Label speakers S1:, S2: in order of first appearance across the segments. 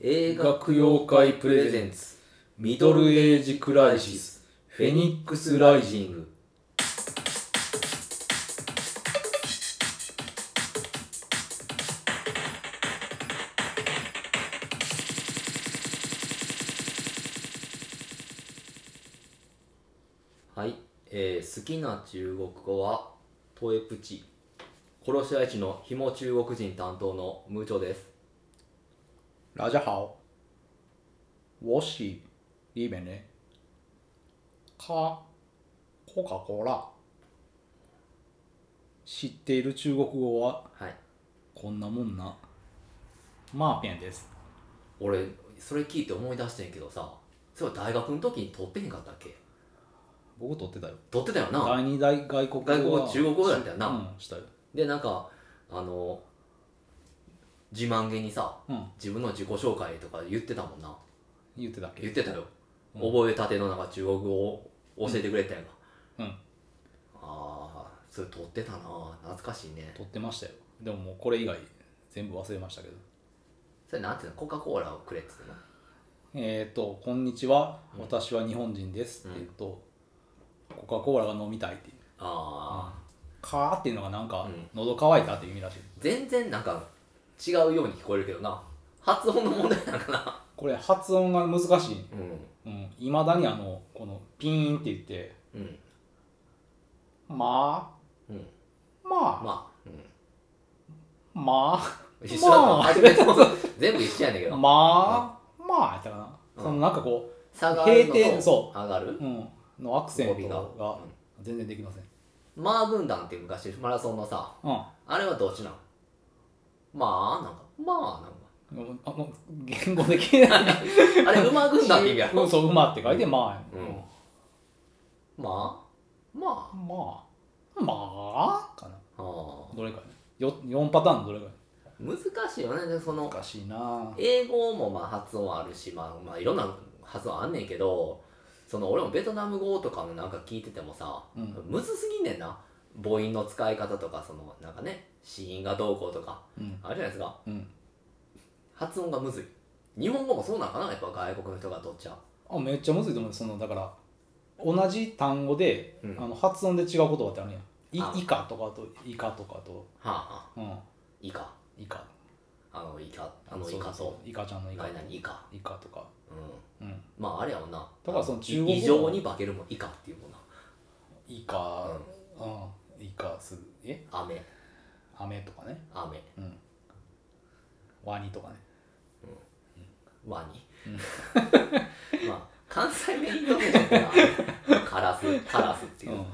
S1: 映画供養会プレゼンツミドルエイジクライシスフェニックスライジングはい、えー好きな中国語はトエプチ殺し合い師のひも中国人担当のムーチョです
S2: 大家好，我是李面的カコカコーラ。知っている中国語は
S1: はい
S2: こんなもんな。マーペンです。
S1: 俺それ聞いて思い出してんけどさそれは大学の時に取ってへんかったっけ
S2: 僕取ってたよ。
S1: 取ってたよな
S2: 第二大外国語は
S1: 外国語中国語だったよな
S2: うん、したよ。
S1: でなんかあの自慢げにさ
S2: うん、
S1: 自分の自己紹介とか言ってたもんな
S2: 言ってたっけ。
S1: 言ってたよ、
S2: うん
S1: 覚えたてのなんか中国語を教えてくれたよな、
S2: うん、
S1: ああそれ取ってたな懐かしいね
S2: 取ってましたよ。でももうこれ以外全部忘れましたけど。
S1: それなんていうのコカ・コーラをくれって言ってた
S2: えっ、ー、と、こんにちは。私は日本人です。
S1: うん
S2: えっと、コカコーラが飲みたいっていう。
S1: のああ、
S2: カーっていうのがなんか
S1: うん
S2: 喉乾いたっていう意味らしい、
S1: 全然なんか違うように聞こえるけどな発音の問題なんかな
S2: これ発音が難しい
S1: うん
S2: いま、未だにあのこのピーンって言って
S1: うん
S2: ま
S1: うん
S2: あま
S1: まあ、うん
S2: あまあ
S1: 一緒だと
S2: まあ
S1: 初めても 全部一緒やねんけ
S2: まあ
S1: ど
S2: まあやったかな、
S1: うん
S2: そのなんかこ
S1: 下がる
S2: 閉店
S1: のと
S2: そ
S1: 上がる
S2: う、うん、のアクセ
S1: 語
S2: ン
S1: 尾
S2: ト
S1: が
S2: が全然できません、
S1: まあ軍団って昔マラソンのさ
S2: う
S1: あれはどっちなのまあなんかまあ
S2: ん、もうあもう言語できない
S1: なんかあれ馬軍団って意味や
S2: う
S1: ろ
S2: んそう馬って書いてまあ、
S1: うんまあまあ
S2: まあまあかな
S1: ああ
S2: どれかねよ4パターンのどれか
S1: 難しいよねでその
S2: 難しいな
S1: 英語もまあ発音あるし、まあ、まあいろんな発音あんねんけどその俺もベトナム語とかのなんか聞いててもさ、
S2: うん
S1: むずすぎんねんな母音の使い方とかそのなんかね子音がどうこうとか
S2: うん
S1: あるじゃないですか
S2: うん
S1: 発音がむずい日本語もそうなんかなやっぱ外国の人がどっちゃ
S2: あめっちゃむずいと思うよそのだから同じ単語で、
S1: うん
S2: あの発音で違う言葉ってあるやん
S1: あ
S2: い「いか」とかと「いか」とかと
S1: はあ、はあ、
S2: 「うん、
S1: イカ
S2: いか
S1: あのイカ」あの
S2: そう
S1: イカ
S2: そう
S1: と
S2: いかちゃんの「
S1: イ
S2: い
S1: カ
S2: か」
S1: 何イカ
S2: いかとか、
S1: うん
S2: うん、
S1: まああれやもんな
S2: だからその
S1: あ
S2: 中国語
S1: 異常に化けるもイカっていうもんない
S2: か、うん、いかすえ
S1: 雨
S2: 雨とかね、
S1: 雨
S2: うん、ワニとかね
S1: ワニ、 まあ関西弁イントネーションってのはカラスカラスっていううん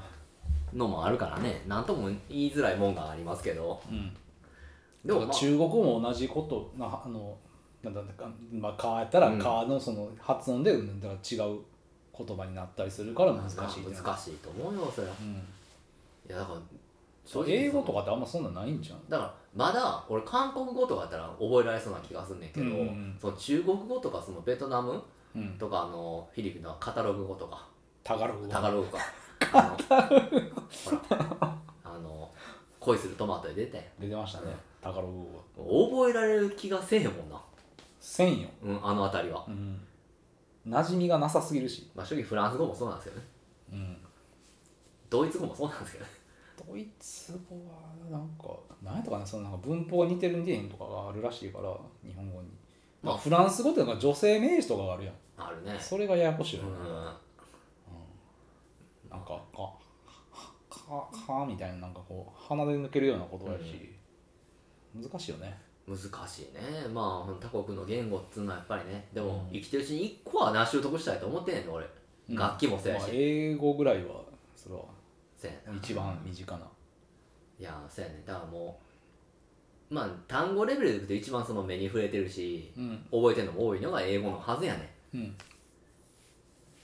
S1: のもあるからね何とも言いづらいもんがありますけど
S2: うん、
S1: でも、まあ、
S2: 中国語も同じことなあのなんだかまあ「か」やったら
S1: うん
S2: 「か」のその発音で、うん、だから違う言葉になったりするから難しい
S1: 難
S2: っていうのは
S1: しいと思うよそれは
S2: うん
S1: いやだから
S2: そう
S1: 正直
S2: 英語とかってあんまそんなんないんじゃん
S1: だからまだ俺韓国語とかやったら覚えられそうな気がすんねんけど、
S2: うんうんうん
S1: その中国語とかそのベトナム
S2: うん
S1: とかあのフィリピンのカタログ語と か
S2: タガログ語
S1: タガログ語かあのほらあの恋するトマトで出て
S2: 出てましたねタガログ語
S1: 覚えられる気がせえへんもんな、
S2: せんよ、
S1: うん、あの辺りは、
S2: うん、馴染みがなさすぎるし、
S1: まあ、正直フランス語もそうなんですよね
S2: うん、
S1: ドイツ語もそうなんですけどね
S2: ドイツ語はなんか何やとかねそのなんか文法似てるんでんとかがあるらしいから日本語に、
S1: ま
S2: ま
S1: あ
S2: あ、フランス語ってなんか女性名詞とかがあるやん
S1: あるね
S2: それがややこしいよ
S1: う
S2: ね、
S1: ん
S2: なんか「か」か「か」みたいななんかこう鼻で抜けるような言葉やし、難しいよね
S1: 難しいねまあ他国の言語っつうのはやっぱりねでも
S2: うん
S1: 生きてるうちに1個はな習得したいと思ってんねん俺、
S2: うん
S1: 楽器もそうや
S2: まあ
S1: し、
S2: 英語ぐらいはそれは
S1: そうやな
S2: 一番身近ない
S1: やそうやねだからもうまあ単語レベルでいくと一番その目に触れてるし
S2: うん
S1: 覚えてるのも多いのが英語のはずやね
S2: うん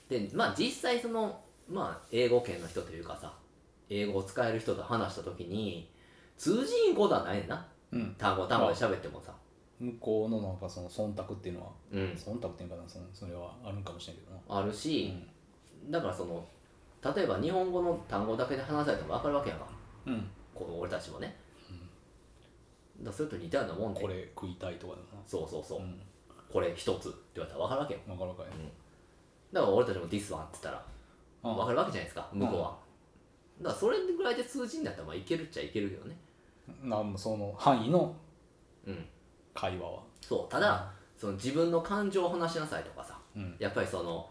S1: でまあ実際そのまあ英語圏の人というかさ英語を使える人と話した時に通じんことはないねんな
S2: うん
S1: 単語単語で喋ってもさ
S2: 向こうのなんかその忖度っていうのは
S1: うん
S2: 忖度っていうかなそのそれはあるんかもしれんけどな
S1: あるし、だからその例えば日本語の単語だけで話されても分かるわけやんか
S2: うん
S1: こう俺たちもね、だからそれと似たようなもんで
S2: これ食いたいとかだな
S1: そうそうそう、
S2: うん
S1: これ一つって言われたら分かるわけよ
S2: わかるわかる
S1: だから俺たちも「this one」って言った
S2: う
S1: ら
S2: ん
S1: 分かるわけじゃないですか向こうは、だからそれぐらいで通じんだったらまあいけるっちゃいけるけどね
S2: なんもその範囲の
S1: うん
S2: 会話は
S1: そうただ、その自分の感情を話しなさいとかさ
S2: うん
S1: やっぱりその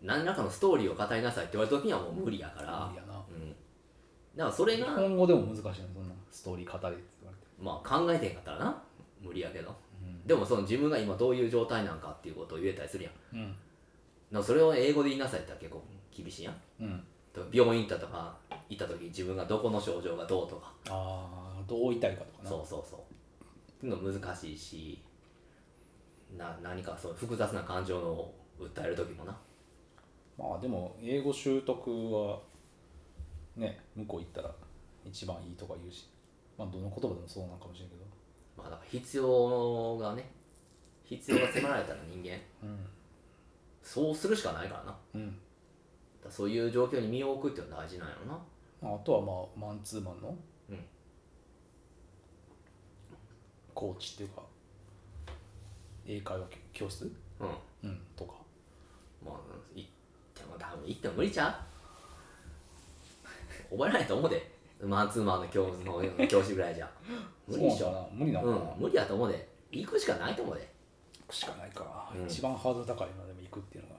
S1: 何らかのストーリーを語りなさいって言われた時にはもう無理やから
S2: 無理やな
S1: うんだからそれ
S2: 日
S1: が、
S2: 本語でも難しいのそんなストーリー語れって言われて
S1: まあ、考えてへんかったらな無理やけど、でもその自分が今どういう状態なんかっていうことを言えたりするやん
S2: うん
S1: だからそれを英語で言いなさいって言ったら結構厳しいやん
S2: うん
S1: だから病院行ったとか行った時に自分がどこの症状がどうとか
S2: ああどう言いたいかとかな
S1: そうそうそうっていうの難しいしな何かそう複雑な感情を訴える時もな
S2: まあでも英語習得はね向こう行ったら一番いいとか言うしまあどの言葉でもそうなんかもしれんけど
S1: まあだから必要がね必要が迫られたら人間
S2: うん
S1: そうするしかないからなだか
S2: うん
S1: らそういう状況に身を置くっていうのは大事なんやろな
S2: まああとはまあマンツーマンの
S1: うん
S2: コーチっていうか英会話教室、
S1: うん
S2: うん、とか
S1: まあ行っても多分行っても無理ちゃう覚えられないと思うでマンツーマンの教の教師ぐらいじゃ無理でし
S2: そう
S1: ょ
S2: なのかな無理な
S1: う
S2: のか
S1: ん
S2: な、
S1: 無理やと思うで行くしかないと思うで
S2: 行くしかないか、
S1: うん
S2: 一番ハードル高いなでも行くっていうのが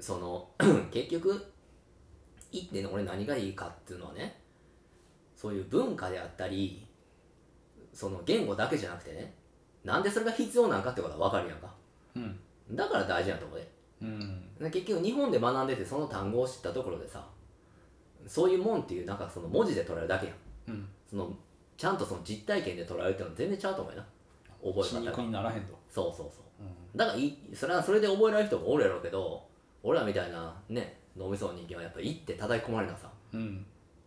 S1: その 結局行ってね俺何がいいかっていうのはねそういう文化であったりその言語だけじゃなくてねなんでそれが必要なんかってことは分かるやんか
S2: うん
S1: だから大事なとこで
S2: うん
S1: で結局日本で学んでてその単語を知ったところでさそういうもんっていうなんかその文字で捉えるだけやん
S2: うん
S1: そのちゃんとその実体験で捉えるっていうのは全然ちゃうと思うよな覚え
S2: 死
S1: 方
S2: 肉
S1: が
S2: にならへんと、
S1: そうそうそう
S2: うん、
S1: だからいいそれはそれで覚えられる人もおるやろうけど俺らみたいなね脳みその人間はやっぱ行って叩き込まれなさ
S2: うん、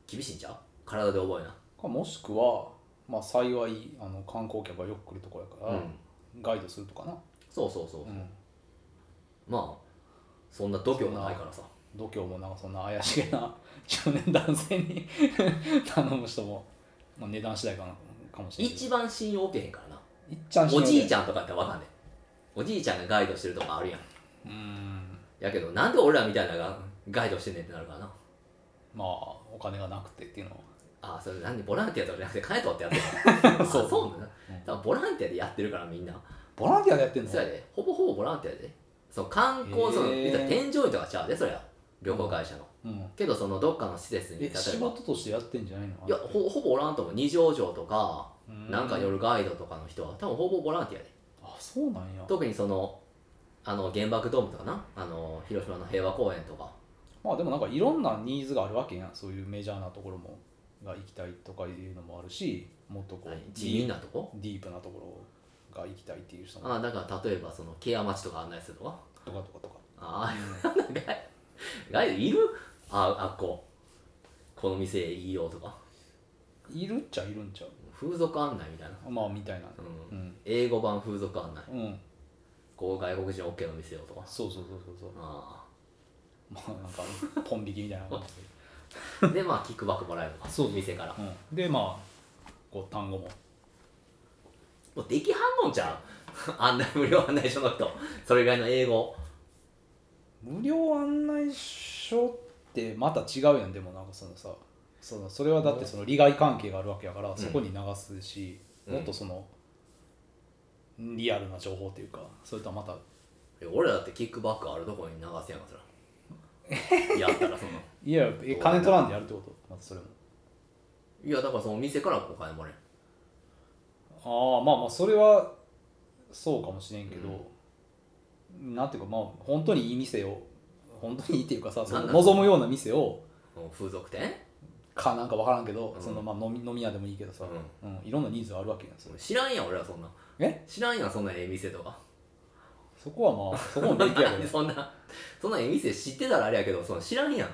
S1: 厳しいんちゃう体で覚えな
S2: かもしくはまあ幸いあの観光客がよく来るとこやから、
S1: うん
S2: ガイドするとかな、
S1: そうそうそう、
S2: うん、
S1: まあそんな度胸がないからさ
S2: 度胸もなんかそんな怪しげな 中年男性に 頼む人も、まあ、値段次第かなかもしれない
S1: 一番信用受けへんからない
S2: っちゃん
S1: おじいち
S2: ゃ
S1: ゃんとかやってわかんねんおじいちゃんがガイドしてるとかあるやん
S2: んうん
S1: やけどなんで俺らみたいなのがガイドしてんねんってなるからな
S2: まあお金がなくてっていうのは
S1: ああそれ何ボランティアとかじゃなくて金取ってやって る
S2: そう
S1: あそうなんだ多分ボランティアでやってるからみんな
S2: ボランティアでやってんの
S1: そうやで、ほぼほぼボランティアやで。その観光
S2: へ、ー
S1: その、言ったら添乗員とかちゃうで、そりゃ。旅行会社の。
S2: うん、
S1: けど、その、どっかの施設に、例え
S2: え仕
S1: ば。
S2: 事としてやってんじゃないの
S1: いや、ほほぼおらんと思う。二条城とか、
S2: うん
S1: なんか夜ガイドとかの人は、多分ほぼボランティアやで。
S2: あそうなんや
S1: 特にその、あの、原爆ドームとかな、あの、広島の平和公園とか。
S2: まあでもなんかいろんなニーズがあるわけやんそういうメジャーなところもが行きたいとかいうのもあるしもっとこう
S1: 何
S2: デ
S1: 自
S2: ィ
S1: 由
S2: ー
S1: なとこ
S2: ディープなところが行きたいっていう人も
S1: ああ、だから例えば、その、ケア町とか案内するのは
S2: とかとかとか
S1: ああ、ガイ ガイドいるああ、あっこ。この店いいよとか。
S2: いるっちゃいるんちゃ
S1: 風俗案内みたいな。
S2: うまあみたいな
S1: うん
S2: うん、
S1: 英語版風俗案内。
S2: うん、
S1: こう外国人 OK の店をとか
S2: そうそうそうそうそう
S1: あ
S2: まあなんかポン引きみたいな感じで
S1: あでまあキックバックもらえるのか
S2: そうそう
S1: 店から
S2: うん、でまあこう単語も
S1: もう出来反応じゃん 案内無料案内所の人それぐらいの英語
S2: 無料案内所ってまた違うやんでもなんかそのさそのそれはだってその利害関係があるわけやからそこに流すし、
S1: うん
S2: もっとそのリアルな情報っていうかそれとはまた
S1: 俺らだってキックバックあるとこに流せやんかそれやったらその
S2: いやえ金取らんでやるってことまたそれも
S1: いやだからその店からお金もらえる
S2: ああまあまあそれはそうかもしれんけど、なんていうかまあ本当にいい店を本当にいいっていうかさその
S1: なんだろう
S2: 望むような店を
S1: うん風俗店
S2: かなんか分からんけど、
S1: うん
S2: そのまあ飲み飲み屋でもいいけどさ、うんいろんなニーズがあるわけやんそれ
S1: 知らんやん俺らそんな
S2: え
S1: 知らんやんそんなええ店とか
S2: そこは まあそこもできやけど
S1: そんなそんなええ店知ってたらあれやけどその知らんやん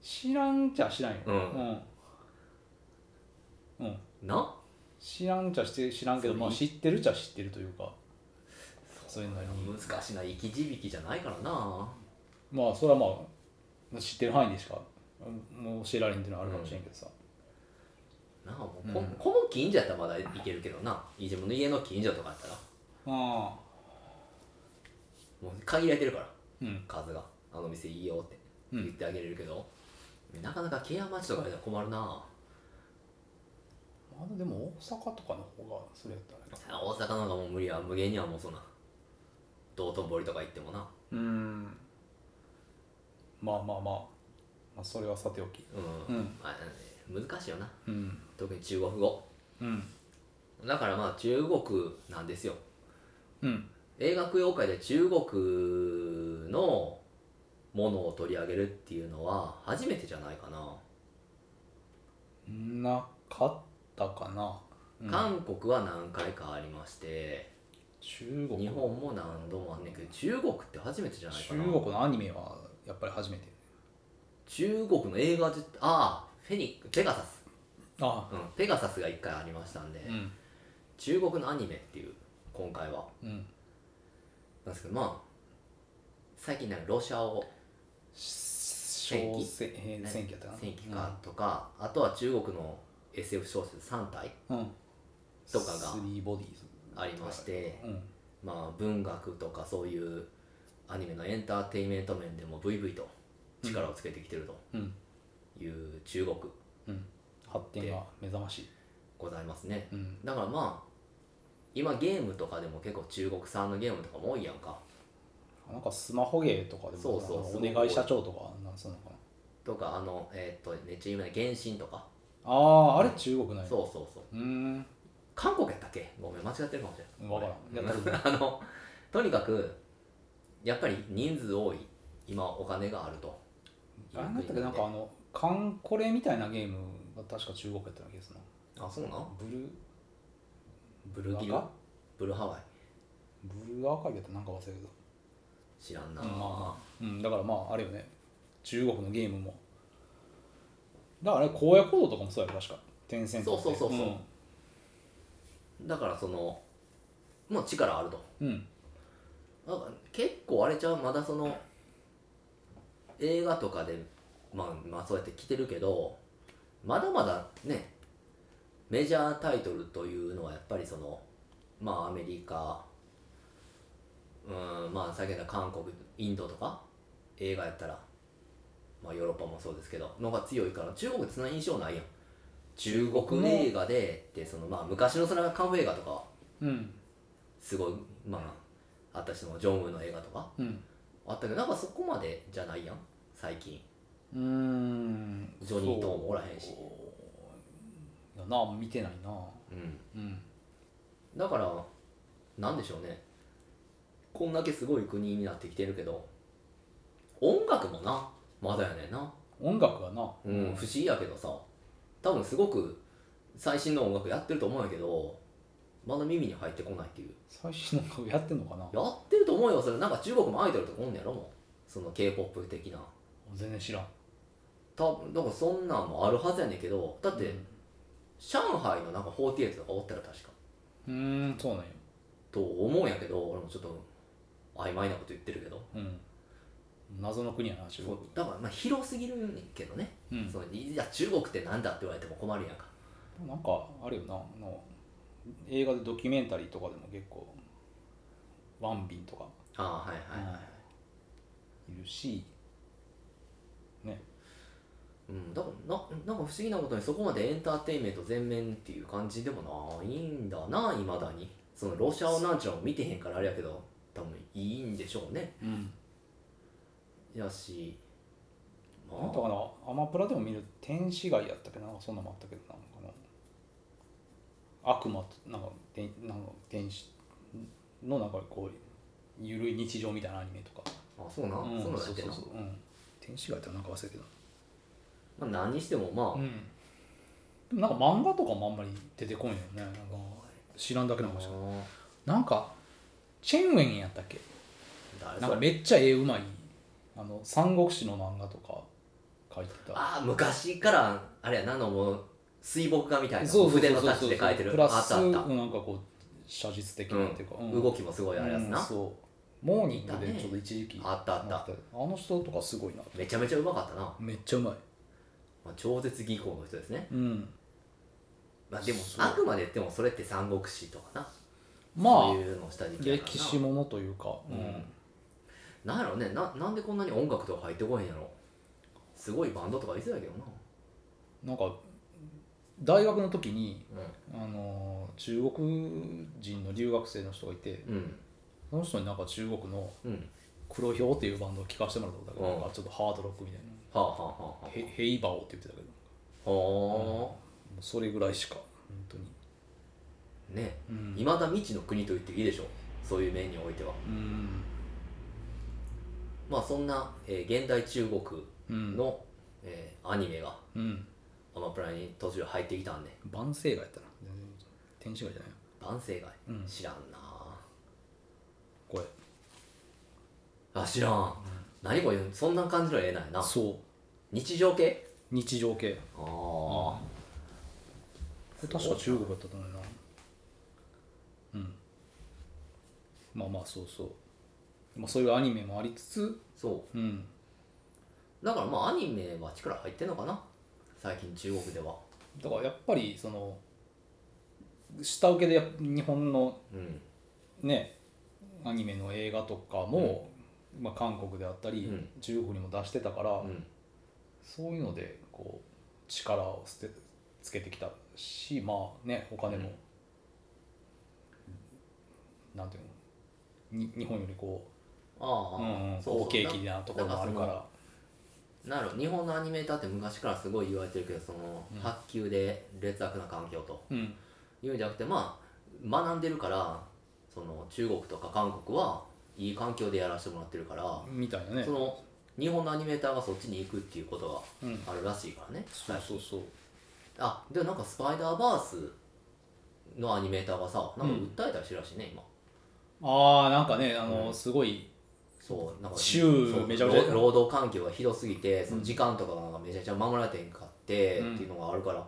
S2: 知らんちゃ知らんよ
S1: うん
S2: うん、うん
S1: な
S2: 知らんちゃして知らんけど、
S1: そう
S2: まあ、
S1: いい
S2: 知ってるちゃ知ってるというかそういうのに
S1: 難しいな生き字引じゃないからな
S2: まあそれはまあ知ってる範囲でしかうんもう教えられんっていうのはあるかもしれんけどさ、
S1: なあもう
S2: うん
S1: ここの近所やったらまだいけるけどな自分の家の近所とかやったら
S2: ああ
S1: もう限られてるから
S2: うん
S1: 数があの店いいよって
S2: う
S1: 言っ
S2: ん
S1: てあげれるけど、なかなかケアマッチとかでは困るな
S2: まだでも大阪とかの方がそれやったらいいか
S1: 大阪なんかもう無理や無限にはもうそんな道頓堀とか行ってもな
S2: うんまあまあまあ、まあ、それはさておき
S1: う、
S2: うんん
S1: まあ難しいよな
S2: うん
S1: 特に中国語
S2: うん
S1: だからまあ中国なんですよ
S2: うん
S1: 映画供養会で中国のものを取り上げるっていうのは初めてじゃないかな、
S2: なかったかな、うん
S1: 韓国は何回かありまして
S2: 中国
S1: 日本も何度もあんねんけど中国って初めてじゃないか
S2: 中
S1: な
S2: 国のアニメはやっぱり初めて
S1: 中国の映画自ああフェニックペガサス、
S2: あ
S1: うん、ペガサスが1回ありましたんで、
S2: うん
S1: 中国のアニメっていう今回は
S2: うん
S1: なんですけどまあ最近なんかロシア語
S2: 戦
S1: 記
S2: 戦えー戦記やったかな
S1: 戦記かとか、あとは中国の SF 小説3体
S2: うんうん
S1: とかが
S2: スリーボディーズ
S1: ありまして、
S2: うん
S1: まあ、文学とかそういうアニメのエンターテインメント面でもブイブイと力をつけてきてる
S2: うん
S1: という中国
S2: うん発展が目覚ましい
S1: ございますね
S2: うん
S1: だからまあ今ゲームとかでも結構中国産のゲームとかも多いやんか
S2: なんかスマホゲーとかでも
S1: そうそう
S2: なんか
S1: すご
S2: お
S1: い
S2: 願い社長とかなんかそうなのかな
S1: とかあのえーっとめっちゃ有名な原神とか、
S2: ああーあれ中国なんや
S1: そうそうそう
S2: うーん
S1: 韓国やったっけごめん間違ってるかもしれない
S2: わからんやったこと な
S1: あのとにかくやっぱり人数多い今お金があると
S2: あれなったっけなんかあのカンコレみたいなゲームが確か中国やったような気がするな
S1: あそうなん
S2: ブルブ
S1: ブル
S2: ル
S1: ギ
S2: ギ
S1: ル
S2: ラ
S1: ブルハワイ
S2: ブルアーカイブやったなんか忘れたけど
S1: 知らんな、
S2: うんまあ、うん、だからまああれよね中国のゲームもだからあれ荒野行動とかもそうやろ確か点線とかって
S1: そうそうそうそうだからそのもう力あると
S2: うん、うん
S1: なんか結構あれちゃうまだその映画とかでまあまあそうやって来てるけどまだまだねメジャータイトルというのはやっぱりそのまあアメリカうんまあ先ほど韓国インドとか映画やったらまあヨーロッパもそうですけどのが強いから中国ってそんな印象ないやん中国映画でってそのまあ昔のそれはカンフー映画とか
S2: うん
S1: すごいまああったしそのジョンウンの映画とか
S2: うん
S1: あったけどなんかそこまでじゃないやん最近
S2: うーん
S1: ジョニー・トーンもおらへんし
S2: そういやな見てないな
S1: うん
S2: うん
S1: だからなんでしょうねこんだけすごい国になってきてるけど音楽もなまだやねんな
S2: 音楽はな
S1: うん不思議やけどさ多分すごく最新の音楽やってると思うんやけどまだ耳に入ってこないっていう
S2: 最新の音楽やってんのかな
S1: やってると思うよそれなんか中国もアイドルとかおんねやろもうその k p o p 的な
S2: 全然知らん
S1: 多分だからそんなんもあるはずやねんけどだって、
S2: うん
S1: 上海のなんか48とかおったら確か
S2: うーんそうなんや
S1: と思うんやけど俺もちょっと曖昧なこと言ってるけど
S2: うん謎の国やな中国
S1: だからまあ広すぎるけどね、
S2: うん
S1: そのいや中国ってなんだって言われても困るやんか
S2: なんかあるよなあの映画でドキュメンタリーとかでも結構ワンビンとか
S1: ああはいはいはい、
S2: いるしね
S1: うん、だからななんか不思議なことにそこまでエンターテインメント全面っていう感じでもないんだないまだにそのロシアをなんちゅうのも見てへんからあれやけど多分いいんでしょうね
S2: うん
S1: やしま
S2: なん
S1: あ
S2: とかなアマプラでも見る天使街やったっけどなんかそんなのもあったけどなんかな悪魔となんかてなんか天使のなんかこうゆるい日常みたいなアニメとか
S1: あそうなん、
S2: うん
S1: そうなんや
S2: そ
S1: っ
S2: う
S1: て
S2: そ
S1: な
S2: うそう、うん、天使街ってなんか忘れてた
S1: まあ、何にしてもまあ、
S2: うんでもなんか漫画とかもあんまり出てこんよねなんか知らんだけなのかしら
S1: あ
S2: なんかチェンウェンやったっけ
S1: ー誰
S2: なん
S1: そ
S2: か
S1: れ
S2: めっちゃ絵うまいあの三国志の漫画とか書いてた
S1: ああ昔からあれやなのもう水墨画みたいな
S2: そうそうそう
S1: 筆
S2: そ
S1: の
S2: う
S1: タッチで描いて
S2: プ
S1: るあ
S2: ラ
S1: っ
S2: ス
S1: たあ
S2: う
S1: っ
S2: ん
S1: た、
S2: なんかこう写実的なっていうか、
S1: うん、動きもすごいあるやつな、
S2: うんそうモーニング
S1: いた
S2: で
S1: ね
S2: ちょっと一時期
S1: あったあった
S2: なてあの人とかすごいな
S1: めちゃめちゃうまかったな、
S2: めっちゃうまい
S1: まあ、超絶技巧の人ですね、
S2: うん
S1: まあ、でも
S2: そう
S1: あくまで言ってもそれって三国志とかな
S2: まあ
S1: そういうのを下敷きやからな
S2: 歴史ものというか、
S1: うんなんやろうねななんでこんなに音楽とか入ってこへんやろすごいバンドとか言ってたけどな
S2: なんか大学の時に
S1: う
S2: あの中国人の留学生の人がいて
S1: んうん
S2: その人になんか中国の
S1: うん
S2: 黒ひょうっていうバンドを聴かせてもらったことだ
S1: う
S2: け
S1: ん
S2: どなんかちょっとハードロックみたい
S1: はあはあはあは
S2: な「へヘイバオ」って言ってたけども
S1: あは
S2: うそれぐらいしか本当に
S1: あね
S2: うん
S1: いまだ未知の国と言っていいでしょうそういう面においては
S2: うん
S1: まあそんな、えー現代中国
S2: うん
S1: の、えーアニメが
S2: うん
S1: アマプラに途中入ってきたんで
S2: 万世街やったな全然天使街じゃないよ
S1: 万世街、
S2: うん
S1: 知らんな
S2: これ
S1: あ知らん、何これそんな感じの絵ないな
S2: そう
S1: 日常系
S2: 日常系
S1: ああ
S2: これ確か中国だったと思うなうんまあまあそうそう、まあ、そういうアニメもありつつ
S1: そ
S2: うん
S1: うだからまあアニメは力入ってんのかな最近中国では
S2: だからやっぱりその下請けでやっ日本の
S1: うん
S2: ねアニメの映画とかも、まあ、韓国であったり、
S1: うん
S2: 中国にも出してたから、
S1: うん
S2: そういうのでこう力を捨てつけてきたしまあねお金も、なんていうのに日本よりこう、
S1: あ
S2: う
S1: あ、
S2: んうん、
S1: そうそう
S2: 好景気なところもあるから
S1: なんかなるほど日本のアニメーターって昔からすごい言われてるけどその、
S2: うん
S1: 発給で劣悪な環境と
S2: うん
S1: いうんじゃなくてまあ学んでるからその中国とか韓国はいい環境でやらせてもらってるから、
S2: みたいなね
S1: その日本のアニメーターがそっちに行くっていうこと
S2: うん
S1: があるらしいからね、
S2: そうそうそう
S1: あでもなんかスパイダーバースのアニメーターがさなんか訴えたりしてるらしいね、今
S2: ああなんかねあの、
S1: うん
S2: すごい
S1: そうなんか
S2: 週
S1: そう
S2: めちゃめちゃ
S1: 労労働環境がひどすぎてそうの
S2: ん
S1: 時間とかがめちゃくちゃ守られてんかって、
S2: うん
S1: っていうのがあるから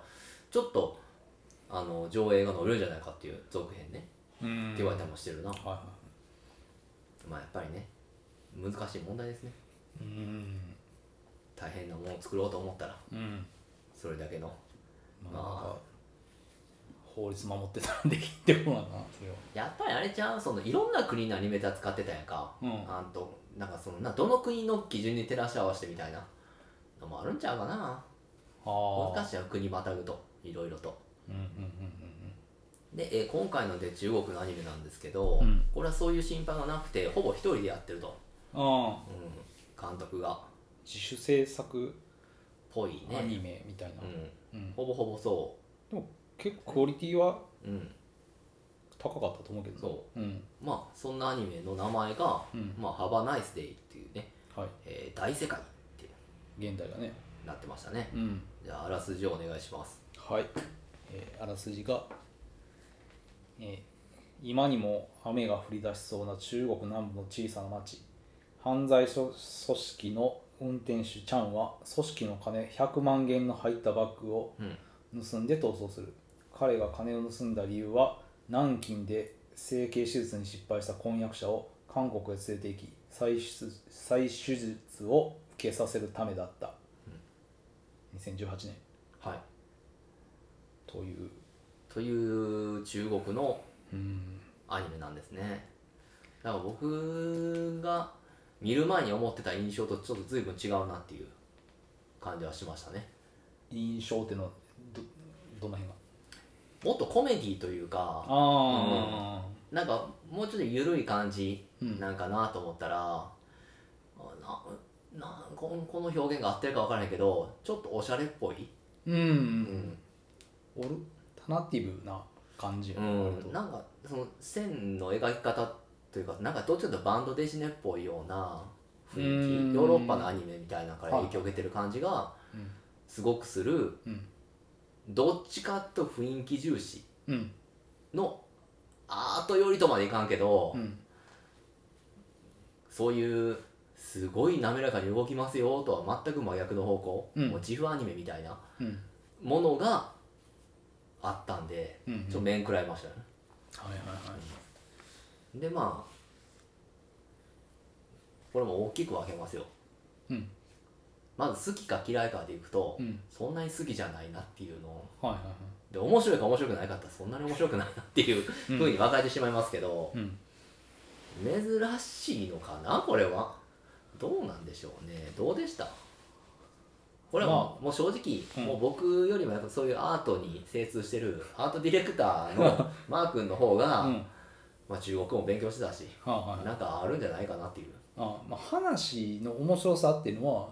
S1: ちょっとあの上映が伸びるんじゃないかっていう続編ね、
S2: うん
S1: って言われたりもしてるな
S2: はいは
S1: まあやっぱりね難しい問題ですね
S2: いうん
S1: 大変なものを作ろうと思ったら
S2: うん
S1: それだけの
S2: まあ
S1: まあ
S2: なんか法律守ってたらできてこないかなそれは
S1: やっぱりあれじゃんそのいろんな国のアニメーター使ってたやんか、
S2: うん
S1: あんとなんかそのなどの国の基準に照らし合わせてみたいなのもあるんちゃうかな
S2: あ
S1: 難
S2: あ
S1: しいは国またぐといろいろと
S2: うんうん
S1: で、えー今回ので中国のアニメなんですけど、
S2: うん
S1: これはそういう心配がなくてほぼ一人でやってると、
S2: うんうんあ
S1: う
S2: あ
S1: ん、監督が
S2: 自主制作
S1: ぽい
S2: ア
S1: ね、
S2: ニメみたいな、
S1: うん、
S2: うん
S1: ほぼほぼそ
S2: 結構クオリティは
S1: う、うん、
S2: 高かったと思うけど、
S1: そう
S2: ん
S1: まあそんなアニメの名前が
S2: う
S1: 「
S2: ん
S1: まあ、ハバナイスデイ」っていうね、
S2: はい、
S1: えー大世界って
S2: 現代がね、
S1: なってましたね
S2: うん
S1: じゃああらすじをお願いします
S2: はいえーあらすじが、えー今にも雨が降り出しそうな中国南部の小さな町犯罪組織の運転手チャンは組織の金100万元の入ったバッグを
S1: うん
S2: 盗んで逃走する彼が金を盗んだ理由は南京で整形手術に失敗した婚約者を韓国へ連れて行き再出再手術を受けさせるためだった、2018年
S1: はい
S2: という
S1: という中国の
S2: うん
S1: アニメなんですねだから僕が見る前に思ってた印象とちょっと随分違うなっていう感じはしましたね
S2: 印象ってのはどどの辺が
S1: もっとコメディというか
S2: あ
S1: なんかもうちょっと緩い感じ
S2: うん
S1: なんかなと思ったら、あななこんこの表現が合ってるか分からないけどちょっとおしゃれっぽい、
S2: うん、
S1: うん
S2: オルタナティブな感じや
S1: う
S2: な、割
S1: ん、
S2: と
S1: なんかその線の描き方というかなんかどっちかというとバンドデシネっぽいような雰
S2: うん
S1: 囲気ヨーロッパのアニメみたいなのから影響を受けてる感じが
S2: うん
S1: すごくする
S2: うん
S1: どっちかと雰囲気重視
S2: うん
S1: のアート寄りとまでいかんけど、
S2: うん
S1: そういうすごい滑らかに動きますよとは全く真逆の方向、
S2: うん
S1: もう自負アニメみたいな
S2: うん
S1: ものがあったんで
S2: うん
S1: ちょっと面食らいましたね、
S2: はいはいはい
S1: でまあこれも大きく分けますよ
S2: うん
S1: まず好きか嫌いかでいくと、
S2: うん
S1: そんなに好きじゃないなっていうの
S2: はいはいはい
S1: で面白いか面白くないかってそんなに面白くないなっていうふうに分かれてしまいますけど、
S2: うん
S1: 珍しいのかなこれはどうなんでしょうねどうでしたこれは
S2: ま
S1: もう,、もう正直、
S2: うん
S1: もう僕よりもやっぱそういうアートに精通してるアートディレクターのマー君の方が、
S2: うん、は
S1: まあ、中国語も勉強してたし
S2: あはい
S1: なんかあるんじゃないかなっていう
S2: あまあ、話の面白さっていうのは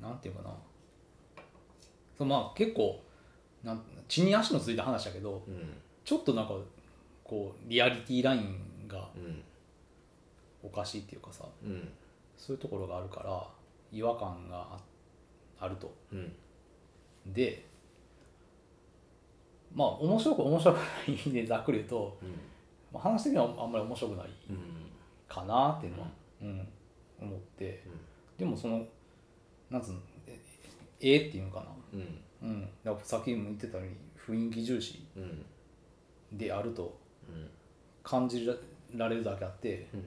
S2: なんていうかなそうまあ結構なん血に足のついた話だけど
S1: うん
S2: ちょっとなんかこうリアリティラインが
S1: うん
S2: おかしいっていうかさ
S1: うん
S2: そういうところがあるから違和感がああると
S1: うん
S2: でまあ面白く面白くないでざっくり言うと、
S1: うん
S2: まあ、話的にはあんまり面白くない
S1: うん
S2: かなっていうのは、うん、思ってでもそのなんつうのえええっていうのか
S1: うん
S2: な、うん、だからさっきも言ってたように雰囲気重視
S1: うんうん
S2: であると
S1: うん
S2: 感じられるだけあって
S1: うん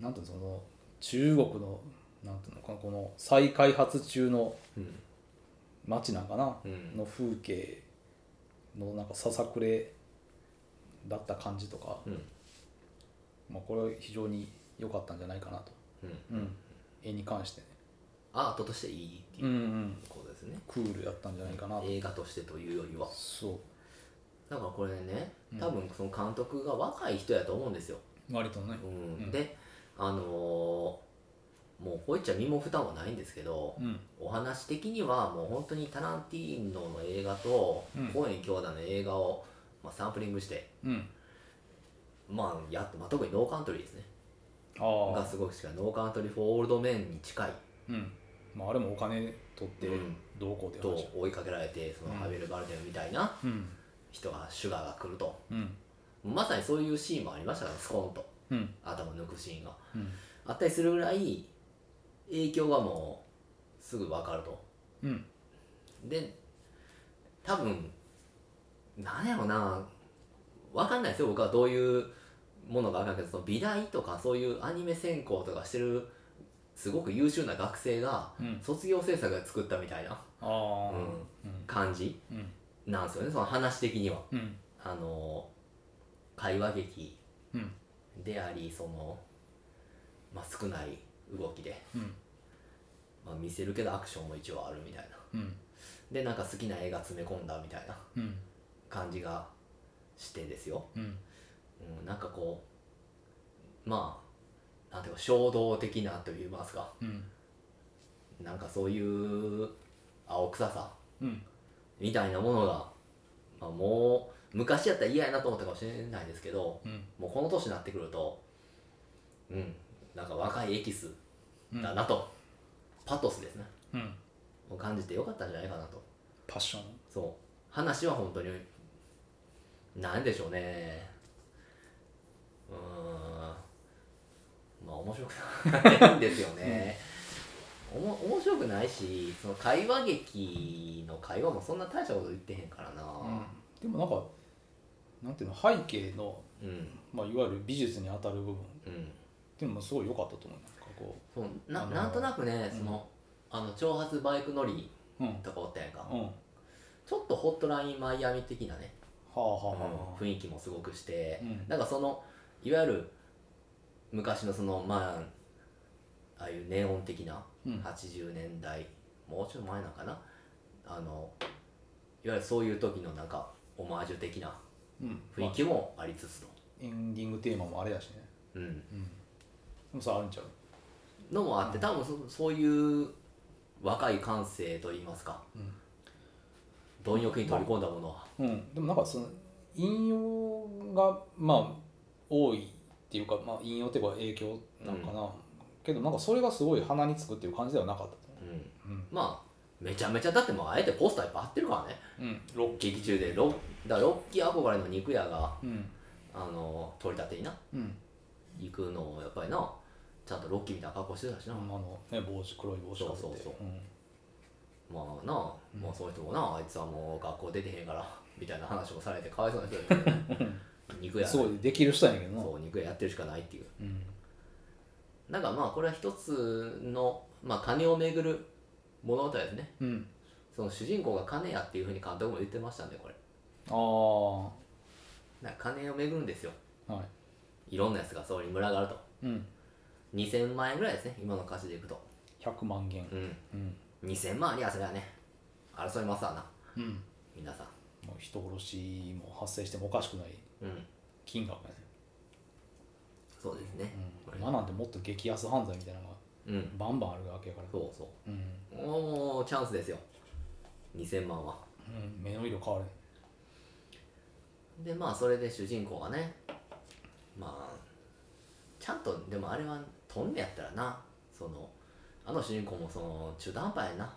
S2: なんていうのその中国のなんていうのかなこの再開発中の
S1: うん
S2: 街なんかな、
S1: うん
S2: の風景のなんかささくれだった感じとか、
S1: うん
S2: まあ、これは非常に良かったんじゃないかなと、
S1: うん
S2: うん、絵に関してね、
S1: アートとしていいっていう
S2: うんうん、
S1: ことですね、
S2: クールだったんじゃないかなと、
S1: 映画としてというよりは
S2: そ
S1: だからこれね多分その監督が若い人やと思うんですよ、
S2: う割とね
S1: うん
S2: うん
S1: であのーもうこういっちゃ身も負担はないんですけど、
S2: うん
S1: お話的にはもう本当にタランティーノの映画と
S2: うん
S1: コーエン兄弟の映画を、まあ、サンプリングして、
S2: うん
S1: まあやっとまあ、特にノーカントリーですね
S2: あ
S1: が
S2: あ
S1: すごく近いノーカントリー・フォー・オールド・メンに近い
S2: うんまああれもお金取って
S1: うん
S2: どうこうって
S1: と
S2: 話
S1: 追いかけられてその
S2: うん
S1: ハベル・バルデンみたいな
S2: うん
S1: 人がシュガーが来ると
S2: うん
S1: まさにそういうシーンもありましたからスコーンと
S2: うん
S1: 頭抜くシーンが
S2: うん
S1: あったりするぐらい影響がもうすぐ分かると
S2: うん
S1: で多分なんやろな分かんないですよ僕はどういうものがあるかけどその美大とかそういうアニメ専攻とかしてるすごく優秀な学生が
S2: うん
S1: 卒業制作で作ったみたいな
S2: ああ
S1: うん
S2: う
S1: 感じ
S2: んうん
S1: なんですよねその話的には。
S2: うん
S1: あの会話劇
S2: うん
S1: でありその、まあ、少ない動きで、
S2: うん
S1: まあ、見せるけどアクションも一応あるみたいな
S2: うん
S1: でなんか好きな映画詰め込んだみたいな
S2: うん
S1: 感じがしてですよ、
S2: うん
S1: うん、なんかこうまあなんていうか衝動的なと言いますか
S2: うん
S1: なんかそういう青臭さ
S2: うん
S1: みたいなものが、まあ、もう昔やったら嫌やなと思ったかもしれないですけど
S2: うん
S1: もうこの年になってくるとうんなんか若いエキス
S2: うん
S1: だなと、パトスですね
S2: うん
S1: を感じてよかったんじゃないかなと
S2: パッション
S1: そう話は本当に何でしょうねうーんまあ面白くないんですよね、おも面白くないしその会話劇の会話もそんな大したこと言ってへんからな
S2: でもなんかなんていうの背景の、
S1: うんうん、
S2: まあ、いわゆる美術に当たる部分っていうのもすごい良かったと思うなんかこ
S1: そうな
S2: あのー
S1: なんとなくねその、あの挑発バイク乗り
S2: ううんうん
S1: とかおったやんか、
S2: は
S1: ちょっとホットラインマイアミ的なね、
S2: あはあはあ
S1: 雰囲気もすごくして、
S2: うん
S1: なんかそのいわゆる昔のそのまあああいうネオン的な
S2: うん
S1: 80年代、もうちょっと前なんかなあのいわゆるそういう時のなんかオマージュ的な
S2: うん
S1: 雰囲気もありつつと、
S2: エンディングテーマもあれだしね
S1: うん、
S2: うんでもさあるんちゃう
S1: のもあって多分そそういう若い感性といいますか貪欲に取り込んだものは、
S2: うん、でもなんかその引用がまあ多いっていうか、まあ、引用っていうか影響なんかな、けどなんかそれがすごい鼻につくっていう感じではなかったと
S1: うん、
S2: 思う
S1: まあめちゃめちゃだってもうあえてポスターいっぱい貼ってるからね
S2: うん、うん、ロッキ
S1: 劇中でロッだからロッキー憧れの肉屋が
S2: ーうん
S1: あの取り立てにな
S2: うん
S1: 行くのをやっぱりなちゃんとロッキーみたいな格好してたし
S2: あ
S1: な、ま
S2: のね帽子黒い帽子かぶって
S1: そうそうそ
S2: うん
S1: あなあ、まあ、その人もなあいつはもう学校出てへんからみたいな話もされてかわいそうな人だけどね 肉屋
S2: すごいできる人やねんけどな
S1: そう肉屋やってるしかないっていう
S2: うん
S1: なんかまあこれは一つの、まあ、金をめぐる物語ですね
S2: うん
S1: その主人公が金やっていうふうに監督も言ってましたんでこれ
S2: ああは
S1: なんか金をめぐるんですよ
S2: い
S1: いろんなやつがそこに群がると
S2: うん
S1: 2000万円ぐらいですね今の価値でいくと
S2: 100万元
S1: うん
S2: うん、
S1: 2000万ありゃそれはね争いますわな
S2: うん、
S1: 皆さん
S2: もう人殺しも発生してもおかしくない
S1: うん
S2: 金額やね、
S1: そうですね
S2: うん、今なんてもっと激安犯罪みたいなのが
S1: うん
S2: バンバンあるわけやから
S1: そうそう
S2: うん、
S1: もうチャンスですよ2000万は
S2: うん、目の色変わる
S1: でまあそれで主人公がねまあちゃんとでもあれは飛んでやったらなそのあの主人公もその中途半端やな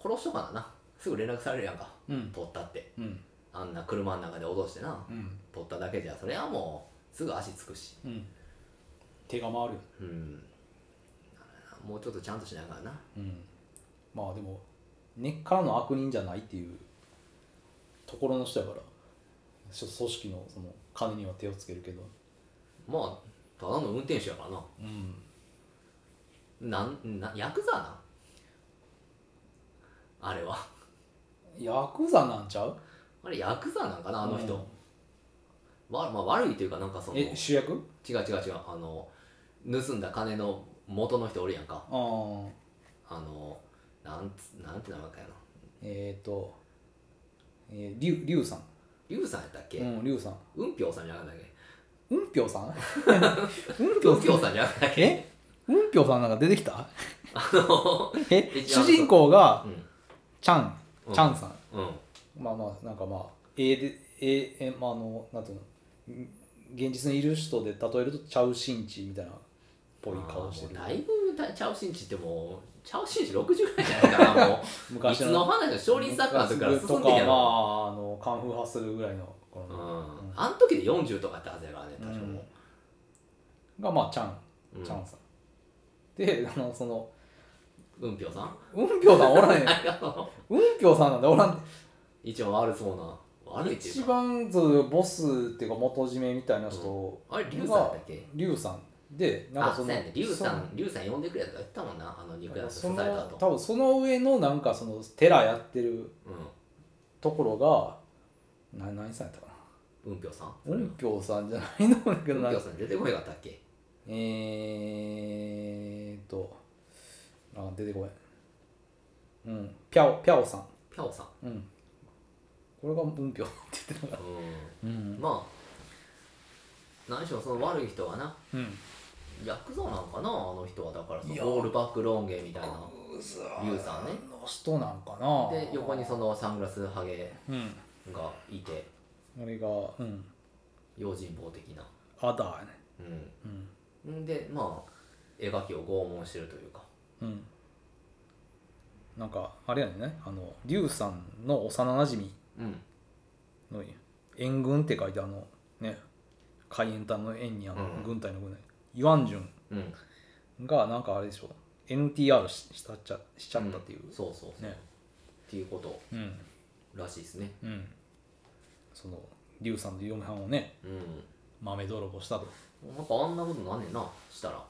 S1: 殺しとかななすぐ連絡されるやんか
S2: うん
S1: 取ったって
S2: うん
S1: あんな車の中で脅してな
S2: うん
S1: 取っただけじゃそれはもうすぐ足つくし
S2: うん手が回るよ
S1: うんもうちょっとちゃんとしながらな
S2: うんまあでも根っからの悪人じゃないっていうところの人やからちょっと組織のその金には手をつけるけど
S1: まあただの運転手やからな
S2: うん
S1: なんなヤクザなあれは
S2: ヤクザなんちゃう
S1: あれヤクザなんかなあの人、
S2: うん
S1: わまあ、悪いというかなんかその違う違
S2: え主役
S1: う違うあの盗んだ金の元の人おるやんか
S2: ああ
S1: あのなんつなんて名前かやな
S2: えっ、ー、と、えー、リュウリュウさん
S1: 龍さんやったっけ、
S2: うんリュウさん
S1: うんぴょうさんじゃなかったっけ
S2: うんぴょ うさんうん
S1: うんぴょうさんじゃなかったっけ
S2: えうんぴょうさんなんか出てきた
S1: あの
S2: え
S1: え
S2: 主人公が
S1: う
S2: チャン
S1: うん
S2: チャンさん、
S1: んうん
S2: まあまあなんかまあえでええまああのなんていうのん現実にいる人で例えるとチャウシンチみたいなっぽい顔してる
S1: あーもうだいぶだチャオシンチってもうチャオシンチ60ぐらいじゃないかなもういつの話の少林サッカーの時から
S2: 昔
S1: 進
S2: と
S1: ん
S2: か
S1: で
S2: ま
S1: き
S2: あ
S1: た
S2: あ
S1: の
S2: のカンフー発するぐらいのこ
S1: う
S2: の、
S1: んあん時で40とかってはずやからね多
S2: う
S1: 少
S2: ん
S1: も、
S2: がまあチャン
S1: うん
S2: チャンさん、で あのその
S1: うんぴょうさん
S2: うんぴょうさんおらんねん
S1: あの
S2: うんぴょうさんなんでおらんねん
S1: 一応悪そうな悪いってい
S2: 一
S1: うか
S2: 番そうボスっていうか元締めみたいな人、
S1: あれ龍さんだっけ
S2: リュウさんでなん
S1: あ
S2: かそ
S1: そう
S2: の
S1: やね龍さん龍さん呼んでくれとか言ったもんなあの肉屋さ
S2: そ
S1: ん
S2: の
S1: 刺されたと
S2: 多分その上のなんかその寺やってるところがな何さんやったか
S1: うんうんぴょうさん
S2: な音響さんじゃないのだけ
S1: う
S2: ど
S1: ん
S2: な
S1: ぴょうさん出てこなかったっけ
S2: えーっとあ出てこいうんピャオピャオさん
S1: ぴょうさん
S2: うんこれが音響って言ってたか
S1: う
S2: らうんん
S1: まあ何しろその悪い人はな
S2: うん
S1: ヤクザなんかなあの人はだからそ
S2: いや
S1: のオールバックロン毛みたいなリュウさんね
S2: の人なんかな
S1: で横にそのサングラスハゲ
S2: うん
S1: がいて
S2: あれがうん
S1: 用心棒的な
S2: アダーやねうん
S1: うんんでまあ絵描きを拷問してるというか
S2: うん、なんかあれやねあの劉さんの幼なじみ
S1: うん
S2: の援軍って書いてあのね海援隊の援にあの
S1: うん
S2: 軍隊の軍ねユアンジュ
S1: うん
S2: ンがなんかあれでしょ NTR ししたっちゃしちゃったっていう、
S1: そうそうそう、
S2: ね
S1: っていうこと
S2: うん
S1: らしいですね
S2: うん、その劉さんの嫁はんをね
S1: うん
S2: 豆泥棒したと
S1: なんかあんなことなんねんなしたら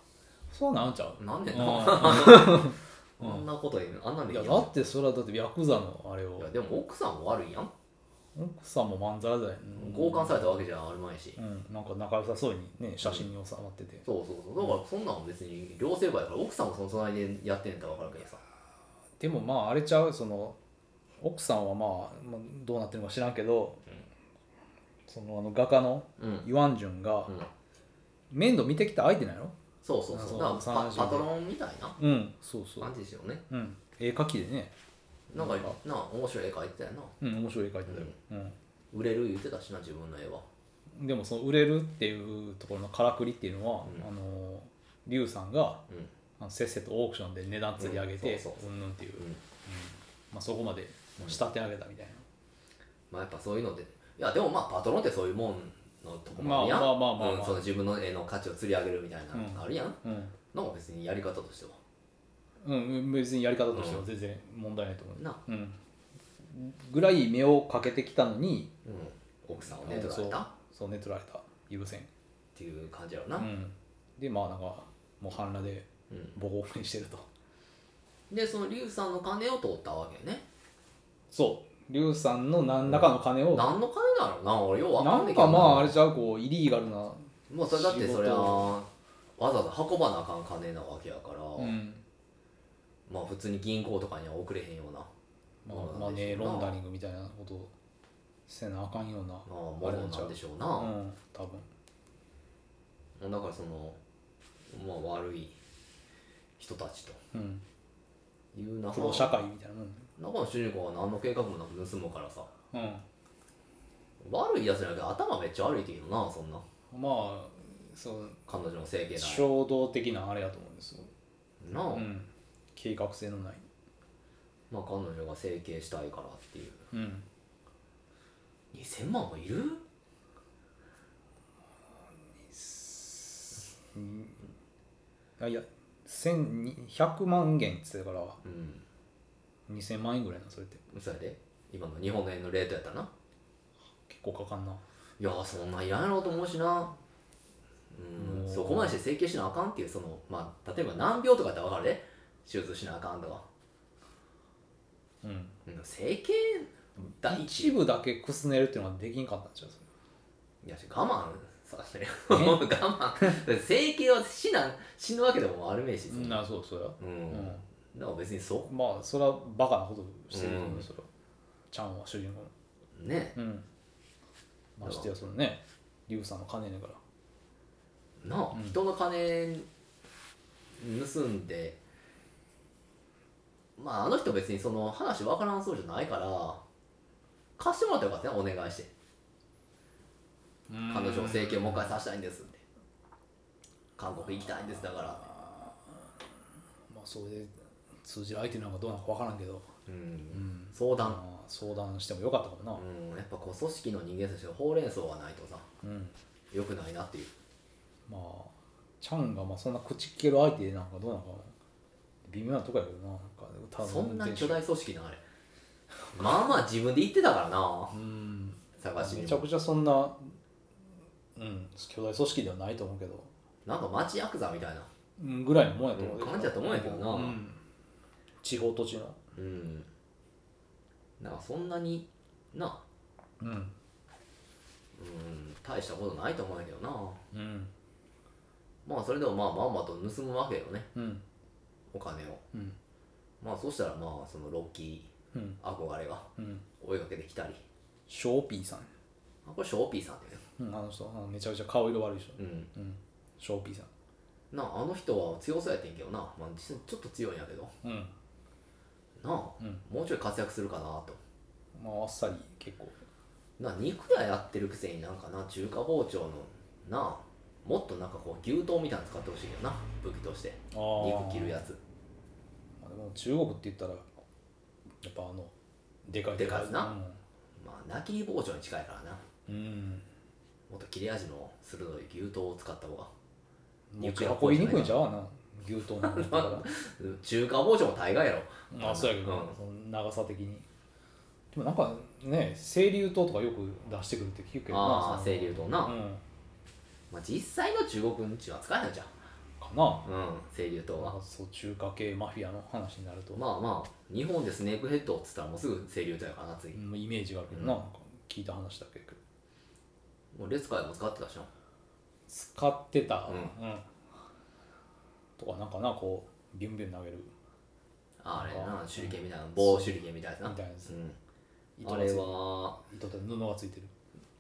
S2: そうなんちゃう
S1: なんねんな
S2: あ
S1: あんなこと言うあんなん
S2: ー
S1: で
S2: い
S1: いい
S2: や
S1: やん
S2: だってそれはだってヤクザのあれ
S1: い
S2: を
S1: やでも奥さんも悪いやん
S2: 奥さんもまんざらだよね
S1: 強姦されたわけじゃあるまいし、
S2: うん、なんか仲良さそうにね写真に収まってて、
S1: そうそうそうだからそんなん別に両成敗やから奥さんもその隣でやってんやったら分かるけどさ
S2: でもまああれちゃうその奥さんはまあ、まあ、どうなってるのか知らんけど、そのあの画家の
S1: うん、うん、
S2: ユアンジュンが面倒見てきた相手なんやろ
S1: そうそうそうだ
S2: あ
S1: か
S2: そう
S1: ら
S2: 30
S1: パパトロンみたいな
S2: うんそうそう
S1: 感じですよね
S2: うん絵描きでね
S1: なんか
S2: なんか
S1: な面白い絵描いてたよな
S2: うん面白い絵描いてたよ、うん
S1: 売れる言ってたしな自分の絵は
S2: でもその売れるっていうところのからくりっていうのは、
S1: うん
S2: あのリュウさんが
S1: うん
S2: あのせっせとオークションで値段つり上げ
S1: う
S2: て
S1: んそうそうそ
S2: うんぬんっていう、
S1: う
S2: うん
S1: ん
S2: まあ、そこまで仕立て上げたみたいな、
S1: まあやっぱそういうのでいやでもまあパトロンってそういうもんのとこもあるやん
S2: まあまあまあまあまあ
S1: うんその自分の絵の価値を釣り上げるみたいなのあるやん、
S2: うん
S1: なんか別にやり方としては
S2: うん、別にやり方としては全然問題ないと思う、
S1: な、
S2: うん、ぐらい目をかけてきたのに
S1: うん、奥さんをねとられたっ
S2: そう寝取られた優先、
S1: ていう感じやろ
S2: う
S1: な、
S2: ん、でまあなんかもう半裸で
S1: うん
S2: ボコボコにしてると
S1: でそのリュウさんの金を取ったわけね
S2: そうリュウさんの何らかの金を、
S1: 何の金だろうな俺ようわ
S2: な
S1: かんないけ
S2: ん
S1: ど
S2: かまああれじゃうこうイリーガルな
S1: もうそれだってそれ
S2: 仕事
S1: はわざわざ運ばなあかん金なわけやから、
S2: うん
S1: まあ普通に銀行とかには送れへんような
S2: ま
S1: そうなんでしょう
S2: あ、
S1: な
S2: マネーロンダリングみたいなことをせなあかんような
S1: まあものなんでしょうな、
S2: うん多分
S1: だからその、まあ、悪い人たちと
S2: うん
S1: いう中
S2: 黒社会みたいなもんね
S1: 中の主人公は何の計画もなく盗むからさ
S2: う
S1: 悪いやつじゃなくて頭めっちゃ悪いって言うのなそんなん
S2: まあそう
S1: 彼女の整形だ
S2: 衝動的なあれやと思うんですよ、
S1: なあ、
S2: うん、計画性のない
S1: まあ彼女が整形したいからっていう
S2: うん
S1: 2000万もいる
S2: あいや1100万元っつってたから
S1: うん
S2: 2000万円ぐらいなそれって
S1: そやで今の日本の円のレートやったらな
S2: 結構かかんない
S1: やそんなんいらんやろうと思うしなうん
S2: もう
S1: そこまでして整形しなあかんっていうそのまあ例えば難病とかやって分かるで手術しなあかんとか、
S2: うん
S1: うん、整形第一
S2: 一部だけくすねるっていうのはできんかったんちゃうそ
S1: いや我慢させる 我慢整形は死な死ぬわけでもあるめえし
S2: れ
S1: うん、だか
S2: そうそうや
S1: ら別にそ
S2: まあそれはバカなことしてると思う、
S1: うん
S2: それはちゃんは主人公の
S1: うね
S2: うんましてやそのねリュウさんの金ねから
S1: なあ、
S2: うん
S1: 人の金盗んでまああの人別にその話分からんそうじゃないから貸してもらったらよかったねお願いして彼女を整形もう一回させたいんですって韓国行きたいんですだから
S2: まあそれで通じる相手なんかどうなのか分からんけど、
S1: うん、
S2: ん
S1: 相談
S2: まあ、相談してもよかったかも
S1: うんやっぱこう組織の人間としてほうれん草がないとさ
S2: なうん
S1: 良くないなっていう
S2: まあチャンがまあそんな口利ける相手なんかどうなのかな微妙なとこやけどななんか多分
S1: そんな巨大組織なあれまあまあ自分で言ってたからな
S2: うん
S1: 探しに
S2: め
S1: も
S2: ちゃくちゃそんなうん巨大組織ではないと思うけど
S1: なんか町ヤクザみたいな
S2: うんぐらいのもんやと思う、
S1: うん感じやと思うんやけどな
S2: うん地方土地の
S1: うんなんかそんなにな
S2: うん
S1: うん大したことないと思うんやけどな
S2: うん
S1: まあそれでもまあまんまと盗むわけよね
S2: うん
S1: お金を
S2: うん
S1: まあそしたらまあそのロッキ
S2: うん
S1: ー憧れが
S2: うん
S1: 追いかけてきたり
S2: ショーピーさん、
S1: あこれショーピーさんっていう
S2: うん、あの人あのめちゃくちゃ顔色悪いでしょ、
S1: のうん
S2: うん、ショーピーさ
S1: なああの人は強そうやってんけどな、まあ、実際ちょっと強いんやけど
S2: んうん
S1: なあ、
S2: うん
S1: もうちょい活躍するかなと
S2: まああっさり結構
S1: な肉屋やってるくせになんかな中華包丁のなもっとなんかこう牛刀みたいなの使ってほしいけどな武器として
S2: あ
S1: 肉切るやつ
S2: まあでも中国って言ったらやっぱあのでかい
S1: でかいやつなまあ泣き包丁に近いからな
S2: うん、うん、
S1: もっと切れ味の鋭い牛刀を使った方が
S2: 持ち運びにくいんちゃうわな牛刀な んだから
S1: うん中華包丁も大概やろ
S2: まあそうやけど、
S1: うん
S2: その長さ的にでもなんかね清流刀とかよく出してくるって聞くけどな
S1: ああ
S2: その
S1: 清流刀な、
S2: うん
S1: まあ、実際の中国人は使えないじゃん
S2: かな
S1: うん清流刀
S2: なん
S1: は
S2: かそう中華系マフィアの話になると、
S1: まあまあ日本でスネークヘッドっつったらもうすぐ清流刀やからな次
S2: うんイメージがあるけどな,、なんか聞いた話だけど
S1: もうレスカイも使ってたしな
S2: 使ってた、
S1: う
S2: うんとかなんかなこうビュンビュン投げる
S1: あれ
S2: う
S1: なん手裏剣みたいな棒手裏剣みたいな
S2: み
S1: やつない
S2: たなやつ
S1: うん
S2: 糸
S1: あ
S2: がつ
S1: れ
S2: いてる
S1: は
S2: 糸と布がついてる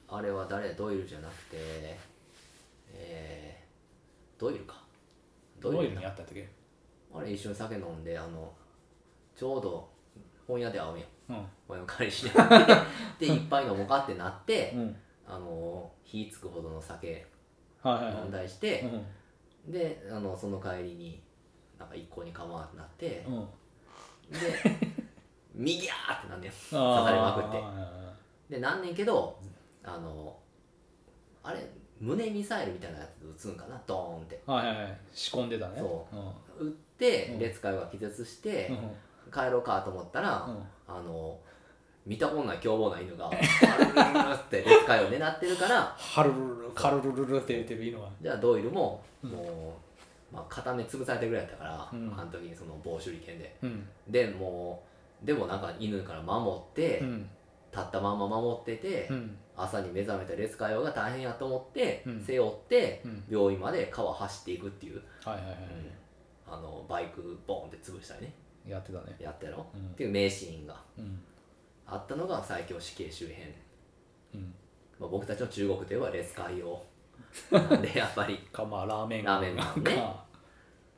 S1: あれは誰ドイルじゃなくてえー、ドイルかド
S2: どう
S1: イ
S2: い
S1: ル
S2: う
S1: な
S2: にあったんだっけ
S1: あれ一緒に酒飲んであのちょうど本屋で会うんや
S2: うん
S1: 俺の彼 氏に会ってでいっぱい飲もうかってなって、
S2: うん
S1: あの火つくほどの酒
S2: はいはいは
S1: 飲んだりして、
S2: いうん
S1: であのその帰りになんか一向に構わんってなって、
S2: うん
S1: で 右やーってなんねん
S2: 刺さ
S1: れまくってでなんねんけどあのあれ胸ミサイルみたいなやつ撃つんかなドーンって
S2: はいはいはい仕込んでたね、
S1: そう
S2: ん
S1: 撃って、
S2: うん
S1: 列海が気絶して、
S2: うん
S1: 帰ろうかと思ったら、
S2: うん
S1: あの見たことない凶暴な犬が「あって列海を狙ってるから
S2: ハルルルカルルルルって言ってるいいのが
S1: じゃあドイルももう、まあ、片目潰されてるぐらいだったから、
S2: うん
S1: あの時にその棒手裏剣で
S2: うん
S1: でもうでもなんか犬から守って、
S2: うん
S1: 立ったまま守ってて、
S2: うん
S1: 朝に目覚めたレスカヨが大変やと思って、
S2: うん
S1: 背負って
S2: うん
S1: 病院まで川走っていくっていう、
S2: はいはいは
S1: あのバイクボーンって潰したりね
S2: いやってたね
S1: やったやろ、
S2: うん
S1: っていう名シーンが
S2: うん
S1: あったのが最強死刑周辺、
S2: うん
S1: まあ、僕たちの中国ではレスカヨなん でやっぱり
S2: かまあラーメン
S1: ラーメンマンね
S2: か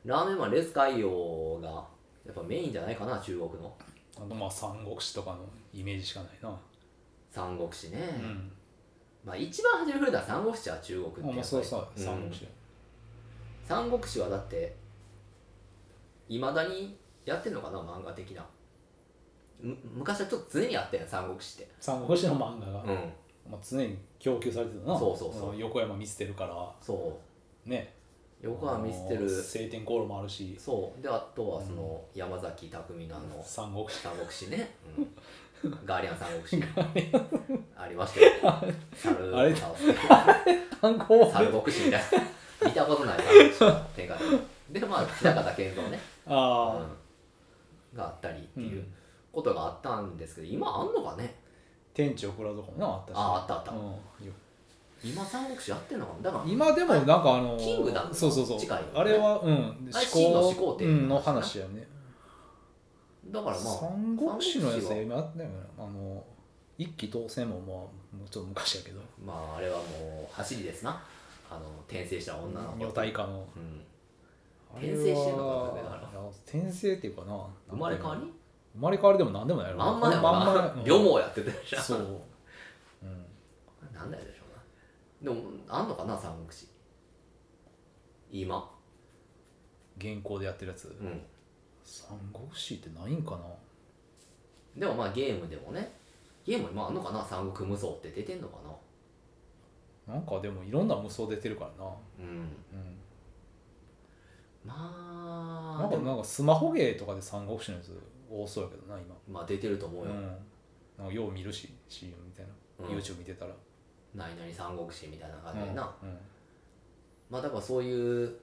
S1: ラーメンマンレスカヨがやっぱメインじゃないかな中国の
S2: あとまあ三国志とかのイメージしかないな
S1: 三国志ね、
S2: うん
S1: まあ一番初めに触れた三国志は中国ってやっぱ
S2: あ
S1: り
S2: まあそうそう
S1: うん
S2: 三国志
S1: 三国志はだっていまだにやってんのかな漫画的なむ昔はちょっと常にやってん三国志って
S2: 三国志の漫画が
S1: うん
S2: まあ常に供給されてたな
S1: そうそうそう
S2: の横山見捨てるから
S1: そ
S2: ね
S1: う横は見捨て
S2: あの
S1: る
S2: 晴天航路もあるし
S1: そうであとはその山崎匠のあ の
S2: 三国志
S1: 三国志ね、 うん、ガーリアン三国志ありましたよ
S2: あ
S1: 猿
S2: れ
S1: 倒す
S2: 三国
S1: 猿国志みたい な見たことない三国志が 手がでまあ北方健三ね
S2: ああ
S1: があったりっていううんことがあったんですけど、今あんのかね
S2: 天地を食らうとかもなあったし
S1: ああったあった
S2: うんよ
S1: 今三国志やってんのかなだから
S2: 今でもなんかあの
S1: キングダム
S2: そうそうそう
S1: 近いよね
S2: あれはうん
S1: あれ秦の始皇帝
S2: うんの話やね
S1: だからまあ
S2: 三国志のや
S1: 三国
S2: つ
S1: 志は
S2: 今あったよねあの一騎当選もまあもうちょっと昔やけど
S1: まああれはもう走りですなあの転生した女の子
S2: 女体化の
S1: うん
S2: あれは
S1: 転生してんのかだか
S2: いや転生っていうかな
S1: 生まれ変わり
S2: 生まれ変わりでも何でもないやろ
S1: まんまや
S2: まんま
S1: な
S2: やうん
S1: 両毛やってたじゃん
S2: そううん
S1: なんだよでしょうなでもあんのかな三国志今
S2: 現行でやってるや
S1: う
S2: つ
S1: ん
S2: 三国志ってないんかな
S1: でもまあゲームでもねゲームにもあんのかな三国無双って出てんのかな
S2: なんかでもいろんな無双出てるからな、
S1: うん
S2: うん、
S1: ま
S2: な
S1: あ
S2: ん
S1: で
S2: か
S1: も
S2: なんかスマホゲーとかで三国志のやつ多そうやけどな今
S1: まあ出てると思う
S2: う
S1: よ、
S2: んなんかよう見るし CM みたいな、
S1: うん
S2: YouTube 見てたら
S1: 何々三国志みたいな感じでな、
S2: うんうん
S1: まあだからそういう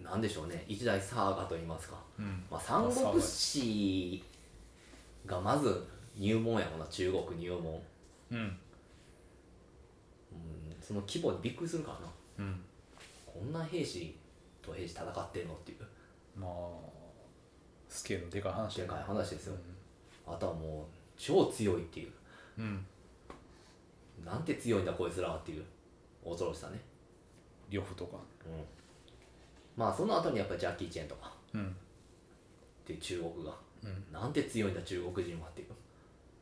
S1: なんでしょうね一大サーガといいますか、
S2: うん
S1: まあ、三国志がまず入門やもんな中国入門、うん、
S2: うん
S1: その規模にびっくりするからな
S2: うん
S1: こんな兵士と兵士戦ってんのっていう
S2: まあスケールのでかい話
S1: で
S2: やな
S1: かい話ですよ、あとはもう超強いっていう
S2: うん、うん、
S1: なんて強いんだこいつらはっていう恐ろしさね、
S2: 呂布とか
S1: うん、まあその後にやっぱりジャッキー・チェンとか
S2: う
S1: っ
S2: ん
S1: ていう中国が、
S2: うん
S1: なんて強いんだ中国人はっていう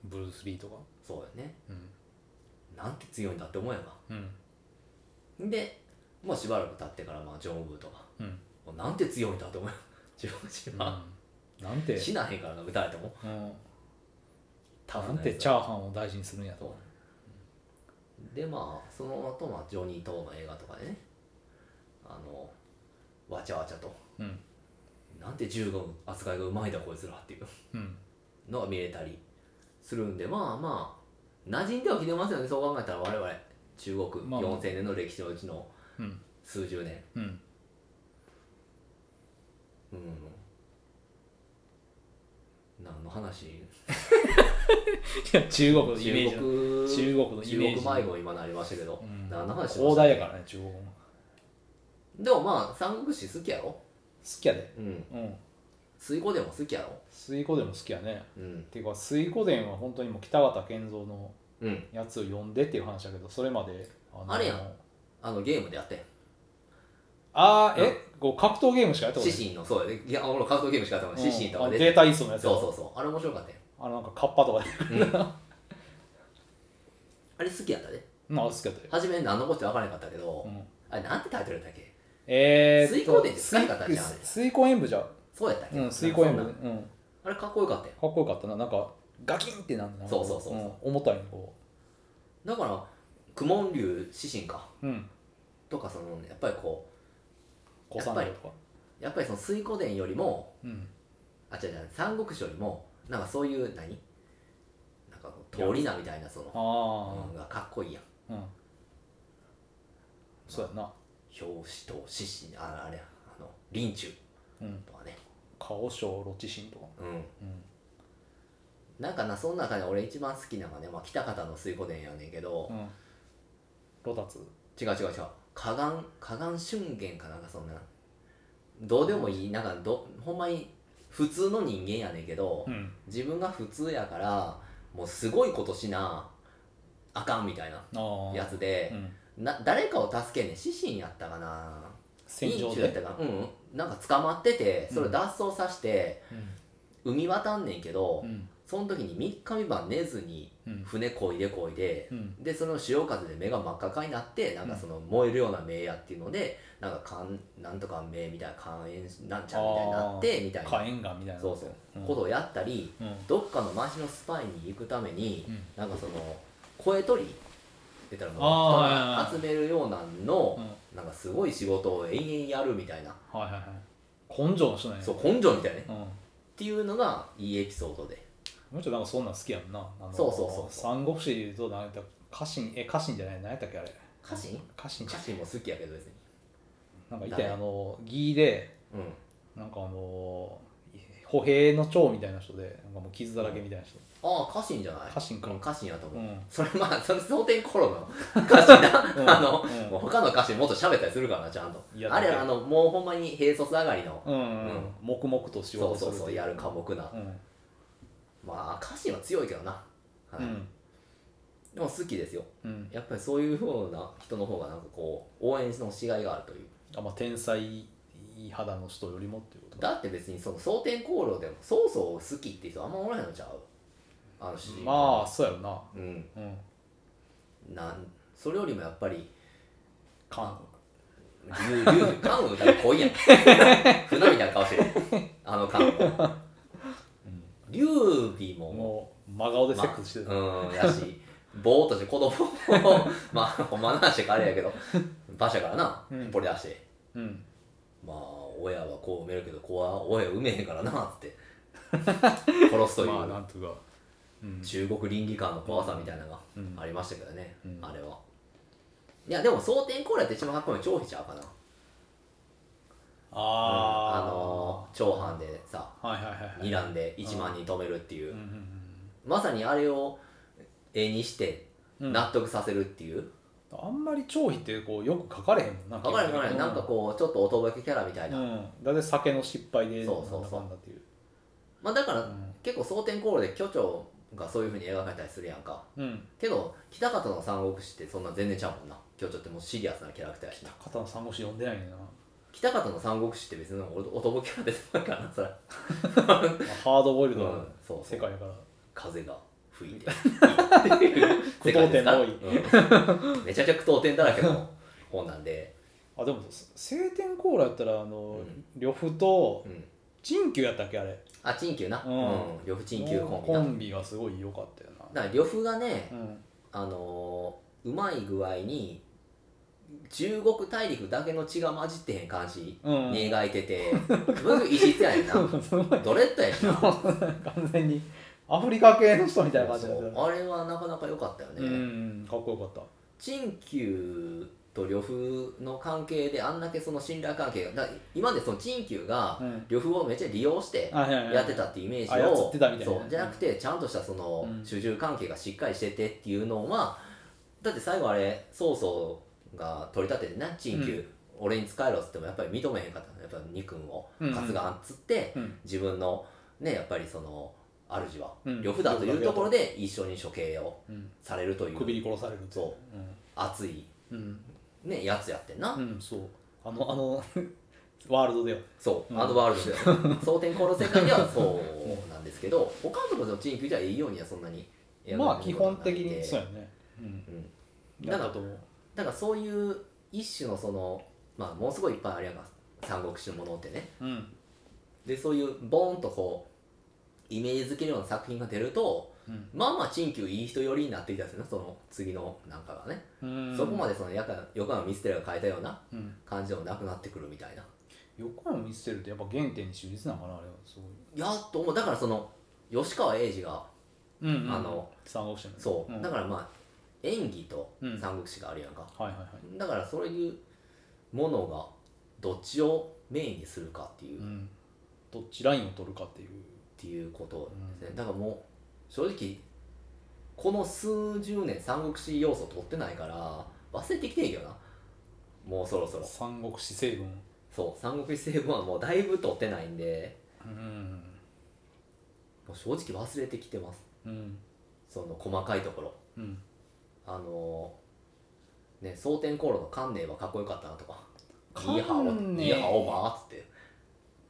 S2: ブルース・リーとか
S1: そうよね
S2: うん
S1: なんて強いんだって思えば
S2: うん
S1: でもうしばらく経ってからまあジョン・ウーとか
S2: うん、
S1: もうなんて強いんだって思えば中国人は、
S2: うん、なん て、
S1: 死なへんからな撃たれても
S2: うん、
S1: 多
S2: な
S1: 分
S2: んてチャーハンを大事にするんやと
S1: そうでまあその後まあジョニー・トーの映画とかでねあのわちゃわちゃと
S2: うん
S1: なんて銃の扱いがうまいんだこいつらっていう
S2: うん
S1: のが見れたりするんでまあまあ馴染んではきてますよねそう考えたら我々中国
S2: まあまあ
S1: 4000年の歴史のうちの
S2: うん
S1: 数十年
S2: うん
S1: うん何の話
S2: いや中国のイメージ
S1: 中
S2: な
S1: 国
S2: 中国のイメージ
S1: 中国迷子今なりましたけど、
S2: うん
S1: 何の話してました
S2: 大
S1: っ
S2: 台
S1: け
S2: やからね中国も好
S1: でもまあ三国志好きやろ
S2: きやで
S1: うん
S2: うん
S1: 水湖でも好きやろ
S2: 水滸伝も好きやね
S1: うん
S2: っていうか水滸伝は本当にもう北方健三の
S1: うん
S2: やつを読んでっていう話だけどそれまであの
S1: あれやんあのゲームでやってん
S2: あーえこう格闘ゲームしかやったこと
S1: 獅
S2: ない
S1: 子のそうやでいや俺格闘ゲームしかやったもん獅子と
S2: うん
S1: か
S2: あの
S1: で
S2: データイーストのやつや
S1: そうそうそうあれ面白かったよ
S2: あのなんかカッパとかで
S1: あれ好きやったで
S2: うんあれ好きやったよ、
S1: 初め何のこっちゃ分からなかったけど、
S2: うん、
S1: あれなんてタイトルだっけ
S2: えー、
S1: 水滸伝って使い方じゃん
S2: 水水滸演舞じゃん
S1: そうやったっけ
S2: うん水滸演
S1: な
S2: 舞
S1: ん
S2: う
S1: か
S2: ん
S1: そんな
S2: かっ
S1: あれかっこよかったよ
S2: こよかったななんかガキンってなんだ、
S1: そうそうそうそうん
S2: 重たいのこ
S1: だから公文竜獅子か
S2: ううん
S1: とかそのやっぱりこ
S2: 小三郎とか
S1: うやっぱりその水湖伝よりも
S2: うん
S1: あ違う違う三国志よりもなんかそういう何なんか通りなみたいなその
S2: あ
S1: うんがかっこいいやん
S2: あうん、そうやな
S1: 表紙と獅子ああれやあの臨中
S2: うん
S1: とかね
S2: 顔小ロチシンとか
S1: うん
S2: うん
S1: なんかなその中で俺一番好きなのがね、まあ、北方の水湖伝やねんけど、
S2: うんロタツ
S1: 違う違う違う河岸河岸春元かなんかそんなどうでもいいなんかどほんまに普通の人間やねんけど、
S2: うん
S1: 自分が普通やからもうすごいことしなあかんみたいな
S2: ああ
S1: やつで
S2: う、ん
S1: な誰かを助けんねん獅子やったかな
S2: 戦場
S1: 院中やった
S2: で
S1: かなうんなんか捕まっててそれを脱走させて、海渡んねんけど、
S2: うん
S1: その時に3日3晩寝ずに
S2: うん
S1: 船こいでこいで
S2: うん
S1: でその潮風で目が真っ赤かになってなんかその燃えるような目やっていうのでなんかかんなんとか目みたいな肝炎なんちゃうみたいになってみたい
S2: 火
S1: な
S2: 炎がみたいな
S1: そうそう、
S2: うん
S1: ことをやったり
S2: うん
S1: どっかの町のスパイに行くために、
S2: うん
S1: なんかその声取り出たら
S2: あー
S1: 集めるようなの、
S2: うん
S1: なんかすごい仕事を延々やるみたいな、
S2: はいはいはい根性の人なんや
S1: そう根性みたいなね、っ
S2: うん
S1: ていうのがいいエピソードで
S2: もうちょっとなんかそんなん好きやんな。あの
S1: そうそうそうそう
S2: 三国志で言うと、なんだ家臣、え、家臣じゃない、何やったっけあれ。
S1: 家臣
S2: 家臣じ
S1: 家
S2: ゃ
S1: 臣も好きやけど別に
S2: なんかい
S1: 誰
S2: て、あの、義で、
S1: うん
S2: なんかあの、歩兵の長みたいな人で、なんかもう傷だらけみたいな人。
S1: ああ家臣じゃない
S2: 家臣か
S1: うん家臣やと
S2: う
S1: 思う、
S2: ん。
S1: それまあそれ蒼天頃の 家臣
S2: うん
S1: なあの、
S2: うん
S1: もう他の家臣もっと喋ったりするからなちゃんと
S2: いや
S1: あれ
S2: だって
S1: あのもうほんまに平卒上がりの、
S2: うんうん
S1: う
S2: うんん。黙々と仕
S1: そ
S2: 事
S1: う
S2: す
S1: そ
S2: る
S1: うそうやる寡黙な、
S2: うん。
S1: まあ家臣は強いけどな、はい
S2: うん。
S1: でも好きですよ
S2: うん。
S1: やっぱりそういうような人の方がなんかこう応援のしがいがあるという
S2: あ、まあ、天才肌の人よりもっていうことだ。
S1: だって別にその蒼天航路でも曹操好きって人あんまおらへんのちゃうあの主人公
S2: まあ、そうやろな。
S1: うん
S2: うん。
S1: なんそれよりもやっぱり
S2: か
S1: 竜竜関羽だから濃いやん 船みたいな顔してるあの関羽劉備も
S2: もう、真顔でセックスしてた。
S1: うんやしぼーっとして子供を まあほんまの話やからあれやけど馬車からな
S2: うん
S1: ポリ出して、
S2: うん。
S1: まあ親はこう埋めるけど子は親埋めへんからなっつって殺すという、
S2: まあ、なんとか。うん。
S1: 中国倫理観の怖さみたいなのが
S2: うん
S1: ありましたけどね、
S2: うん
S1: あれはいやでも蒼天コーラって一番かっこいいの張飛ちゃうかな
S2: あー
S1: あのー長藩でさ
S2: はいはいはいは
S1: 睨
S2: い
S1: んで1万人止めるっていうう、
S2: ん
S1: まさにあれを絵にして
S2: うんうん
S1: 納得させるっていう、
S2: あんまり張飛ってこうよく書かれへんもんな
S1: 分かる分かるなんかこうちょっとおとぼけキャラみたいな、
S2: うんだって酒の失敗で
S1: そうそうそう
S2: なんだかんだっていう
S1: まあだから、
S2: うん
S1: 結構蒼天コーラで巨長がそういうふうに描かれたりするやんか
S2: うん
S1: けど北方の三国志ってそんな全然ちゃうもんな巨長ってもうシリアスなキャラクターやしな
S2: 片野三国志読んでないねんな、ま
S1: 北方の三国志って別におとぼけキャラ出てこないからなそれ
S2: あハードボイルド
S1: う
S2: なん
S1: そうそう
S2: 世界やから、
S1: 風が吹いてっていう世界ですから
S2: 句
S1: うんめちゃくちゃ句読点だらけの本なんで、
S2: あでも青天コーラやったらあの、
S1: うん
S2: 呂布と
S1: うん、
S2: 陳久やったっけあれ
S1: あ陳旧な
S2: う
S1: うんん呂布陳旧コンビ
S2: コ
S1: な
S2: ンビがすごい良かったよ
S1: だから呂布がね
S2: な、うん
S1: あのーうまい具合に中国大陸だけの血が混じってへん感じ
S2: うん、
S1: に描いてて、僕異質やねんな
S2: すごい
S1: ドレッドやしな
S2: 完全にアフリカ系の人みたいな感じになってた
S1: そうあれはなかなか良かったよね、
S2: うんかっこよかった
S1: 陳旧と呂布の関係であんだけその信頼関係がだから今までその陳旧が
S2: うん
S1: 呂布をめっちゃ利用して
S2: あはいはいはい
S1: やってたっていうイメージ
S2: 操
S1: を
S2: ってたみたいな
S1: そうじゃなくてちゃんとしたその
S2: うん
S1: 主従関係がしっかりしててっていうのはだって最後あれ曹操が取り立ててな陳旧、
S2: うん
S1: 俺に使えろっつってもやっぱり認めへんかったやっぱ二君を
S2: うんうん
S1: 担がんっつって、
S2: うん
S1: 自分のねやっぱりその主は
S2: うん
S1: 呂布だというところで一緒に処刑を
S2: うん
S1: されるとい
S2: 首
S1: う
S2: に殺されるって
S1: そ熱い
S2: うんうん、
S1: ねやつやってんな、
S2: うん、そうあのあの ワールドでは
S1: そう、
S2: うん
S1: アドワールド で蒼天航路世界ではそうなんですけど他のところの地域じゃいいようにはそんなに描
S2: まあ
S1: かれて
S2: 基
S1: ること
S2: 本
S1: はない
S2: 的
S1: んで
S2: にそうやねうん
S1: うん
S2: だからと思う
S1: だからそういう一種のそのまあもうすごいいっぱいあるやんか三国志のものってね
S2: うん
S1: でそういうボーンとこうイメージづけるような作品が出ると
S2: うん
S1: まあまあ陳旧いい人寄りになってきたんですよねその次のなんかがね、
S2: うん
S1: そこまでそのやか横山ミステリーが変えたような
S2: うん
S1: 感じでもなくなってくるみたいな
S2: 横山見せてるってやっぱ原点に忠実なのかなあれはすごい、
S1: いやっと思うだからその吉川英治が
S2: うん
S1: あの
S2: 三国志のね
S1: そう、
S2: ん
S1: だからまあ演技と
S2: うん
S1: 三国志があるやんか、
S2: はいはいはい
S1: だからそういうものがどっちをメインにするかっていう、
S2: う
S1: っ
S2: んどっちラインを取るかっていう
S1: ていうことですねだからもう正直この数十年三国志要素取ってないから忘れてきてんけどなもうそろそろ
S2: 三国志成分
S1: そう三国志成分はもうだいぶ取ってないんで
S2: うん
S1: もう正直忘れてきてます
S2: うん
S1: その細かいところ
S2: うん
S1: あのーね蒼天航路の観念はかっこよかったなとか
S2: 観
S1: イ
S2: 念
S1: ーハオイーハオマーっつって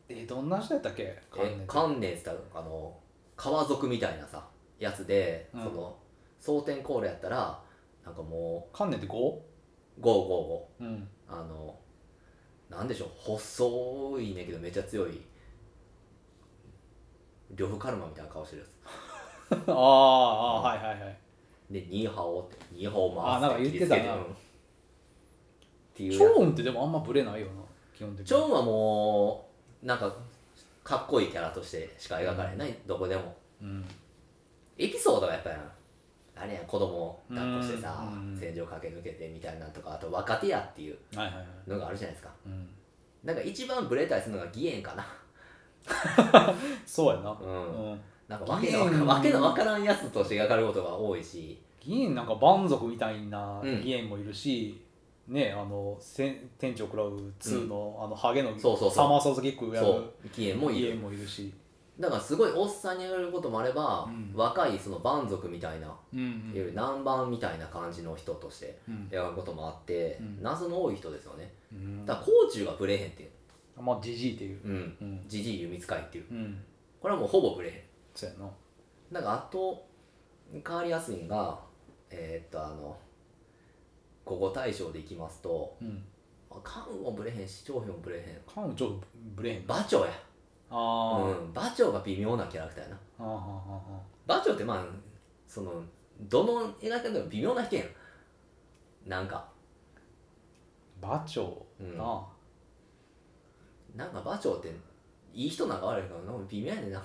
S2: えどんな人やったっけ
S1: え
S2: か
S1: 観念って言ったらあの川族みたいなさやつで、
S2: うん
S1: その蒼天航路やったらなんかも
S2: 観念って 5?
S1: うゴーゴ
S2: うん
S1: ーゴーあのなんでしょう細いねんけどめっちゃ強い呂布カルマみたいな顔してるやつ
S2: あーあーはいはいはい
S1: でニーハオってニーハオマー
S2: あなんか言ってた
S1: 切
S2: な
S1: りつけうんっていうや
S2: チ
S1: つ
S2: ョーンってでもあんまブレないよな基本的
S1: チ
S2: に
S1: ョンはもうなんかかっこいいキャラとしてしか描かれない、どこでも
S2: うん
S1: エピソードがやっぱりあれやん子供抱っこしてさ
S2: うん
S1: 戦場駆け抜けてみたいなのとかあと若手やっていう
S2: はいはいはい
S1: のがあるじゃないですか
S2: うん
S1: なんか一番ブレたりするのが義援かな
S2: そうやな
S1: うん
S2: うん
S1: なんかわけのわか
S2: 義援
S1: わけのわからんやつとして描かれることが多いし
S2: 議員なんか蛮族みたいな
S1: うん
S2: 議員もいるし、ねあのせん店長食らう2の,、あのハゲの
S1: そうそうそう
S2: サマーソースキックやる
S1: そう義援もい
S2: 議
S1: る
S2: 員もいるし、
S1: だからすごいおっさんにやることもあれば、
S2: うん
S1: 若いその蛮族みたいな、
S2: うん
S1: いわゆる南蛮みたいな感じの人として
S2: うん
S1: 描くこともあって、
S2: うん
S1: 謎の多い人ですよね
S2: うん
S1: だから甲虫がブレへんっていう、
S2: まあジジイっていう
S1: うん、
S2: うん、
S1: ジジイ弓使いっていう
S2: うん、
S1: これはもうほぼブレへん
S2: そうやな
S1: なんかあとカーリアスミンがえーっとあのここ大将でいきますと
S2: うん
S1: あ関羽もブレへんし張飛もブレへん
S2: カンはちょっとブレーン
S1: 馬長や、
S2: ああ、
S1: う
S2: は
S1: ん、馬長が微妙なキャラクターやな
S2: あはあはあは
S1: 馬長ってまあそのどの映画でも微妙な人やんなんか
S2: あ馬長
S1: うん
S2: なあ
S1: なんか馬長っていい人なんか悪いからなんか微妙やねんな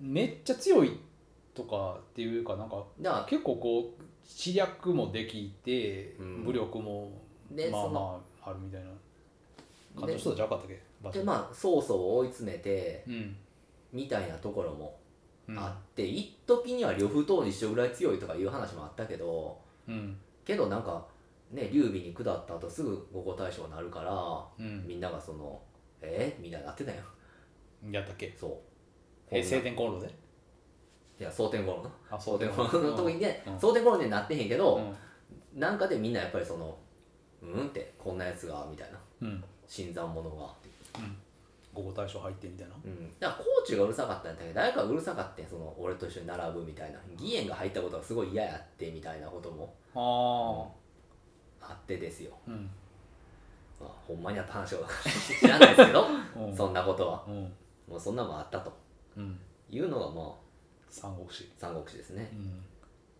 S2: めっちゃ強いとかっていうかなんか
S1: だから
S2: 結構こう知略もできて、
S1: うん
S2: 武力も
S1: で
S2: まあ
S1: その
S2: まああるみたいな感じ
S1: で
S2: の人じゃなかったっけバチ
S1: で
S2: ェ
S1: まあ曹操を追い詰めて
S2: うん、
S1: みたいなところも
S2: うん、
S1: あって、一時には呂布と一緒ぐらい強いとかいう話もあったけど
S2: うん
S1: けどなんかね劉備に下った後すぐ五湖大将になるから
S2: うん
S1: みんながその「えみんななってたよ
S2: やったっけ
S1: そう
S2: え
S1: こんな
S2: 晴天コンロで
S1: いや蒼天頃な
S2: あ
S1: 蒼天頃 の時にね
S2: うん
S1: 蒼天頃にはなってへんけど、
S2: うん
S1: なんかでみんなやっぱりその「うん?」ってこんなやつがみたいな
S2: うん
S1: 新参者がって
S2: 五五大将入ってみたいな
S1: うん、だからコーチがうるさかったんだけど誰かがうるさかってんその俺と一緒に並ぶみたいな義援が入ったことがすごい嫌やってみたいなことも
S2: あ
S1: あってですよ、
S2: あうん
S1: まあ、ほんまにあった話を知らないですけど
S2: うん
S1: そんなことは
S2: うん
S1: もうそんなもんあったと
S2: うん
S1: いうのがまあ
S2: 三国志
S1: 三国志ですね
S2: うん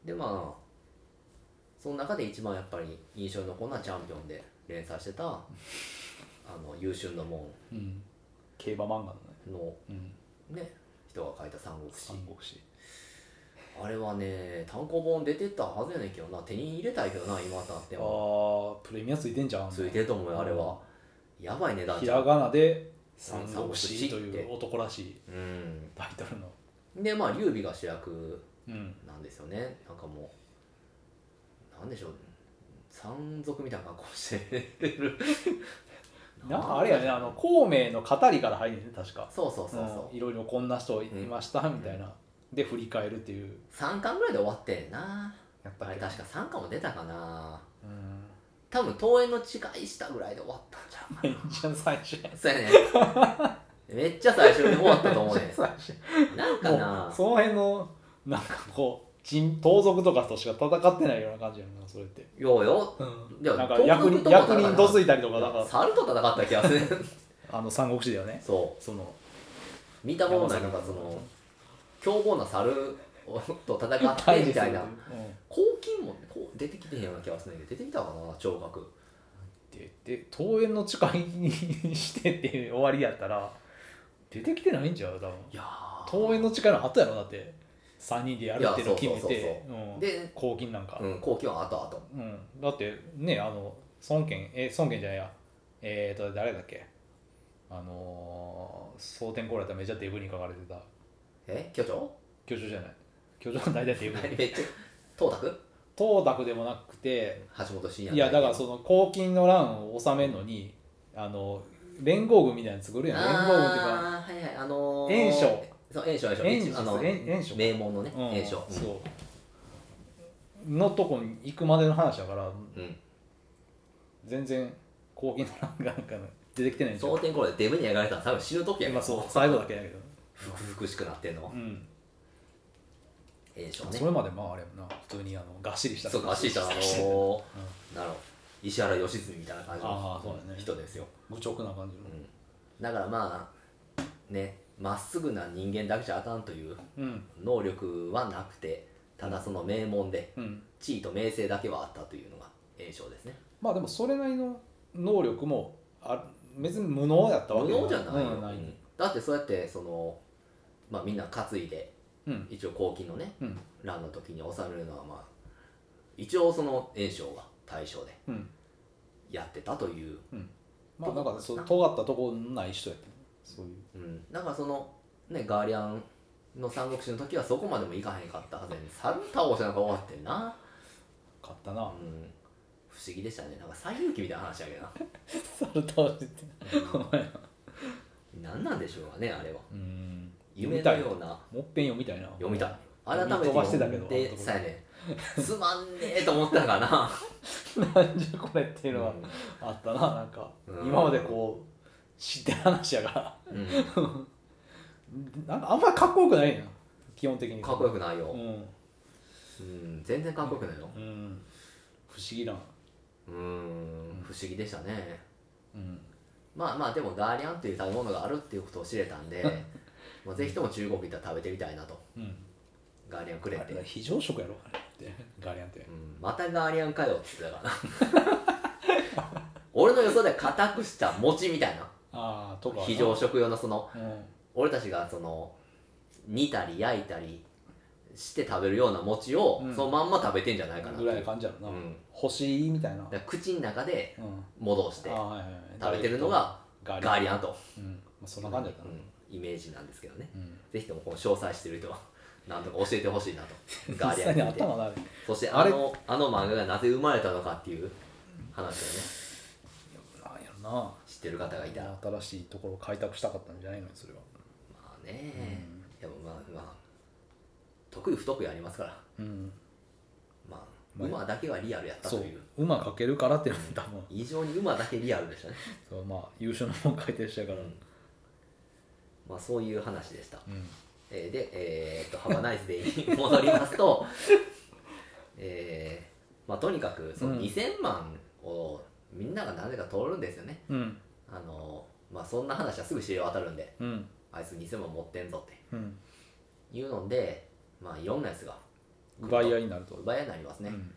S1: でまあその中で一番やっぱり印象に残るのはチャンピオンで連載してたあの優秀の門
S2: うん競馬漫画のね
S1: の
S2: うん
S1: ね人が書いた三国志
S2: 三国志
S1: あれはね単行本出てたはずやねんけどな手に入れたいけどな今となって
S2: あ
S1: も
S2: あプレミアついてんじゃん
S1: ついてると思うよあれはやばい値段
S2: ひ
S1: じゃ
S2: ら
S1: ん
S2: がなで
S1: 三
S2: 三
S1: 国
S2: 国
S1: 志っ
S2: 志
S1: て
S2: という男らしい
S1: うん
S2: タイトルの
S1: でまあ劉備が主役
S2: うん
S1: なんですよねなんかもうなんでしょう山賊みたいな格好してる
S2: なんかあれやねあの孔明の語りから入るね確か
S1: そうそうそうそう
S2: うんいろいろこんな人いました、みたいなで振り返るっていう
S1: 3巻ぐらいで終わってんな
S2: やった
S1: あれ確か3巻も出たかな
S2: うん
S1: 多分東園の誓いしたぐらいで終わったんじゃん
S2: めっちゃ最初 や
S1: そうやねめっちゃ最初に終わったと思うね
S2: 最初
S1: なんか
S2: も
S1: な
S2: うその辺のなんかこう人盗賊とかとしか戦ってないような感じやなそれって、
S1: ようよ
S2: うん、
S1: でも
S2: なんか
S1: 盗賊
S2: 役人
S1: とも
S2: 役
S1: 戦わな
S2: 人どついたりとかなんか
S1: 猿と戦った気がする
S2: あの三国志だよね
S1: そう
S2: その
S1: 見たものないなんかその凶暴な猿をと戦ってみたいな
S2: うん
S1: 黄金もこう出てきてへんような気がするんだけど出てきたかな聴覚
S2: でで桃園の誓いにしてって終わりやったら出てきてないんちゃう多分
S1: いや
S2: 桃園の誓いの後やろだって3人でやるっていうのを決め
S1: いや
S2: て
S1: そう
S2: うん
S1: で、
S2: 公金なんか、
S1: うん、黄金は後々
S2: うん、だってねあの孫権え孫権じゃないやえー、と誰だっけあの蒼天コーラやったらめっちゃデブに書かれてた
S1: え巨長
S2: 巨匠じゃない巨匠の代 々っていうか
S1: 何めっちゃ董卓
S2: 東卓でもなくて
S1: 橋本真也
S2: いやだからその公金の乱を収めるのにあの連合軍みたいなの作るやん連合軍っていうか
S1: ああーはいはいあのー、
S2: 炎章
S1: そう炎章炎章
S2: 炎章
S1: 一あの
S2: 炎炎章
S1: 名門のね
S2: うん
S1: 炎章
S2: そうのとこに行くまでの話だから
S1: うん、うん、
S2: 全然公金の乱がなんか出てきてないんです
S1: その
S2: よ
S1: 点これデブにやられたら多分死ぬ時や
S2: まあそう最後だけやけど
S1: ふくふくしくなってんのは
S2: うん
S1: 炎章
S2: そ
S1: ね
S2: れまでまああれやもんな普通にあのがっしりした
S1: そうか足したあの
S2: うん
S1: ー、なるほど石原良純みたいな感じ
S2: あーそう
S1: の
S2: だね
S1: 人ですよ、
S2: 愚直な感じ
S1: うん、だからまあねまっすぐな人間だけじゃあかんという
S2: のうん
S1: 能力はなくてただその名門で
S2: うん
S1: 地位と名声だけはあったというのが炎章ですね
S2: まあでもそれなりの能力もあ別に無能やったわ
S1: 無
S2: け
S1: 能じゃないよ、
S2: うんない
S1: うんだってそうやってその、まあ、みんな担いで
S2: うん
S1: 一応公金のね
S2: うん
S1: 乱の時に収めるのはまあ一応その炎章が大将で
S2: うん
S1: やってたという、
S2: まあなんかそう尖ったとこない人やったねそういう
S1: うん、だからそのねガーリアンの三国志の時はそこまでもいかへんかったはずやねんサルタ王者なんか終わってんな、
S2: かった
S1: う、
S2: なん
S1: 不思議でしたねなんか西遊記みたいな話やけどな
S2: サルタージってお前
S1: 何なんでしょうかねあれは
S2: うん
S1: 夢の
S2: たい
S1: ような
S2: もっぺん読みたいな
S1: 読みたい改めて
S2: 飛ばしてたけど
S1: 読んでさやねんつまんねえと思ったからな
S2: なんじゃこれっていうのは
S1: うん
S2: あったななんか
S1: うん
S2: 今までこう知ってる話やから
S1: うん
S2: なんかあんまりかっこよくないな基本的に
S1: かっこよくないよ
S2: う、ん、
S1: うん、全然かっこよくないよ
S2: うん、不思議な
S1: うん不思議でしたね
S2: うん
S1: まあまあでもガーリャンという食べ物があるっていうことを知れたんで まあぜひとも中国行ったら食べてみたいなと
S2: うん
S1: ガーリャンくれ
S2: あ
S1: って
S2: れ、非常食やろあれってガリアンって
S1: うん、またガーリャンかよって言ってたからな 俺の予想では固くした餅みたいな
S2: ああとか
S1: 非常食用のその
S2: うん
S1: 俺たちがその煮たり焼いたりして食べるような餅を
S2: うん
S1: そのまんま食べてんじゃないかなって
S2: ぐ
S1: いう
S2: らいの感じやろ
S1: う
S2: な、
S1: ん
S2: 星みたいな、うん
S1: だから口の中で戻して
S2: あーはいはいはい
S1: 食べてるのが
S2: ガリア
S1: ガ
S2: ン
S1: ーリアンと、
S2: うんまあ、そんな感じやった
S1: う
S2: な、
S1: ん、イメージなんですけどね
S2: うん
S1: ぜひともこの詳細してる人は 何とか教えてほしいな とガー
S2: 実
S1: リアンに
S2: 際
S1: つ
S2: に
S1: いて
S2: 頭なる
S1: そして
S2: あ
S1: あ
S2: れ
S1: のあの漫画がなぜ生まれたのかっていう話をね
S2: なんやろな
S1: 知ってる方がいたら
S2: 新しいところを開拓したかったんじゃないのにそれは
S1: まあね、でもまあまあ得意不得意ありますから
S2: うん
S1: まあ馬だけはリアルやったと
S2: そ
S1: いうう
S2: 馬かけるからっていうのも多分
S1: 異常に馬だけリアルでしたね、
S2: そうまあ優秀な本書いてる人やから
S1: うんまあ、そういう話でした、
S2: うん
S1: えーでえーっと「ハバナイスデ イ」に戻りますとえーまあ、とにかくその
S2: うん
S1: 2000万をみんながなぜか通るんですよね、
S2: うん
S1: あのまあ、そんな話はすぐ知れ渡るんで
S2: うん
S1: あいつ2000万持ってんぞって
S2: うん
S1: いうので、まあ、いろんなやつが
S2: 奪い合いになると
S1: 奪い合いになりますね、
S2: うん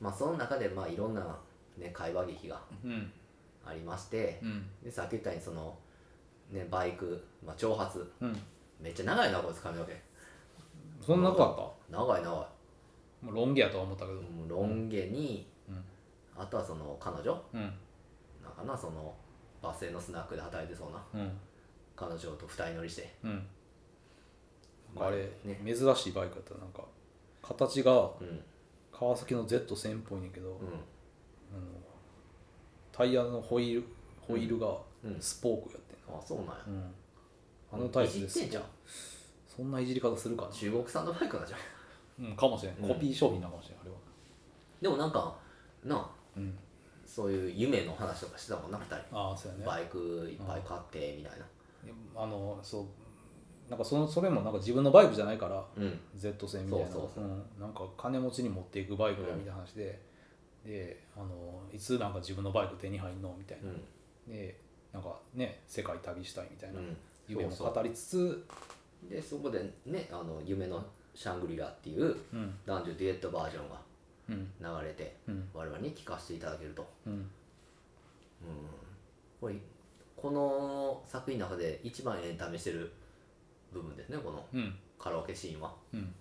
S1: まあ、その中でまあいろんな、ね、会話劇が
S2: うん
S1: ありまして
S2: うん
S1: でさっき言ったようにその、ね、バイク、まあ、挑発
S2: うん
S1: めっちゃ長いなこいつ髪の毛
S2: そんな長かった
S1: 長い長い
S2: もうロン毛やとは思ったけど
S1: うんロン毛に、
S2: うん
S1: あとはその彼女
S2: うん
S1: なんかなそのバス停のスナックで働いてそうな
S2: うん
S1: 彼女と二人乗りして
S2: うんあれ
S1: ね
S2: 珍しいバイクやったなんか形が
S1: うん
S2: 川崎の Z1000 っぽいねんけ
S1: う
S2: どあのタイヤのホイールホイールが
S1: んうん
S2: スポークやってん
S1: あそうなんや
S2: なうんあのタイプ
S1: い
S2: で
S1: じっ
S2: す
S1: てんじゃん
S2: そんないじり方するか
S1: 中国産のバイクなんじゃん
S2: うんかもしれん
S1: うん
S2: コピー商品なのかもしれんあれは
S1: でもなんかなあ
S2: うん
S1: そういう夢の話とかしてたもんな二人
S2: ああそうやね
S1: バイクいっぱい買ってみたいな
S2: あのそうなんかそのそれもなんか自分のバイクじゃないから
S1: うん、
S2: Z 線みたいな
S1: そうそうそうん
S2: なんか金持ちに持っていくバイクだみたいな話で、であのいつなんか自分のバイク手に入んのみたいな、
S1: うん
S2: でなんかね世界旅したいみたいな、
S1: うん、
S2: 夢も
S1: そうそ
S2: 語りつつ
S1: うでそこでねあの夢のシャングリラっていう
S2: うん
S1: 男女デュエットバージョン
S2: うん
S1: が流れて
S2: うん
S1: 我々に聞かせていただけると
S2: うん
S1: うんこれこの作品の中で一番エンタメしてる部分ですねこの
S2: うん
S1: カラオケシーンは
S2: うん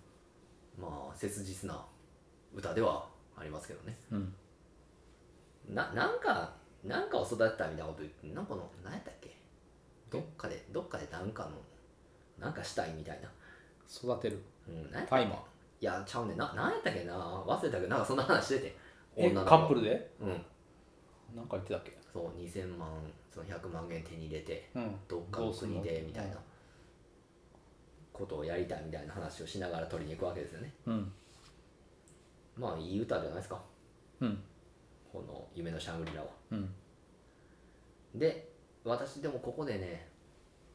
S1: まあ切実な歌ではありますけどね
S2: うん
S1: ななんかなんかを育てたみたいなこと言ってなんかこの何やったっけどっかでどっかでなんかのなんかしたいみたいな
S2: 育てる
S1: うん、なんや
S2: タイマー
S1: いやちゃうねんななんやったっけな忘れたけどなんかそんな話してて
S2: え
S1: の子
S2: カップルで
S1: うん
S2: なんか言ってたっけ
S1: そう2000万その100万円手に入れて
S2: うん
S1: どっかの国でみたいなことをやりたいみたいな話をしながら取りに行くわけですよね
S2: うん
S1: まあいい歌じゃないですか
S2: うん
S1: この「夢のシャングリラは」
S2: うん
S1: で私でもここでね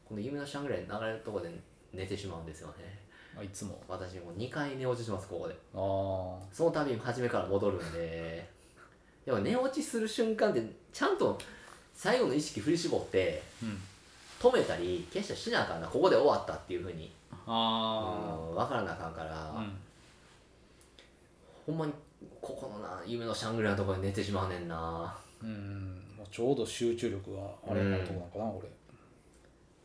S1: この「夢のシャングリラ」流れるとこで寝てしまうんですよね
S2: あいつも
S1: 私もう2回寝落ちしますここで
S2: あ
S1: その度に初めから戻るんで でも寝落ちする瞬間ってちゃんと最後の意識振り絞って
S2: あうん
S1: 止めたり消したりしなあかんなここで終わったっていうふうに
S2: あ
S1: うん分からなあかんから、
S2: あうん
S1: ほんまにここのな夢のシャングリラのところで寝てしまうねんな
S2: うんもうちょうど集中力があれになるとこなのかな、俺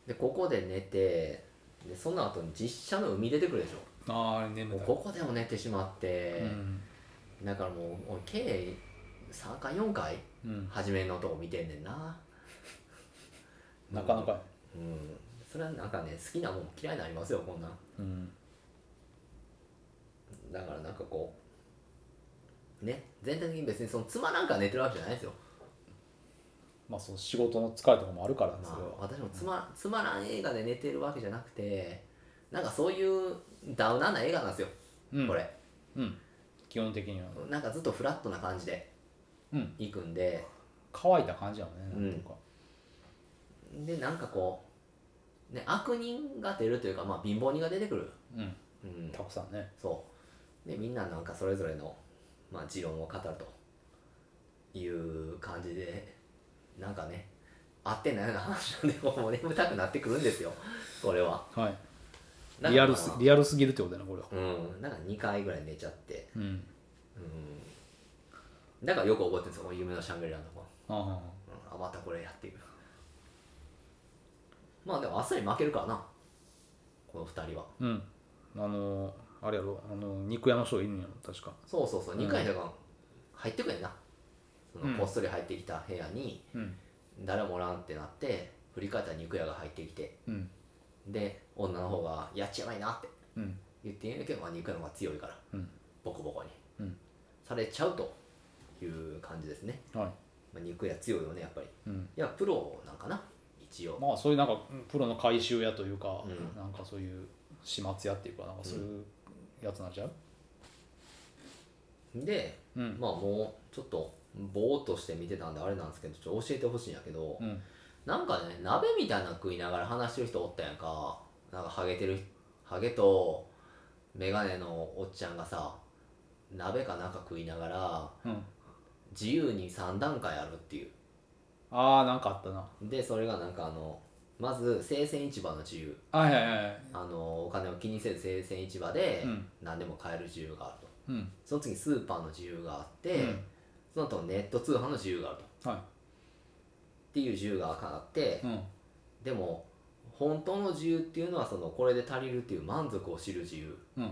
S1: でここで寝てでその後に実写の海出てくるでしょ
S2: あああれ眠
S1: もう
S2: たい
S1: ここでも寝てしまって
S2: う、ん
S1: だからもう俺計3回4回
S2: うん
S1: 初めのとこ見てんねんな
S2: なかなかや
S1: うんそれはなんかね好きなもん嫌いになりますよこんなん
S2: うん
S1: だからなんかこうね全体的に別にその妻なんか寝てるわけじゃないですよ
S2: まあその仕事の疲れとかもあるからねそ
S1: ま
S2: れ
S1: あ、
S2: は
S1: 私もつまつまらん映画で寝てるわけじゃなくてなんかそういうダウナーな映画なんですよ、
S2: うん
S1: これ
S2: うん基本的には
S1: なんかずっとフラットな感じで
S2: うん
S1: いくんで
S2: 乾いた感じだもんね
S1: うん
S2: なんとか
S1: でなんかこう、ね、悪人が出るというか、まあ、貧乏人が出てくる、
S2: うん、
S1: うん、
S2: たくさんね
S1: そうでみんななんかそれぞれの、まあ、持論を語るという感じでなんかね合ってないような話なんでこうもう眠たくなってくるんですよこれは
S2: はい
S1: だから
S2: リアルすリアルすぎるってことだなこれは
S1: うん、なんか2回ぐらい寝ちゃって、
S2: うん
S1: うん、だからよく覚えてるんですよ、この夢のシャングリラのとこ、
S2: ああ
S1: うん、あ、またこれやっていう。まあでも、あっさり負けるからな、この2人は。
S2: うんあのあれやろあの肉屋の人がいるんやろ確か
S1: そうそうそう、
S2: うん
S1: 2回だから入ってくれんな、そうの
S2: ん
S1: こっそり入ってきた部屋に、
S2: うん
S1: 誰もおらんってなって、振り返ったら肉屋が入ってきて、
S2: うん
S1: で、女の方が、やっちゃうまいなって
S2: うん
S1: 言ってんやけど、まあ、肉屋の方が強いから、
S2: うん
S1: ボコボコに
S2: うん
S1: されちゃうという感じですね。
S2: はい
S1: まあ、肉屋強いよねやっぱり
S2: うん
S1: いやプロなんかな一応
S2: まあそういうなんかプロの回収屋というか、
S1: うん
S2: なんかそういう始末屋っていうかなんかそういうやつなんちゃう
S1: で
S2: うん
S1: まあもうちょっとぼーっとして見てたんであれなんですけどちょっと教えてほしいんやけど、
S2: うん
S1: なんかね鍋みたいなの食いながら話してる人おったやんかなんかハゲてるハゲとメガネのおっちゃんがさ鍋かなんか食いながら
S2: うん
S1: 自由に3段階あるっていう
S2: ああなんかあったな
S1: でそれがなんかあのまず生鮮市場の自由
S2: はいはいはいはい
S1: あのお金を気にせず生鮮市場で
S2: うん
S1: 何でも買える自由があると、
S2: うん
S1: その次スーパーの自由があって、
S2: うん
S1: その後ネット通販の自由があるとっ
S2: は
S1: ていう自由があって
S2: い、うん
S1: でも本当の自由っていうのはそのこれで足りるっていう満足を知る自由
S2: うん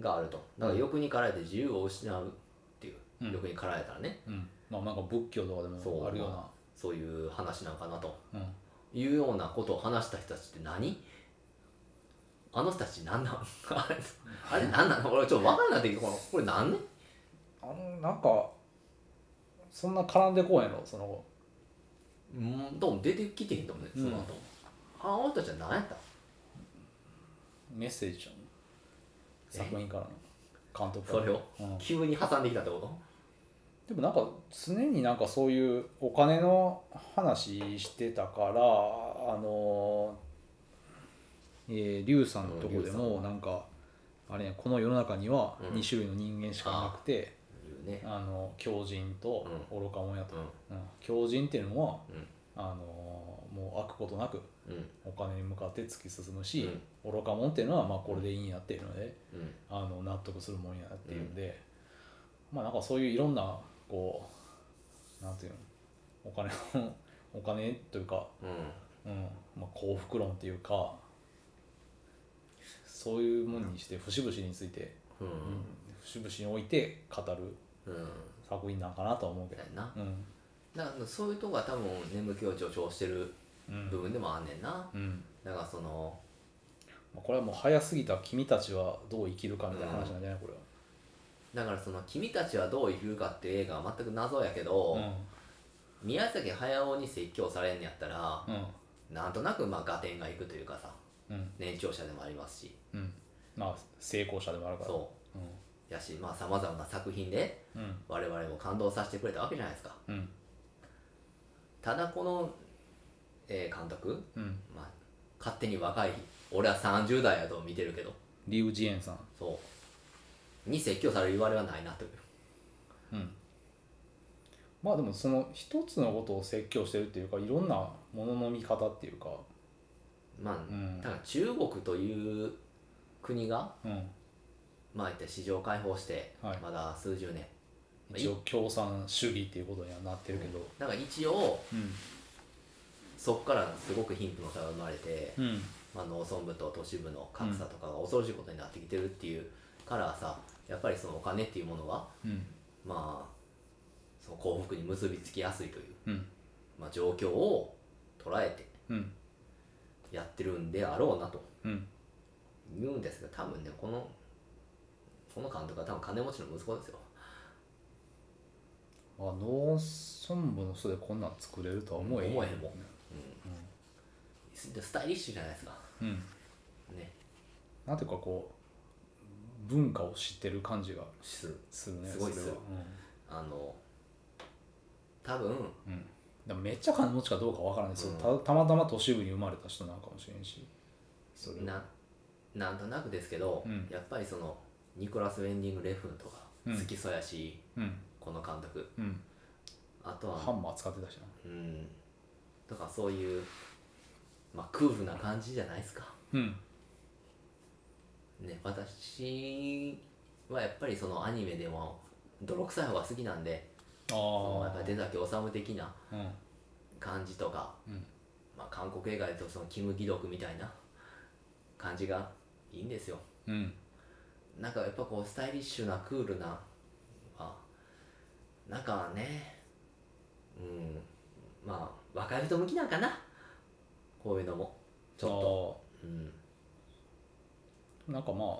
S1: があるとだから欲に駆られて自由を失うっていう、
S2: うん
S1: 欲に駆られたらね
S2: うんまあなんか仏教とかで
S1: そう
S2: もあるよ
S1: そういう話なんかなと
S2: うなうん
S1: いうようなことを話した人たちって何あの人たち何なん あれあれ何なの俺ちょっと分からんなってきてこのこれ何ね
S2: あのなんかそんな絡んでこうへんやろその後
S1: うんどうも出てきてへんと思うねその後、あの人たちは何やった
S2: メッセージじゃん
S1: え
S2: 作品からの監督か
S1: そ
S2: ら
S1: れを
S2: うん、
S1: 急に挟んできたってこと
S2: でもなんか常になんかそういうお金の話してたからあのえー、リュウさんのとこでもなんかあれやこの世の中には
S1: うん
S2: 2種類の人間しかいなくて、
S1: いうね
S2: あの狂人と愚か者やと、
S1: う
S2: うん狂人っていうのは
S1: んうん
S2: あのもう悪ことなく
S1: うん
S2: お金に向かって突き進むし、愚か者っていうのはまあこれでいいんやっていうので
S1: うん
S2: あの納得するもんやっていうんで、まあなんかそういういろんなこうなんていうのお金 のお金というか、
S1: うん
S2: うんまあ、幸福論というかそういうもんにして節々について、
S1: う
S2: うん
S1: ん
S2: 節々に置いて語る
S1: うん
S2: 作品なんかなとは思うけ
S1: み
S2: ど
S1: た、いな
S2: うん
S1: だからそういうとこが多分眠気を助長してる
S2: う
S1: 部
S2: ん
S1: 分でもあんねんな
S2: うん
S1: だからその
S2: まあ、これはもう早すぎた君たちはどう生きるかみたいな話なんじゃないこれは
S1: だからその「君たちはどう生きるか」っていう映画は全く謎やけど、宮崎駿に説教されんのやったら
S2: うん
S1: なんとなくまあ合点がいくというかさ
S2: うんうん
S1: 年長者でもありますし
S2: うんまあ成功者でもあるから
S1: そううやしまあさまざまな作品で
S2: んうん
S1: 我々も感動させてくれたわけじゃないですか
S2: うん
S1: ただこの、えー監督、
S2: うん
S1: まあ、勝手に若い俺は30代やと見てるけど
S2: リュウジエンさん
S1: そうに説教される言われはないなという
S2: うんまあでもその一つのことを説教してるっていうかいろんなものの見方っていうか
S1: まあ、
S2: うん
S1: だから中国という国が
S2: うん
S1: まあ言って市場開放して
S2: はい
S1: まだ数十年、
S2: 一応共産主義っていうことにはなってるけど
S1: だから一応
S2: うん
S1: そこからすごく貧富の差が生まれて、
S2: うん
S1: まあ、農村部と都市部の格差とかが恐ろしいことになってきてるっていうからさやっぱりそのお金っていうものは
S2: うん
S1: まあその幸福に結びつきやすいという、
S2: うん
S1: まあ、状況を捉えて
S2: うん
S1: やってるんであろうなと
S2: うん
S1: 言うんですけど多分ねこのこの監督は多分金持ちの息子ですよ
S2: あ農村部の人でこんなん作れるとは思え
S1: 思えへんもんススタイリッシュじゃないですか
S2: うん
S1: ね
S2: なんていうかこう文化を知ってる感じが
S1: する
S2: するね
S1: すごい
S2: それは
S1: するあの多分
S2: うん、うんでもめっちゃ金持ちかどうかわからないですよ、
S1: う
S2: たたまたま都市部に生まれた人なのかもしれんしそれは
S1: ななんとなくですけど、
S2: うん
S1: やっぱりそのニコラス・ウェンディング・レフンとか
S2: うん
S1: 好きそうやし、
S2: うん
S1: この監督
S2: うん
S1: あと
S2: ハ
S1: は
S2: ンマー使ってたしな
S1: うんとかそういう、まあ、クールな感じじゃないですか
S2: うん
S1: ね私はやっぱりそのアニメでも泥臭い方が好きなんでそのやっ
S2: あ
S1: ぱり出崎治的な
S2: あうん
S1: 感じとか、
S2: うん
S1: まあ、韓国映画でとそのキム・ギドクみたいな感じがいいんですよ
S2: うん
S1: なんかやっぱこうスタイリッシュなクールなまあなんかねうんまあ若い人向きなんかなこういうのもちょっとうん
S2: あーなんかまあ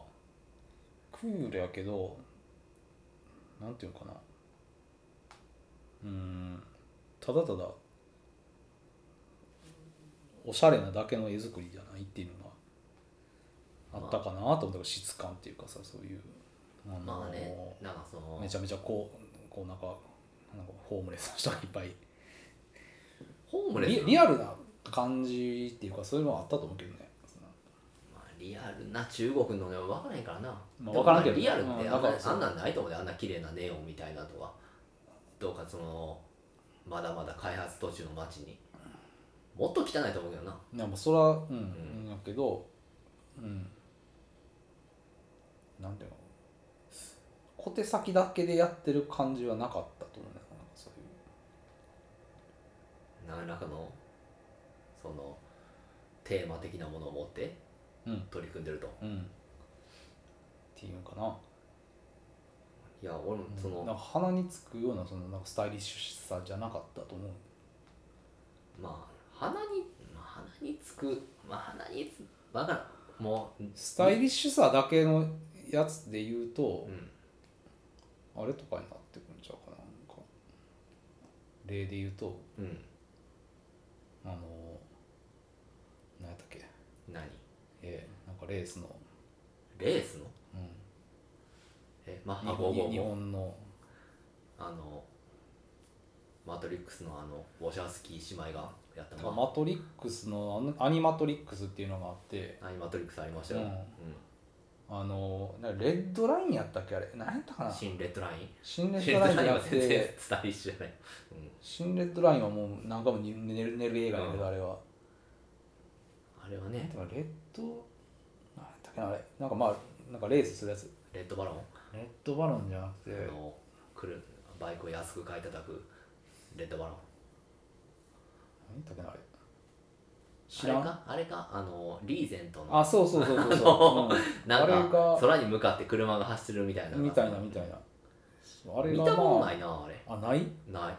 S2: クールやけどなんていうのかなうーんただただおしゃれなだけの絵作りじゃないっていうのがあったかなと思ったけど質感っていうかさそういうあの
S1: まあねなんかその
S2: めちゃめちゃこうこうなんかなんかホームレスの人がいっぱい
S1: ホームレス
S2: リ
S1: な
S2: リアルな感じっていうかそういうのはあったと思うけどね
S1: まあ、リアルな中国のね分からへんからな、
S2: まあ
S1: でも
S2: 分からんけど
S1: リアルって
S2: うん
S1: あんな,、
S2: なんかそうん
S1: なんないと思うであんな綺麗なネオンみたいなとはどうかそのまだまだ開発途中の街にもっと汚いと思うけどな
S2: でもそれはうん、
S1: う
S2: やけどうんなんていうの小手先だけでやってる感じはなかったと思うねなんかそういう
S1: 何らかのそのテーマ的なものを持って
S2: うん
S1: 取り組んでると、
S2: うんっていうのかない
S1: や俺もその、
S2: なんか鼻につくようなそのなんかスタイリッシュさじゃなかったと思う
S1: まあ鼻に、まあ、鼻につく、まあ、鼻につ分からんもう
S2: スタイリッシュさだけのやつで言うと
S1: う、ん
S2: あれとかになってくんちゃうかななんか例で言うと
S1: うん
S2: あの何やったっけ
S1: 何
S2: えーなんかレースの、
S1: レースの
S2: うん、
S1: えマッ
S2: 日
S1: ハ
S2: 本
S1: 555
S2: 日本の
S1: あのマトリックスのあのウォシャースキー姉妹がやった
S2: なんか
S1: の
S2: マトリックスのアニアニマトリックスっていうのがあって
S1: はいマトリックスありましたよ、
S2: うん
S1: う
S2: あのなんかレッドラインやったっけあれ何やったか
S1: ん
S2: な
S1: 新レッドライン
S2: 新レ
S1: 新レ
S2: ッ
S1: ッ
S2: ドラ
S1: ド
S2: イン
S1: ライン
S2: や
S1: は
S2: っ
S1: 全然
S2: て
S1: スタイリッシュじゃない、
S2: 新レッドラインはもう何回も寝る寝る寝る映画やけ
S1: う
S2: どあれは、
S1: うん、あれは
S2: なん
S1: ね
S2: ていうかレッド何やったっけなあれなんかまあなんかレースするやつ
S1: レッドバロン、
S2: レッドバロンじゃなくて
S1: あのくるバイクを安く買い叩くレッドバロン
S2: 何だっけなあれ知
S1: あ
S2: ら
S1: れ
S2: ん
S1: かあれかあのリーゼントの
S2: あそうそうそうそうそう、うん、
S1: な
S2: あれ
S1: んか
S2: が
S1: 空に向かって車が走ってるみたいな
S2: みたいなみたいなそうあれ
S1: 見
S2: が
S1: たこと
S2: ま
S1: ないなあれ
S2: ああない
S1: ない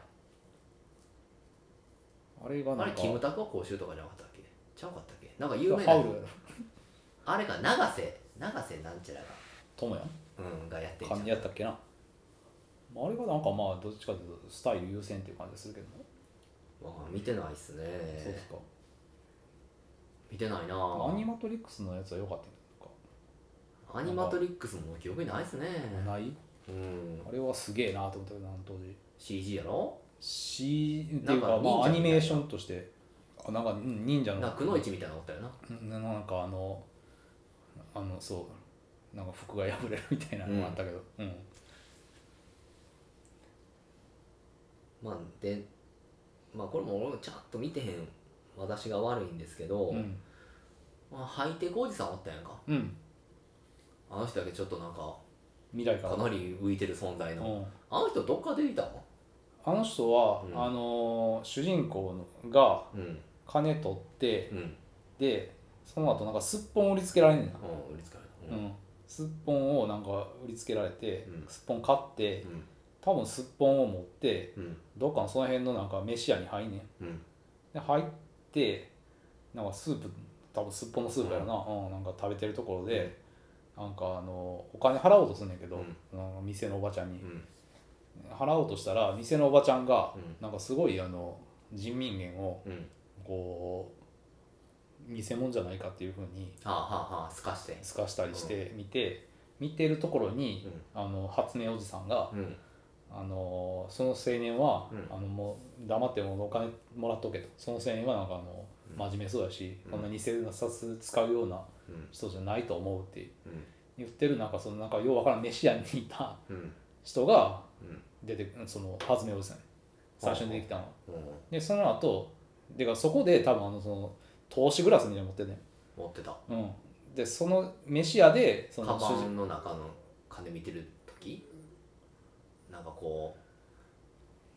S2: あれが
S1: あ
S2: な
S1: れ
S2: んか
S1: キムタクは公衆とかじゃなかったっけちゃうかったっけなんか有
S2: ハウ
S1: 名
S2: ル
S1: な
S2: やろ
S1: あれか永瀬永瀬なんちゃらが,、
S2: 友也
S1: うん、がやってん
S2: か
S1: じゃん
S2: やったっけなまああれがなんかまあどっちかというとスタイル優先っていう感じするけどね
S1: わあ見てないっすね
S2: そうですか
S1: 見てないな
S2: ア
S1: ア
S2: ニ
S1: ニ
S2: マトリックスのやつは良かったんか
S1: マトリックスも記憶にないっすね
S2: ない
S1: うん
S2: あれはすげえなと思ったけどあの当時
S1: CG やろ
S2: C っていうか
S1: なんか
S2: まあア
S1: 忍者みたいな
S2: ニメーションとしてあなんかうん忍者の
S1: なくのいちみたいなのおったよな
S2: うんなんかあのあのそうなんか服が破れるみたいなのもあったけど、うん
S1: まあでまあこれも俺もちゃんと見てへん私が悪いんですけど、
S2: うん
S1: まあ、ハイテクおじさんおったやんか
S2: うん
S1: あの人だけちょっとなんか
S2: 未来から
S1: かなり浮いてる存在の、
S2: うん
S1: あの人どっから出てきたの
S2: あの人は、
S1: うん
S2: あのー主人公が
S1: うん
S2: 金取って
S1: うん、うん、
S2: でその後なんかすっぽん売りつけられんねんな、
S1: 売りつかれ
S2: う
S1: たうん
S2: ん、すっぽんをなんか売りつけられて、
S1: うん
S2: すっぽん買って多分すっぽんを持って
S1: うん
S2: どっかのその辺のなんか飯屋に入んねん
S1: うん
S2: で入ってなんかスープ多分すっぽんのスープやろな、うんなんか食べてるところで、なんかあのお金払おうとすんねんけど、なんか店のおばちゃんに
S1: うんうん
S2: 払おうとしたら店のおばちゃんが
S1: うん
S2: なんかすごいあの人民元を
S1: うん
S2: こう偽物じゃないかっていうふうに
S1: はあはあはあすかして
S2: 透かしたりして見て見てるところにあの初音おじさんが
S1: うんうん
S2: あのその青年は、
S1: うん
S2: あのもう黙ってもお金もらっとけとその青年はなんかあの
S1: うん
S2: 真面目そうだし、
S1: うん
S2: こんな偽札使うような
S1: うん
S2: 人じゃないと思うって
S1: うん
S2: 言ってるなんかそのなんかようわからん飯屋にいた
S1: うん
S2: 人が
S1: うん
S2: 出てその初音おじさん最初に出てきたの
S1: うん
S2: でその後でかそこで多分あのその投資グラスみたいなの持ってね、
S1: 持ってた
S2: うん、でその飯屋でそ
S1: カ
S2: の
S1: バンの中の金見てる時なんかこう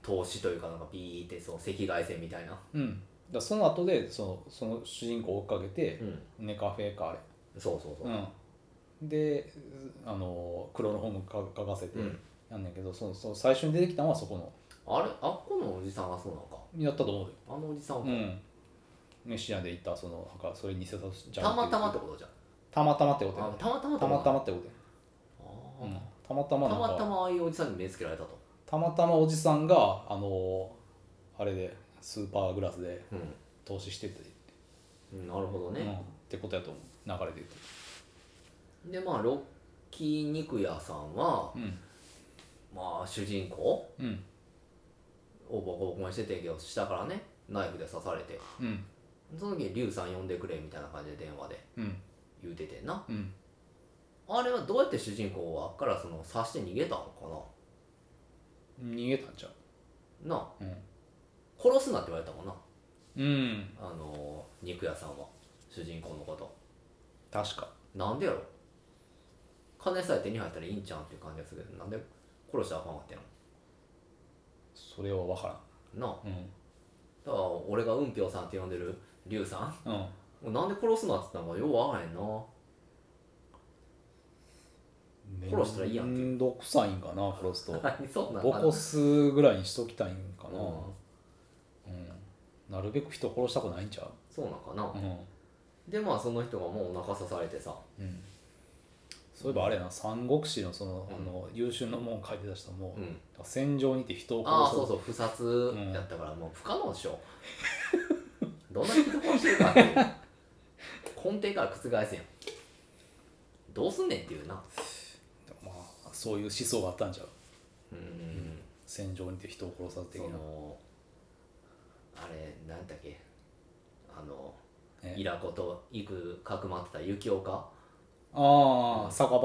S1: 投資というかなんかビーってそう赤外線みたいな
S2: うんだその後でそのその主人公を追っかけて
S1: うん
S2: ネカフェかあれ
S1: そうそうそう
S2: うん、であの黒の本をか書かせて
S1: うん
S2: やんねんけど、そのその最初に出てきたのはそこの
S1: あれあっこのおじさんがそうなのか
S2: やったと思うよ、
S1: あのおじさん
S2: う
S1: か
S2: ん、メシアで行ったそのなんかそれ偽札じゃん
S1: たまたまってことじゃん
S2: たまたまってこと
S1: あ
S2: や
S1: たまたま
S2: たまた
S1: ま
S2: まってことや、うん
S1: あ、
S2: たまたま
S1: ー
S2: な
S1: た
S2: んか
S1: またまああいうおじさんに目つけられたと
S2: たまたまおじさんがあのあれでスーパーグラスで
S1: う
S2: 投資してて、
S1: んなるほど
S2: うん、っ
S1: ね
S2: てことやと思う流れで言う
S1: でまあロッキー肉屋さんは
S2: とうん
S1: まあ主人公
S2: うん
S1: をボコボコにしててんけど下からねナイフで刺されて
S2: うん
S1: その時にリュウさん呼んでくれみたいな感じで電話で
S2: うん
S1: 言うててんな
S2: うん
S1: あれはどうやって主人公はあっからその刺して逃げたのか
S2: 逃げたんちゃ
S1: ななあ
S2: う
S1: 殺すなって言われたもんな
S2: うん、うん、
S1: あのー肉屋さんは主人公のこと
S2: 確か
S1: なんでやろ金さえ手に入ったらいいんちゃうんっていう感じがするけどなんで殺したらあかんかったんや
S2: それは分か
S1: ろなあ
S2: らんうん
S1: だから俺がうんぴょうさんって呼んでるリュウさん
S2: うん、
S1: なんで殺すなって言ったのかよう分からへんな 殺したらいいやんって
S2: めんどくさいんかな殺すと
S1: 何そんなん
S2: ボ
S1: かな
S2: コすぐらいにしときたいんかな、
S1: う
S2: うん
S1: ん
S2: なるべく人殺したくないんちゃ
S1: そうなんかな
S2: う、うん
S1: でまあその人がもうお腹刺されてさ
S2: うん、そういえばあれやな三国志のその,、
S1: うん
S2: あの優秀なもん書いてた人も、
S1: うん
S2: 戦場にて人を
S1: ああ
S2: 殺す
S1: そう
S2: と
S1: そう不殺やったからもう不可能でしょ、 どんな人殺してるかっていう根底から覆せんどうすんねんっていうな
S2: まあ、そういう思想があったんちゃう
S1: うん
S2: 戦場にて人を殺さず的
S1: そ
S2: な、
S1: のあれなんだっけあの
S2: ね
S1: イラコと行くかくまってた雪岡
S2: あ
S1: う
S2: あ
S1: ん
S2: 酒場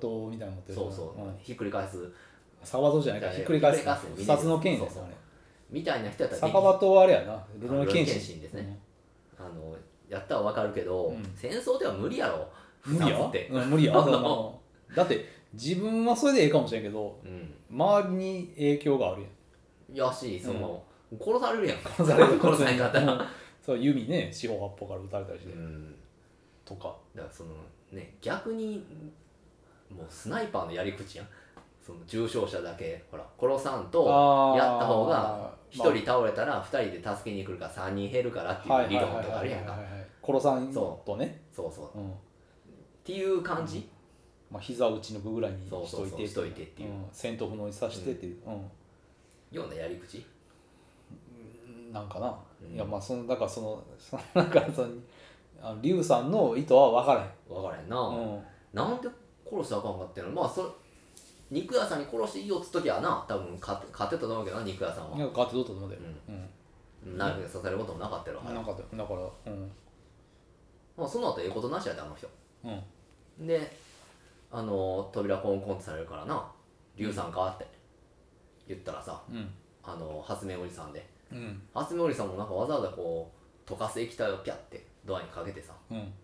S2: とみたいなの持ってる
S1: そうそう、
S2: ん、
S1: ひっくり返す
S2: 酒場とじゃないか
S1: いやい
S2: ひ
S1: や
S2: っくり返す
S1: ひっくり返す
S2: 不殺の剣やな
S1: そうそう
S2: あれ
S1: みたいな人やったらで
S2: 酒
S1: き
S2: 場とあれやなルロ
S1: ル
S2: の剣
S1: ロの剣
S2: 心
S1: 心ですねあのやったらわかるけど、
S2: うん
S1: 戦争では無理やろ
S2: うん無理
S1: 不
S2: や
S1: 殺って
S2: うん無理や
S1: あんな
S2: だって自分はそれでええかもしれんけど
S1: うん
S2: 周りに影響があるやん
S1: やしその、殺されるやんか
S2: 殺される
S1: 殺されんかったら、
S2: うんそう弓ね四方八方から撃たれたりして、
S1: うん、
S2: とか
S1: だからそのね逆にもうスナイパーのやり口やんその重傷者だけほら殺さんと
S2: あー
S1: やった方が1
S2: まあ
S1: 人倒れたら2人で助けに来るから3人減るからっていう理論とかあるやん
S2: はい
S1: か
S2: はいはいはいはい殺さんとね
S1: そうそう
S2: うん
S1: っていう感じ、
S2: まあ膝打ちの具ぐらいにし
S1: そうそ
S2: と
S1: う
S2: い
S1: そう
S2: て
S1: しといてっていうん
S2: 戦闘不能にさしてっていう、うん
S1: ようなやり口
S2: なんかな、
S1: うん
S2: いやまあそのだからそのそのだからそのあの劉さんの意図は分からへん
S1: 分からへんな、
S2: うん
S1: なんで殺したらあかんかっていうのまあそれ肉屋さんに殺していいよっつっときゃな多分勝て勝てたと思うけどな肉屋さん
S2: いや
S1: は、
S2: 変わってどうだと思うで、うん
S1: うん、ナイフで刺されることもなかったよ、
S2: なんかだからうん
S1: まあ、その後ええことなしやであの人
S2: うん
S1: であの扉コンコンってされるからな「龍さんか?」って言ったらさ
S2: うん
S1: あの初音おじさんで
S2: うん
S1: 初音おじさんもなんかわざわざこう溶かす液体をピャッてドアにかけてさ
S2: うん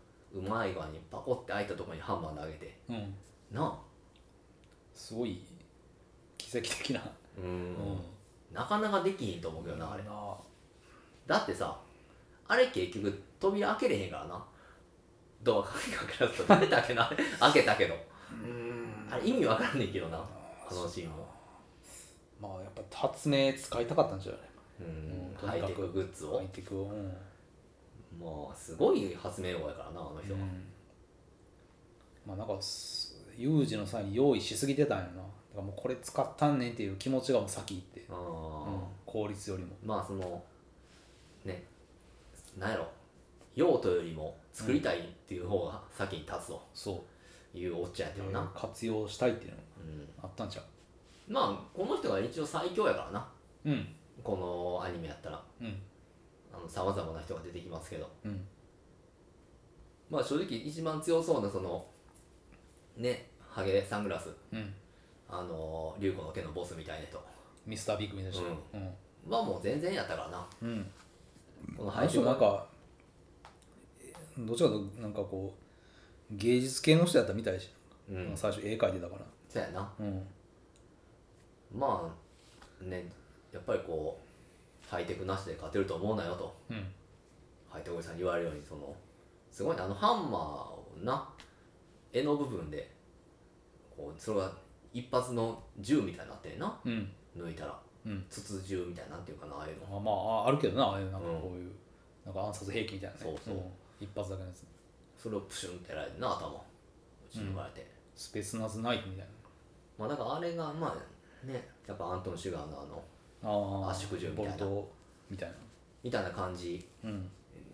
S1: うまい具合にパコって開いたところにハンマー投げて
S2: うん
S1: なあ
S2: すごい奇跡的な
S1: うん
S2: うん
S1: なかなかできひんと思うけどなあれ
S2: な
S1: だってさあれ結局扉開けれへんからなドア鍵かけられたら誰だっけ なあれ開けたけど
S2: うん
S1: あれ意味わからんねんけどなあのシーンも
S2: まあやっぱ発明使いたかったんじゃない
S1: うん
S2: うん
S1: ハイテクグッズを
S2: ハイテクをうん
S1: もうすごい発明王やからなあの人、
S2: うんまあなんかす有事の際に用意しすぎてたんやなだからもうこれ使ったんねんっていう気持ちがもう先行って、
S1: あ
S2: う
S1: ー
S2: ん、効率よりも
S1: まあそのねなんやろ用途よりも作りたいっていう方が先に立つと
S2: そ
S1: いうおっちゃんやっ
S2: う
S1: たよな、
S2: 活用したいっていうの
S1: うん、
S2: あったんちゃ
S1: まあこの人が一応最強やからな
S2: ううん
S1: このアニメやったら
S2: うん
S1: さまざまな人が出てきますけど
S2: うん
S1: まあ正直一番強そうなそのねハゲサングラス
S2: うん
S1: あのー竜子の毛のボスみたいな人
S2: ミスタービッグみたいな人うん
S1: はもう全然やったからな
S2: うん
S1: この
S2: あの
S1: 配
S2: 人
S1: 信
S2: なんかどっちかというとなんかこう芸術系の人やったみたいし、
S1: うん
S2: 最初絵描いてたから
S1: そうやな
S2: うん
S1: まあねやっぱりこうハイテクなしで勝てると思うなよと
S2: うん
S1: ハイテクおじさんに言われるようにそのすごいねあのハンマーをな柄の部分でこうそれが一発の銃みたいになってんな
S2: うん
S1: 抜いたら
S2: うん
S1: 筒銃みたいななんていうかなああいうの
S2: あまあああるけどなああいうなんかこういう、なんか暗殺兵器みたいなね
S1: そうそうん
S2: 一発だけのやつ
S1: それをプシュンってやられてな頭打ち抜かれて、
S2: スペースナズナイフみたい
S1: まあだからあれがまあねやっぱアントン・シュガーのあの
S2: なあ
S1: 圧縮銃みたいな
S2: ボルトみたい
S1: みたいな感じ
S2: なうん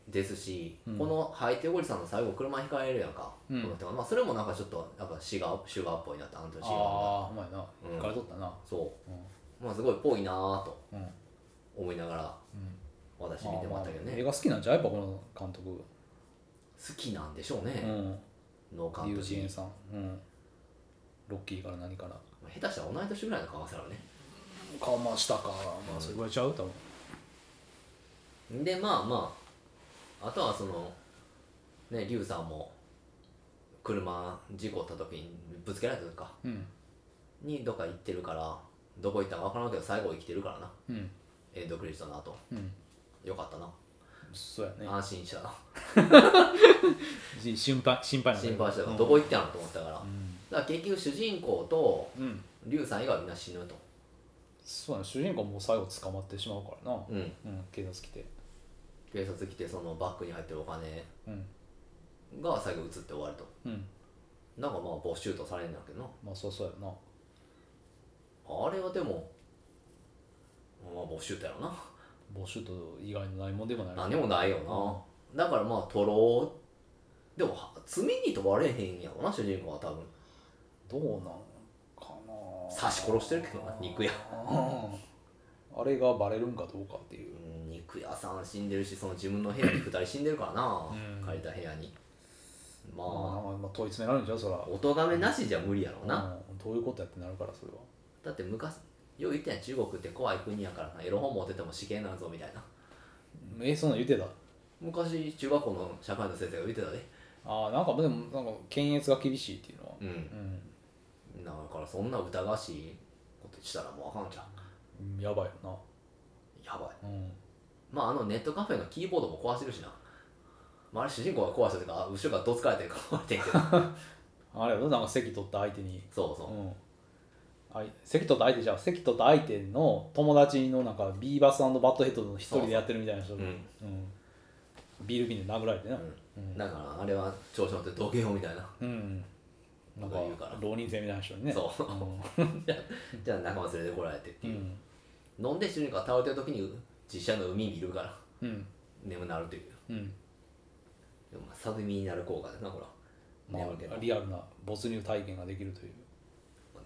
S1: ですし、
S2: うん
S1: このハイテゴリさんの最後車ひかれるやんか、
S2: うん
S1: この人がまあ、それもなんかちょっとなんかシュガーシュガーっぽいなってアントン・シュガーが
S2: ああほんまやな
S1: うん
S2: 引かれとったな
S1: そ
S2: うん
S1: うまあすごいっぽいなーと
S2: うん
S1: 思いながら
S2: うん
S1: 私見てましたけど
S2: まあまあ
S1: ね、
S2: 映画好きなんじゃうやっぱこの監督
S1: 好きなんでしょう
S2: う
S1: ね、
S2: ん
S1: の監
S2: リュウ
S1: 督
S2: ジエン
S1: 下
S2: さんうんロッキーから何から
S1: 手したら同い年ぐらいの可能性あるね
S2: かましたかまあそれぐらいちゃう多分
S1: でまあまああとはそのねリュウさんも車事故った時にぶつけられた時か
S2: うん
S1: にどっか行ってるからどこ行ったか分からんけど最後生きてるからな
S2: うん
S1: エンドクレジットの後
S2: うん
S1: よかったな、
S2: そうやね
S1: 安心したな
S2: じ心配心配なんだ
S1: 心
S2: けど
S1: 配したから、
S2: うん
S1: どこ行ったのと思ったから、
S2: うん
S1: だから結局主人公と
S2: うん
S1: リュウさん以外はみんな死ぬと
S2: そうやね主人公もう最後捕まってしまうからな
S1: うん
S2: うん警察来て
S1: 警察来てそのバッグに入ってるお金
S2: うん
S1: が最後移って終わると
S2: うん
S1: なんかまあ没収とされるんだけどな
S2: まあそうそうやろな
S1: あれはでもまあ没収だよな
S2: ボシュート以外のないもんでもない
S1: 何もないよな、だからまあ取ろうでもは罪に問われへんやろな主人公は多分
S2: どうなんかな
S1: 刺し殺してるけどな肉屋
S2: うんあれがバレるんかどうかっていう
S1: うん肉屋さん死んでるしその自分の部屋に2人死んでるからな、
S2: うん
S1: 借りた部屋にま
S2: まあなん
S1: あ
S2: かまあ問い詰められるんじゃうそら
S1: お咎めなしじゃ無理やろな、
S2: うんどういうことやってなるからそれは
S1: だって昔よう言ったやん中国って怖い国やからなエロ本持ってても死刑なんぞみたいな
S2: えそんなん言ってた
S1: 昔中学校の社会の先生が言ってたで
S2: ああなんかでもなんか検閲が厳しいっていうのは
S1: う
S2: うんん
S1: だからそんな疑わしいことしたらもうあかんじゃん
S2: うんやばいよな
S1: やばい
S2: うん
S1: まああのネットカフェのキーボードも壊してるしな、まあ、あれ主人公が壊したというか後ろがどつかれて壊れてん けど
S2: あれやろなんか席取った相手に、
S1: そう
S2: う
S1: そ
S2: ん、あい席取った相手じゃん席取った相手の友達のなんかビーバスバッドヘッドの一人でやってるみたいな人
S1: う、うん、
S2: うんビール瓶で殴られてな、
S1: だからあれは調子乗ってどけよみたいな
S2: うん、なんか
S1: なんか言うから
S2: 浪人生みたいな人にね
S1: そう
S2: う
S1: じゃあ仲間連れてこられてって
S2: ん、う
S1: いうん飲んで死ぬか倒れてる時に実写の海にいるから
S2: うん
S1: 眠なるという
S2: うん
S1: でもまあサブミになる効果でなほら
S2: ま
S1: 眠るけど
S2: あ、リアルな没入体験ができるという、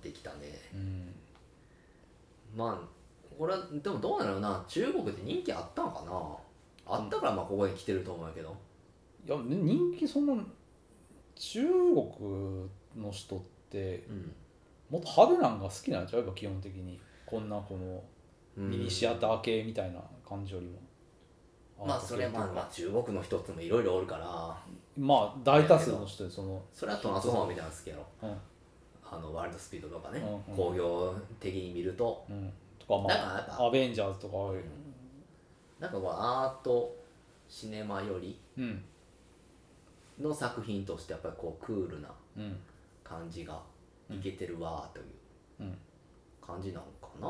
S1: できたね
S2: うん、
S1: まあこれはでもどうなのな中国って人気あったんかなあったからまあここに来てると思うんやけど
S2: いやね人気そんな中国の人って
S1: うん、
S2: もっと派手なんが好きなんちゃうやっぱ基本的にこんなこの
S1: うん
S2: ミニシアター系みたいな感じよりも、
S1: まあそれまあまあ中国の一つもいろいろおるから
S2: まあ大多数の人でその
S1: それはトランスフォーマーみたいなの好きやろ
S2: うん
S1: あのワールドスピードとかね
S2: うんうん
S1: 工業的に見ると
S2: うんとかま
S1: だからやっ
S2: あ
S1: ぱ
S2: アベンジャーズとかああいう
S1: なんかこうアートシネマより
S2: うん
S1: の作品としてやっぱりこうクールな
S2: うん
S1: 感じがいけてるわーという
S2: うん
S1: 感じなのかな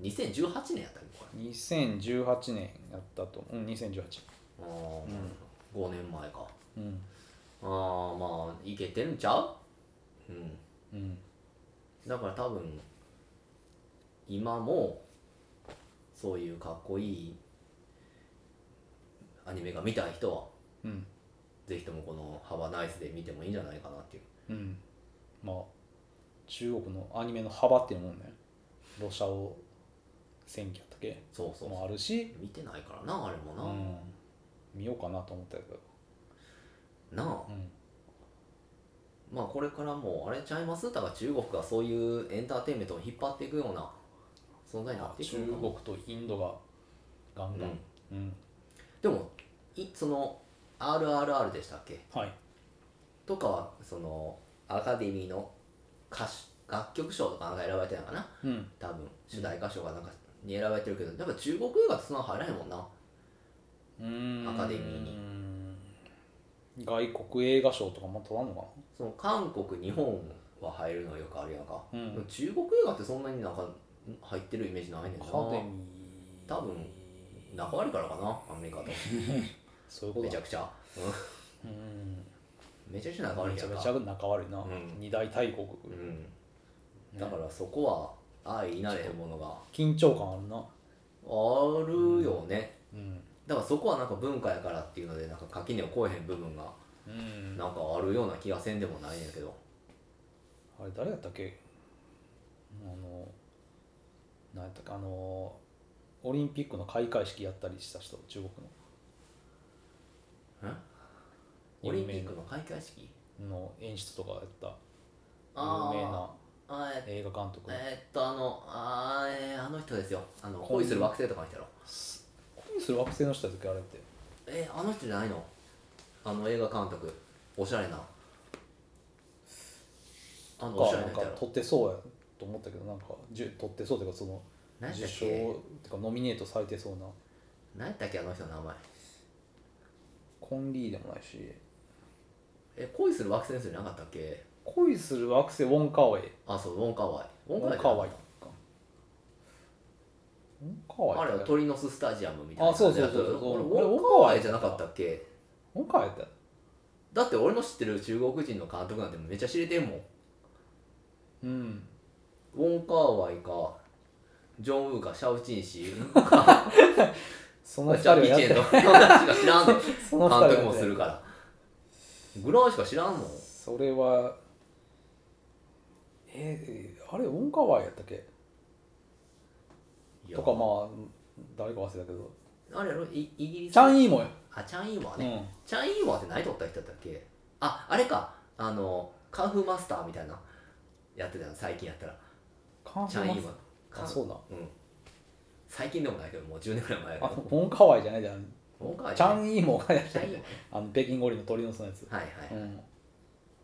S1: 2018年やったっけこれ
S2: 2018年やったと思う、うん、2018
S1: あー、5年前か
S2: うん
S1: ああまあいけてるんちゃううん
S2: うん
S1: だから多分今もそういうかっこいいアニメが見たい人は
S2: うん
S1: ぜひともこの「ハバナイス」で見てもいいんじゃないかなっていう
S2: うんまあ中国のアニメの幅っていうもんねロシアを選挙やったっけ
S1: そうそう
S2: もあるし、
S1: 見てないからなあれも
S2: う
S1: な、
S2: ん、見ようかなと思ったけど、
S1: なあ
S2: うん、
S1: まあこれからもうあれちゃいますだから中国がそういうエンターテインメントを引っ張っていくような存在になっていく
S2: 中
S1: のかな
S2: 国とインドがガンガン、うん
S1: でもいその RRR でしたっけ
S2: はい、
S1: とかはそのアカデミーの歌手楽曲賞とかなんか選ばれてるのかな
S2: うん、
S1: 多分主題歌賞がなんかに選ばれてるけどやっぱ中国映画ってそんな入らへんもんな
S2: うーん
S1: アカデミー
S2: 外国映画賞とかも取らんのか
S1: その韓国日本は入るのはよくあるやんか、
S2: うん
S1: でも中国映画ってそんなになんか入ってるイメージないねん
S2: な
S1: な
S2: アカデミー
S1: 多分仲悪いからかなアメリカと
S2: そういうこ
S1: め
S2: と
S1: ち
S2: だ
S1: ゃくちゃ、
S2: うん
S1: うん、めちゃくちゃ仲悪い
S2: め
S1: ん
S2: ち
S1: や
S2: ゃ
S1: ん
S2: め
S1: か
S2: ちゃ仲悪いな、
S1: ん
S2: 二大大国、
S1: うん、だからそこは愛いなれへんものが
S2: 緊張感あるな
S1: あるよね、
S2: うん、
S1: だからそこはなんか文化やからっていうのでなんか垣根を越えへん部分が
S2: うん、
S1: なんかあるような気がせんでもないんやけど
S2: あれ誰やったっけあの何やったっけあのオリンピックの開会式やったりした人中国
S1: オリンピックの開会式
S2: のの演出とかやった
S1: あー
S2: 有名な
S1: あえ
S2: 映画監督
S1: えーっとあのあーえーあの人ですよあの恋する惑星とかの人やろ
S2: 恋する惑星の人やったっけあれって
S1: えーあの人じゃないのあの映画監督おしゃれなあのおしゃ
S2: か
S1: れ
S2: な
S1: なん人
S2: か
S1: やろ
S2: 撮ってそうやと思ったけどなんかじゅ撮ってそうというかその
S1: 何や
S2: 受
S1: ったっ
S2: 賞
S1: け
S2: てかノミネートされてそうな
S1: 何やったっけあの人の名前
S2: コンリーでもないし
S1: え恋する惑星の人じゃなかったっけ
S2: 恋する惑星ウォンカーウェイ
S1: あそうウォンカワイウ
S2: ウ
S1: ォンカ
S2: ォ
S1: ワ
S2: ン
S1: イ
S2: カーウェイ
S1: じ
S2: か
S1: ゃ
S2: ウォンカー
S1: な
S2: ウェイ
S1: かったあれ
S2: だ
S1: は
S2: よ
S1: 鳥の巣スタジアムみたいな
S2: あそうそうそうそう
S1: やつ俺ウ
S2: あれ
S1: ォンカワイじゃなかったっけ
S2: ウォンカーウェイだよ
S1: だって俺の知ってる中国人の監督なんてめっちゃ知れてんもん
S2: うん
S1: ウォン・カーワイか、ジョン・ウーか、シャウ・チンシーか、
S2: そ
S1: チ
S2: の二人
S1: ャ
S2: は
S1: ーピー・チ
S2: や
S1: ェ
S2: っ
S1: ンの話が知らんの、監
S2: た その二人はやって
S1: 督もするから。ぐらいしか知らんの
S2: それはえーあれ音川やったっけ
S1: いや
S2: とかまあ誰か忘れたけど
S1: あれやろイイギリス
S2: チャンイーモや、
S1: あ、チャン・イーワー
S2: う
S1: ね。
S2: ん、
S1: チャン・イーワーって何撮った人だったっけあ、あれか、あの、カンフーマスターみたいな、やってたの、最近やったら。
S2: カン
S1: チ
S2: フ
S1: ャ
S2: ー
S1: ン・イ
S2: マ
S1: ー
S2: ス
S1: ワー。カ
S2: あ
S1: ン
S2: そうだ
S1: うん。最近でもないけど、もう10年ぐらい前やけ
S2: あ
S1: ど。
S2: 音川じゃないじゃん
S1: ウォンカーワイ
S2: チャンイーモがやっ
S1: チ
S2: た
S1: ャン・イーワーね。
S2: あの北京五輪の鳥の巣のやつ、
S1: はいはい。
S2: うん、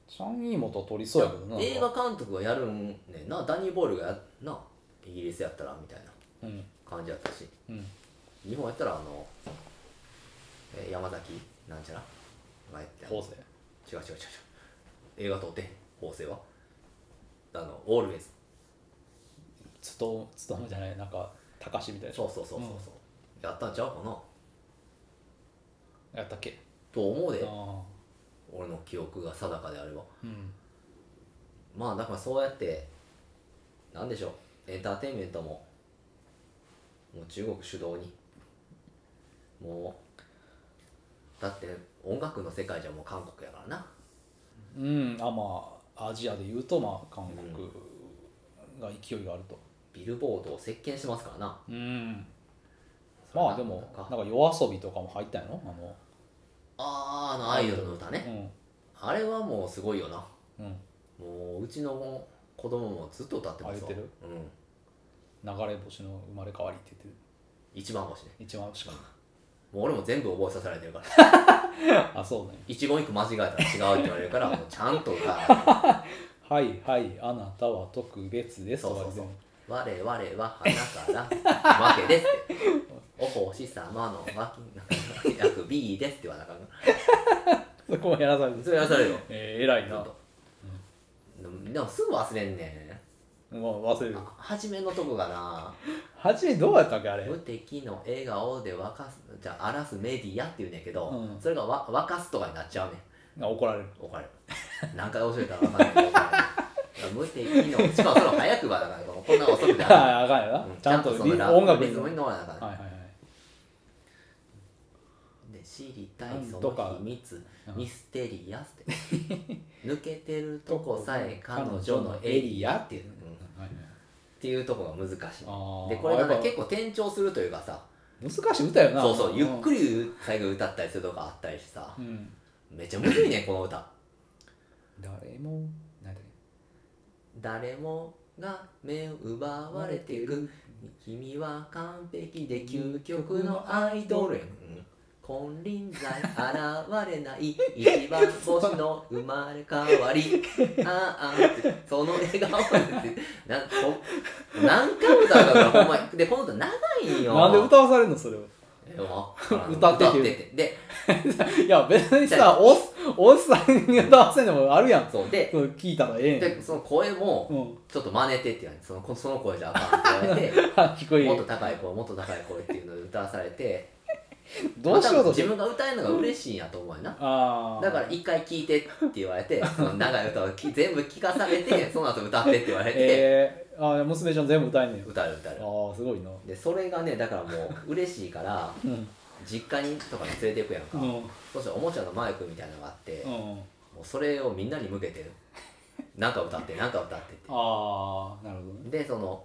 S2: チャンイーモとは鳥そうやけどな
S1: 映画監督がやるんねんなダニー・ボールがやなイギリスやったらみたいな
S2: うん
S1: 感じやったし
S2: うん
S1: 日本やったらあの、えー山崎なんちゃらがやって
S2: 法政
S1: 違う違う違う違う映画撮って法政はあのオールウェイズ
S2: つとつとむじゃないなんか高しみたいな
S1: そうそうそうそうそう、やったんちゃうかな
S2: やったっけ
S1: と思う
S2: あ
S1: で
S2: あ
S1: 俺の記憶が定かであれば
S2: うん
S1: まあだからそうやってなんでしょうエンターテインメントももう中国主導にもうだって音楽の世界じゃもう韓国やからな
S2: うんあまあアジアでいうとまあ韓国が勢いがあると
S1: ビルボードを席巻してますからな
S2: うんまあでもなんか夜遊びとかも入ったんやろ
S1: ああ
S2: あ
S1: あのアイドルの歌ね
S2: の
S1: あれはもうすごいよな
S2: うんうん
S1: もううちの子供もずっと歌ってますわ
S2: あ言ってる
S1: うん
S2: 流れ星の生まれ変わりって言って
S1: 一番星ね
S2: 一番 しか
S1: もう俺も全部覚えさせられてるから
S2: あそうね
S1: 一言一句間違えたら違うって言われるからもうちゃんと歌う
S2: はいはいあなたは特別です
S1: そう
S2: と
S1: そ
S2: か
S1: うそう
S2: 全部
S1: 我々は花からわけですってお星様の脇の役 B ですって言わなあかんか
S2: そこもやらされ
S1: ら
S2: る
S1: それはそれよ
S2: えー、偉
S1: ち
S2: い
S1: ゃん
S2: な
S1: と、でもでもすぐ忘れんね
S2: まあ忘れ
S1: ん
S2: る
S1: あ初めのとこがな
S2: 初めどうやったっけあれ
S1: 無敵の笑顔で沸かすじゃあ荒らすメディアって言うんやけど、
S2: うん
S1: それがわ沸かすとかになっちゃうねん
S2: あ怒られる
S1: 怒 られる何回教えたら分かんないけど怒られる無敵のしかもそれを早くはだからこんな遅くて
S2: あああかんよな、
S1: うん
S2: ちゃんと
S1: そ
S2: リ
S1: のラ
S2: 音楽
S1: リズム
S2: は
S1: に
S2: い
S1: 乗らなあかん
S2: はいはい
S1: で知りたい
S2: なん
S1: そ
S2: とか
S1: の秘密
S2: うん
S1: ミステリアスって 抜けてるとこさえ彼女のエリアっていう、うんっ
S2: はい
S1: ていうとこが難しい
S2: あー
S1: でこれがね
S2: やっぱ
S1: 結構転調するというかさ
S2: 難しい歌よな
S1: そうそうゆっく
S2: り、
S1: り最後歌ったりするとかあったりしてさ
S2: うん、
S1: めっちゃむずいねこの歌
S2: 誰もなんだっ
S1: 誰もが目を奪われていく君は完璧で究極のアイドル金輪際現れない一番星の生まれ変わりあーあーってその笑顔でなこ何回も歌うからほんまにでこの歌長い
S2: け
S1: よ
S2: なんで歌わされるのそれを
S1: えわから ん
S2: 歌ってて
S1: で
S2: いや別にさおっおっさんに歌わせんでもあるやん
S1: そうで
S2: そう聞いたらええねん
S1: でその声も
S2: うん、
S1: ちょっと真似てって言われてそのこその声じゃあかんって言われて
S2: あ聞こえ
S1: もっ
S2: る
S1: と高い声もっと高い声っていうので歌わされて
S2: どうし
S1: まあ多
S2: よう
S1: 分
S2: として
S1: 自分が歌えるのが嬉しいんやと思うよな
S2: ああ
S1: だから一回聴いてって言われ てその長い歌をき全部聴かされてその後歌ってって言われて、
S2: ええあー娘ちゃん全部歌えんねん
S1: 歌う歌う
S2: ああすごいな
S1: でそれがねだからもう嬉しいから
S2: うん
S1: 実家にとかに連れていくやんか、
S2: うん
S1: そしたらおもちゃのマイクみたいなのがあって、
S2: う
S1: も
S2: ん
S1: うそれをみんなに向けてなんか歌ってなんか歌ってっ
S2: ああなるほどね
S1: てでその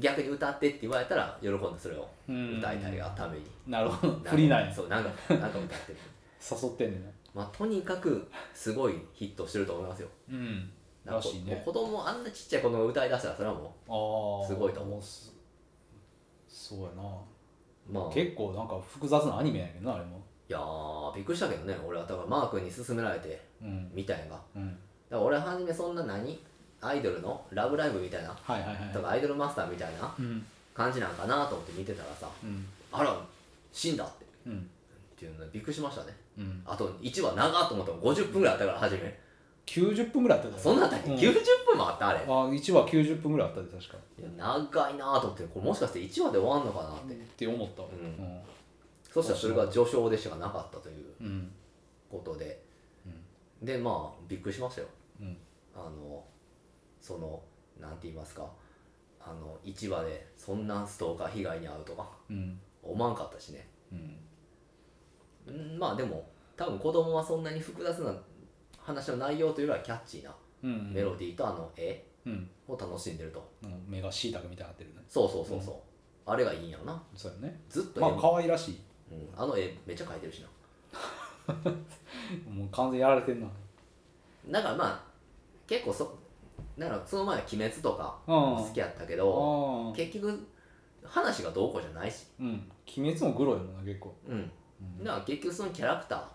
S1: 逆に歌ってって言われたら喜んでそれを
S2: うん
S1: 歌いたいがために
S2: なるほど振りない
S1: そうなんかなんか歌ってる
S2: 誘ってんねんな
S1: まあ、とにかくすごいヒットしてると思いますよ。
S2: うん
S1: なん
S2: ら
S1: か
S2: しい
S1: もう
S2: ね
S1: 子供あんなちっちゃい子供が歌い出したらそれはも
S2: ああ
S1: すごいと思
S2: うすそうやな
S1: う、まあ、い
S2: 結構なんか複雑なアニメやけどなあれも
S1: やーびっくりしたけどね俺はだからマー君に勧められて
S2: うん
S1: みたいなのがだか
S2: うん
S1: ら俺は初めそんな何アイドルの「ラブライブ!」みたいな
S2: はいはいはい
S1: とかアイドルマスターみたいな
S2: うん
S1: 感じなんかなと思って見てたらさ
S2: うん
S1: 「あら死んだ!」って
S2: うん
S1: っていうのでびっくりしましたね
S2: うん
S1: あと1話長っと思っても50分ぐらいあったから初め
S2: 90分ぐらいあったで
S1: そんなんあったっけ、
S2: うん
S1: 90分もあったあれ
S2: あ1話90分ぐらいあったで確か
S1: いや長いなーと思ってこれもしかして1話で終わんのかなって
S2: って思った
S1: んそしたらそれが序章でしかなかったという
S2: うんうん
S1: ことで、でまあびっくりしましたよ
S2: うん
S1: あのそのなんて言いますかあの市場でそんなストーカー被害に遭うとか
S2: うん
S1: 思わんかったしね
S2: うん
S1: うんまあでも多分子供はそんなに複雑な話の内容というよりはキャッチーな
S2: うん
S1: メロディーとあの絵
S2: うん
S1: を楽しんでると、
S2: うん目がしいたくみたいになってるね
S1: そうそうそうそう、あれがいいんやろな
S2: そうやね
S1: ずっと絵
S2: まあ
S1: も、
S2: 可愛らしい
S1: うん、あの絵めっちゃ描いてるしな
S2: もう完全にやられてんな
S1: だからまあ結構そだからその前は「鬼滅」とか
S2: うん
S1: 好きやったけど、
S2: ああ
S1: 結局話がどうこうじゃないし、
S2: うん鬼滅もグロいもんな結構
S1: うん、
S2: うん
S1: だから結局そのキャラクタ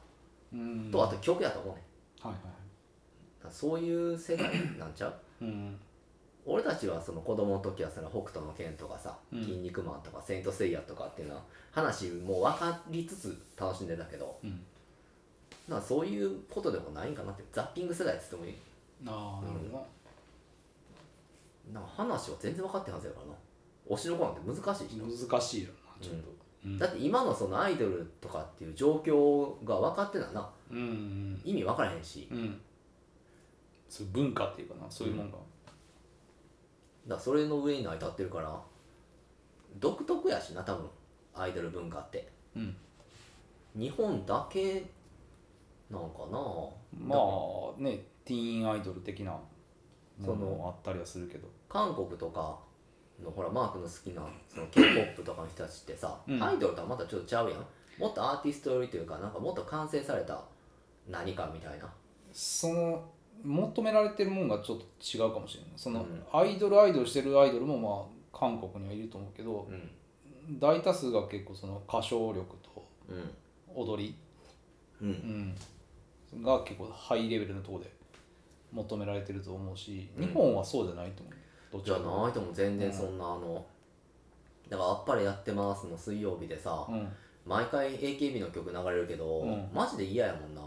S2: うん
S1: ーとあと曲やと思うね、
S2: はいはいは
S1: だからそういう世界なんちゃう
S2: いうん
S1: 俺たちはその子供の時はその北斗の拳とかさ「
S2: うん
S1: 筋肉マン」とか「セイント・セイヤ」とかっていうのは話もう分かりつつ楽しんでたけど
S2: うん
S1: だからそういうことでもないんかなってザッピング世代っつってもいい
S2: ああなるほどな
S1: なんか話は全然分かってんはずやからな推しの子なんて難しいしな
S2: 難しいよなちょっと、うん
S1: だって今のそのアイドルとかっていう状況が分かってないな
S2: うんうん
S1: 意味分からへんし
S2: うんそういう文化っていうかなそういうもん
S1: だ
S2: が、
S1: からそれの上に成り立ってるから独特やしな多分アイドル文化って
S2: うん
S1: 日本だけなんかな
S2: まあねティーンアイドル的なものもあったりはするけど
S1: 韓国とかのほらマークの好きなその k p o p とかの人たちってさ、
S2: うん
S1: アイドルとはまたちょっとちゃうやんもっとアーティスト寄りというかなんかもっと完成された何かみたいな
S2: その求められてるもんがちょっと違うかもしれないその、
S1: うん
S2: アイドルアイドルしてるアイドルもまあ韓国にはいると思うけど
S1: うん
S2: 大多数が結構その歌唱力と
S1: うん
S2: 踊り、
S1: うん
S2: うん、が結構ハイレベルなところで求められてると思うし、
S1: うん
S2: 日本はそうじゃないと思うどっ
S1: じゃ
S2: か
S1: あないとも全然そんなあの、だから「あっぱれやってます」の水曜日でさ、
S2: うん
S1: 毎回 AKB の曲流れるけど、
S2: うん
S1: マジで嫌やもんな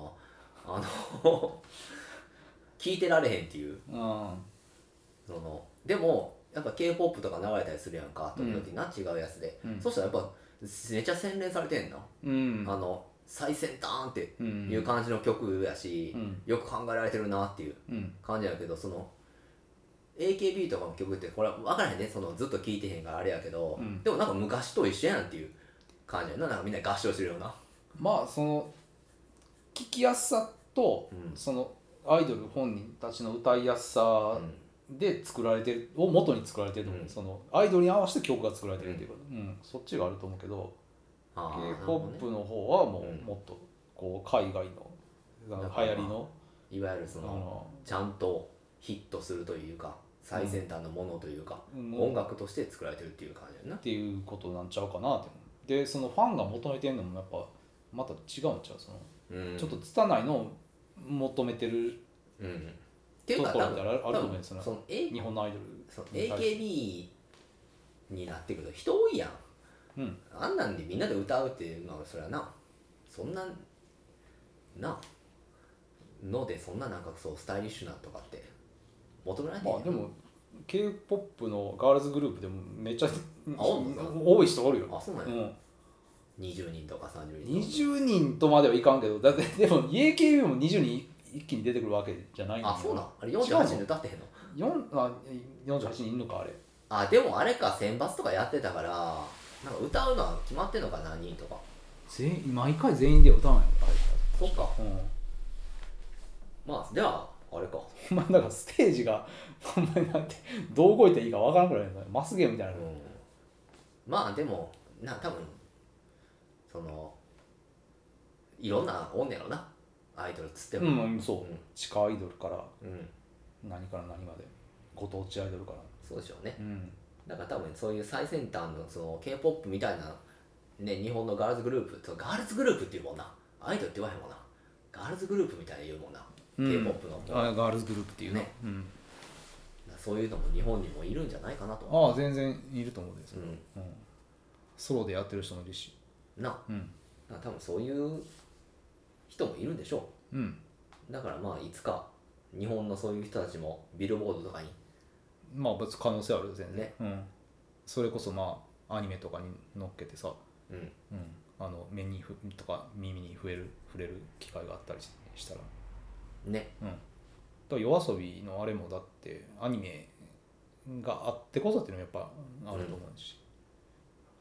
S1: あの 聞いてられへんっていう
S2: あ
S1: そのでもやっぱ k p o p とか流れたりするやんか
S2: う
S1: 時
S2: ん
S1: 々な、違うやつで、
S2: うん
S1: そしたらやっぱめっちゃ洗練されてんな、
S2: ーうん
S1: あの最先端って
S2: うん
S1: いう感じの曲やし、
S2: うん
S1: よく考えられてるなっていう
S2: うん
S1: 感じやけどその AKB とかの曲ってこれは分からへんねそのずっと聴いてへんからあれやけど、
S2: うん
S1: でもなんか昔と一緒やんっていう感じやななんかみんな合唱してるような
S2: まあその聞きやすさと、
S1: うん
S2: そのアイドル本人たちの歌いやすさで作られてるを元に作られてると思う、
S1: うん
S2: そのアイドルに合わせて曲が作られてるっていうか、うんそっちがあると思うけど
S1: あ
S2: k
S1: ー
S2: p o
S1: なる
S2: p
S1: ほどね
S2: の方はも
S1: うん
S2: うもっとこう海外の流
S1: だから
S2: 行りの
S1: いわゆるそ
S2: あ
S1: の
S2: の
S1: ちゃんとヒットするというか最先端のものというか、
S2: うん
S1: 音楽として作られてるっていう感じやな
S2: っていうことなんちゃうかなって思うでそのファンが求めてるのもやっぱまた違うんちゃうその、
S1: うん
S2: ちょっと拙いのを求めてる
S1: うんっていうか
S2: ところ
S1: 多
S2: って
S1: 分
S2: あるあると思うんです
S1: そ
S2: よ
S1: の
S2: ね
S1: A-
S2: 日本のアイドル
S1: その
S2: に対して
S1: AKB になってくると人多いやん
S2: うん
S1: あんなんでみんなで歌うっていうのはそれはなそんななのでそんななんかそうスタイリッシュなとかって求められてんや
S2: まあ
S1: ん
S2: でも k p o p のガールズグループでもめっちゃ
S1: おんの
S2: 多い人おるよ、
S1: あそうな
S2: うん
S1: や、
S2: ん、
S1: 20人とか30人とか
S2: 20人とまではいかんけどだってでも AKB も20人一気に出てくるわけじゃないんだよ
S1: あそうなんあれ48人で歌ってへんの
S2: 四あ48人いんのかあれ
S1: あでもあれか選抜とかやってたからなんか歌うのは決まってんのか何人とか
S2: 全員毎回全員で歌わない
S1: そっか
S2: のうん
S1: まあじゃああれか
S2: お前なんかステージがお前なんてどう動いていいかわからなくなるよねマスゲームみたいなの
S1: うんまあでもな多分そのいろんなおんねやろなアイドルっつって
S2: う
S1: も、
S2: ん、うん、そう、
S1: うん
S2: 地下アイドルから
S1: うん
S2: 何から何までご当地アイドルから
S1: そうでしょうね
S2: うん
S1: だから多分そういう最先端のその k p o p みたいな、ね、日本のガールズグループそうガールズグループっていうもんなアイドルって言わへんもんなガールズグループみたいな言うもんな、
S2: うん
S1: k p o p のだか
S2: あガールズグループっていうね
S1: ね
S2: うん、
S1: らそういうのも日本にもいるんじゃないかなと、
S2: ああ全然いると思うんです
S1: う
S2: よ、
S1: ん、
S2: うんソロでやってる人もいるし
S1: な
S2: うん
S1: だから多分そういう人もいるんでしょう
S2: うん
S1: だからまあいつか日本のそういう人たちもビルボードとかに
S2: まあ別に可能性あるよ全然、
S1: ね
S2: うん、それこそまあアニメとかに乗っけてさ、
S1: うん
S2: うん、あの目にふとか耳に触れる触れる機会があったりししたら
S1: ね
S2: うん、だから夜遊びのあれもだってアニメがあってこそっていうのもやっぱあると思うし、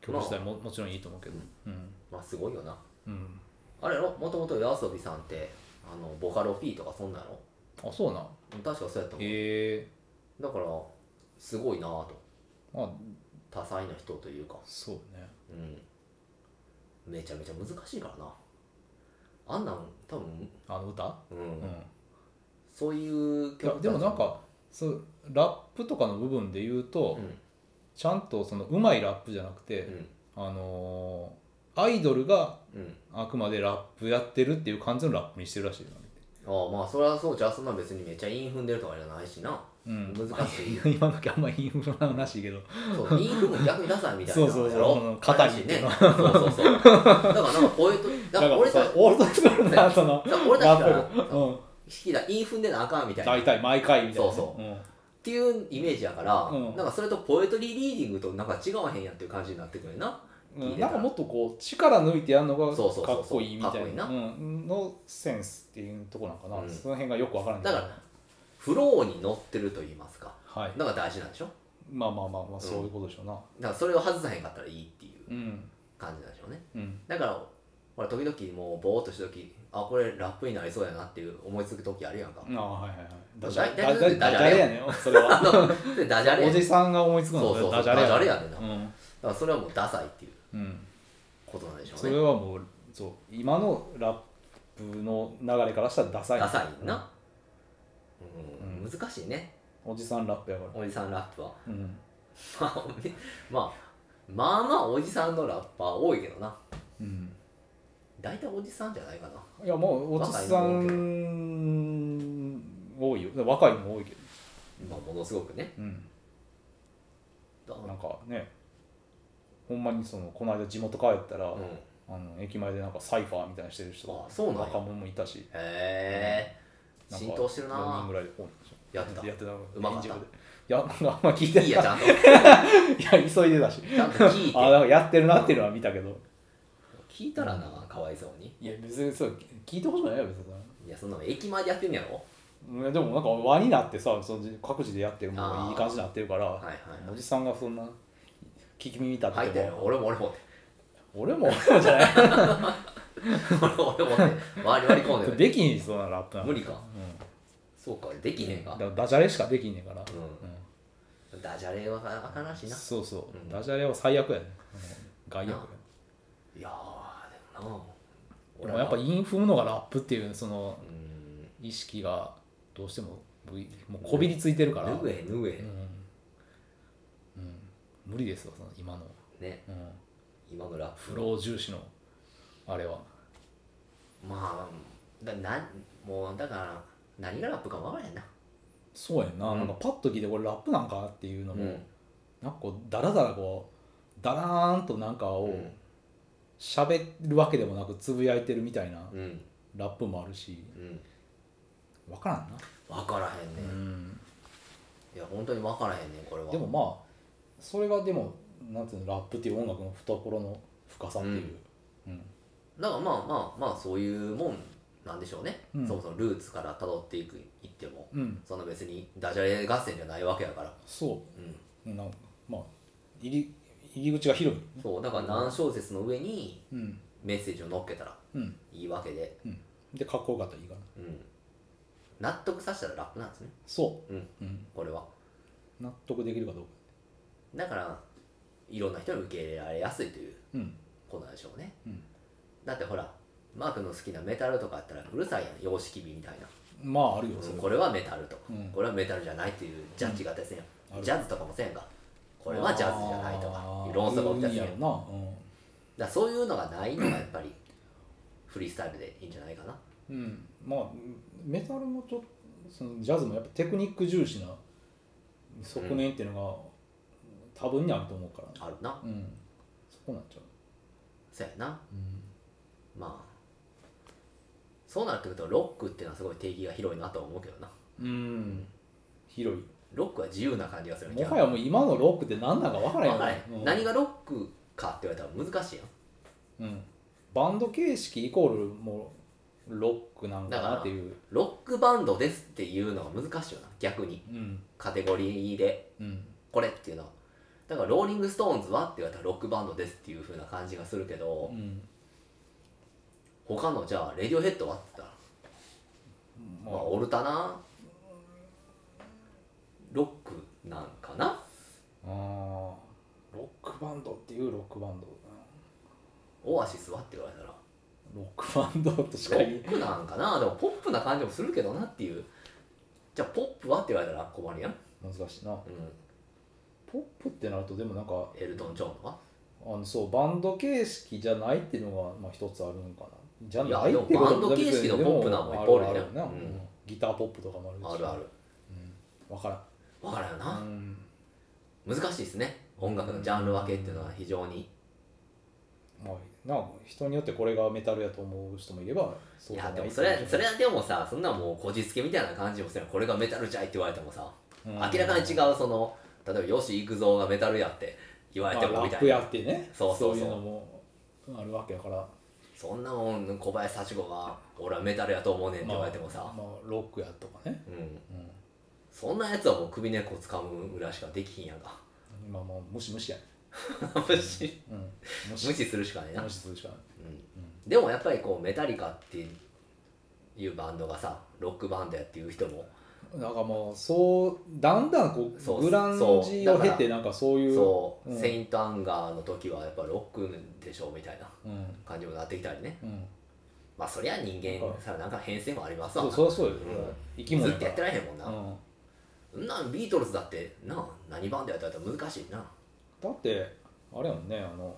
S2: 曲自体ももちろんいいと思うけど、うん
S1: まあすごいよな
S2: うん、
S1: あれやろもともと夜遊びさんってあのボカロ P とかそんなの
S2: あそうな
S1: 確かそうやったもん
S2: へえ
S1: だからすごいなぁと
S2: まあ
S1: 多彩な人というか
S2: そうね
S1: うんめちゃめちゃ難しいからなあんなん多分
S2: あの歌、
S1: うん、
S2: うん、い
S1: そういう
S2: やでもなんかそうラップとかの部分で言うと、
S1: うん
S2: ちゃんとそのうまいラップじゃなくて、
S1: うん
S2: あのーアイドルが
S1: うん
S2: あくまでラップやってるっていう感じのラップにしてるらしいよ、
S1: ああまあそれはそうじゃあそんな別にめっちゃ韻踏んでるとかじゃないしな
S2: うん、
S1: 難しい
S2: 今の時あんまりインフラの話やけ ど
S1: そう、インフも逆にダサいみたいな
S2: そうそうそ
S1: や
S2: う
S1: ろ
S2: うん肩に
S1: 話ね。そうそうそう。だからなんかポエト、だから俺たち、
S2: オールドスクー ルの後
S1: だ
S2: の
S1: から俺たちから
S2: ラップうん
S1: 引きだ、インフんでなあかんみたいな。っ
S2: 大体毎回みたいなね
S1: そうそ
S2: うん
S1: ていうイメージやから、
S2: うん
S1: なんかそれとポエトリーリーディングとなんか違わへんやんっていう感じになってくるよな。
S2: う
S1: 入
S2: ん、
S1: れ
S2: な
S1: たら
S2: んかもっとこう力抜いてやるのが
S1: そうそうそうそ
S2: か
S1: う
S2: っこいいみた
S1: かっこ
S2: い
S1: いい
S2: な
S1: な
S2: うんのセンスっていうとこなんかな、
S1: うん
S2: その辺がよくわからない
S1: だからフローに乗ってると言いますか
S2: はい
S1: のが大事なんでしょ
S2: まあまあまあまあそういうことでしょうな
S1: だからそれを外さへんかったらいいっていう
S2: うん
S1: 感じなんでしょうね
S2: うん
S1: だからほら時々もうぼーっとした時あこれラップになりそうやなっていう思いつく時あるやんか
S2: ああはいはいはい
S1: だ
S2: ダジャレダ
S1: だ
S2: ジ
S1: だ
S2: ャレダジャレやねんそれ
S1: あ
S2: は
S1: のでダジャレ
S2: お
S1: やん
S2: じ
S1: だか
S2: さんが思いつくの
S1: そうそうそう
S2: ダジャレや
S1: ダジャレやねんな
S2: うん
S1: らそれはもうダサいっていう
S2: うん
S1: ことなんでしょ
S2: そうれ
S1: ね
S2: はもうそう今のラップの流れからしたらダサい
S1: ダサいな、うん
S2: うん
S1: 難しいね
S2: おじさんラップやから
S1: おじさんラップは
S2: うん
S1: まあ、おじまあ、まあまあおじさんのラッパー多いけどな
S2: うん
S1: 大体おじさんじゃないかない
S2: やもうおじさん多いよ若いのも多いけど
S1: まあものすごくね
S2: うん
S1: だから
S2: なんかねほんまにそのこの間地元帰ったら、
S1: うん
S2: あの駅前でなんかサイファーみたいなしてる人
S1: あそうなんや
S2: 若者もいたし
S1: へえ
S2: なんか
S1: 浸透してる
S2: 4人
S1: な
S2: ぐらいでこう
S1: やってた
S2: やってた
S1: うまかった
S2: 臨時部でいやなんかあんま聞いてないい
S1: いやちゃんと
S2: いや急いでたし
S1: ちゃんと聞い
S2: あなん
S1: て
S2: かやってるなっていうのは見たけど
S1: 聞いたらなかわいそうに
S2: いや別にそう聞いてほしくないよ別に
S1: いやそんなの駅前でやってんやろ
S2: いやでもなんか輪になってさその各自でやってもういい感じになってるから、
S1: はいはい
S2: おじさんがそんな聞き耳立
S1: はい入
S2: っ
S1: ってた
S2: て
S1: よ
S2: も
S1: 俺も俺もって
S2: 俺も俺もじゃない
S1: 俺も俺もって割り割り込んでる
S2: できひんしそんなラップなん
S1: 無理か
S2: う
S1: そうかできへん
S2: ん、だ
S1: か
S2: からダジャレしかできんねんから、
S1: う
S2: うん
S1: ダジャレはあかんらしい
S2: ん
S1: な
S2: そうそう、
S1: うん
S2: ダジャレは最悪やね、うん、害悪やね
S1: いやーでもな
S2: でもやっぱ
S1: う
S2: 韻踏むのがラップっていうその
S1: ん
S2: 意識がどうしてもぶいもうこびりついてるから、
S1: 脱え脱
S2: うんうん無理ですわその今の、
S1: えね
S2: うん、
S1: 今のラッ
S2: フ
S1: プ
S2: ロー重視のあれは
S1: まあだなもうだから何がラップかもわからへんな
S2: そうやんな,、
S1: うん
S2: なんかパッと聞いてこれラップなんかっていうのも、
S1: うん
S2: なんかこうダラダラこうダラーンとなんかを喋るわけでもなくつぶやいてるみたいな
S1: うん
S2: ラップもあるし
S1: うん
S2: 分からんな、
S1: 分からへんね、いや本当に分からへんねこれは
S2: でもまあそれがでもなんていうのラップっていう音楽の懐の深さっていう、うん
S1: だからまあまあまあそういうもんなんでしょうね、
S2: うん
S1: そもそもルーツから辿っていくいっても
S2: うん
S1: そんな別にダジャレ合戦じゃないわけやから
S2: そ
S1: うん
S2: うなんかまあ入り入り口が広い、
S1: そうだから何小節の上に
S2: うん
S1: メッセージを乗っけたら
S2: うん
S1: いいわけで、
S2: うん、でかっこよかったらいいかな
S1: うん、納得させたらラップなんですね
S2: そ
S1: うん
S2: う、うん、
S1: これは
S2: 納得できるかどうか
S1: だからいろんな人に受け入れられやすいという
S2: うん
S1: ことなんでしょうね
S2: うん
S1: だってほらマークの好きなメタルとかあったらうるさいやん様式美みたいな
S2: まああるよそれ
S1: これはメタルとか、
S2: うん
S1: これはメタルじゃないっていうジャッジがですね、
S2: うんある
S1: ジャズとかもせんがこれはジャズじゃないとか論争が起きたり
S2: い
S1: す
S2: や
S1: る
S2: ろ
S1: だか
S2: な、うん
S1: らそういうのがないのがやっぱりフリースタイルでいいんじゃないかな
S2: うん、まあメタルもちょっとそのジャズもやっぱテクニック重視な側面っていうのが多分にあると思うから、
S1: あるな
S2: うんそこなんちゃう、
S1: そうやな
S2: うん、
S1: まあそうなってくるとロックっていうのはすごい定義が広いなとは思うけどな
S2: うん、広い
S1: ロックは自由な感じがする
S2: もはやもう今のロックって何なのか分からへん
S1: 分からへ
S2: うん
S1: ん何がロックかって言われたら難しいやん
S2: うん、バンド形式イコールもうロックなんかなっていう
S1: ロックバンドですっていうのが難しいよな逆に
S2: うん
S1: カテゴリーで
S2: うん
S1: これっていうのはだからローリング・ストーンズはって言われたらロックバンドですっていう風な感じがするけど、
S2: うん
S1: 他のじゃあレディオヘッドはって言ったら、
S2: ま
S1: まあ
S2: あ
S1: オルタナロックなんかな
S2: あーロックバンドっていうロックバンド
S1: オアシスはって言われたら
S2: ロックバンドとしか
S1: ロ
S2: 言え
S1: ックなんかなでもポップな感じもするけどなっていうじゃあポップはって言われたら困るやん、うん、
S2: 難しいなポップってなるとでもなんか
S1: エルトン・ジョンは
S2: あのそうバンド形式じゃないっていうのがまあ一つあるんかなじゃ
S1: いや
S2: ないって
S1: でも
S2: ことも
S1: バンド形式のポップなんもいっぱいあるよね
S2: でもあるあるよな
S1: うん
S2: うんギターポップとかもあ
S1: あ
S2: る
S1: るある
S2: 分か
S1: 分からんよ
S2: らん
S1: な、
S2: うん
S1: 難しいですね音楽のジャンル分けっていうのは非常に、
S2: まあなんか人によってこれがメタルやと思う人もいればそ
S1: いう
S2: じ
S1: や
S2: ゃない
S1: でもそれそれはでもさそんなもうこじつけみたいな感じもするこれがメタルじゃいって言われてもさ
S2: うん
S1: 明らかに違うその例えば「よし行くぞ」がメタルやって言われて
S2: ま
S1: も
S2: あ
S1: みた
S2: ラップ
S1: い
S2: や
S1: な
S2: ってね
S1: そうそうそう
S2: いうのもあるわけやから
S1: そんなもん小林幸子が「俺はメタルやと思うねん」って言われても
S2: まあ
S1: さ、
S2: まあロックやとかね、
S1: うん、
S2: うん
S1: そんなやつはもう首根っこつかむぐらいしかできひんやんか
S2: 今もう無視無視や ね
S1: 無視
S2: うん無視
S1: 無視するしかねえな、う
S2: 無
S1: ん
S2: 視するしかない、
S1: でもやっぱりこうメタリカっていうバンドがさロックバンドやっていう人も
S2: うん、なんかもうそうだんだんこ
S1: そうう
S2: グランジ
S1: そうだ
S2: を
S1: から
S2: 経てなんかそういう
S1: そう、
S2: うん
S1: セイントアンガーの時はやっぱロックでしょみたいな
S2: うん
S1: 感じもなってきたりね
S2: うん
S1: まあそりゃ人間さなんか変遷もありますわ
S2: そう
S1: な
S2: そりゃそうよ、
S1: ん
S2: 生き
S1: ず
S2: 物
S1: っとやってられへんもんな、
S2: うん、
S1: そんなんビートルズだってな何バンドやったら難しいな
S2: だってあれやもんねあの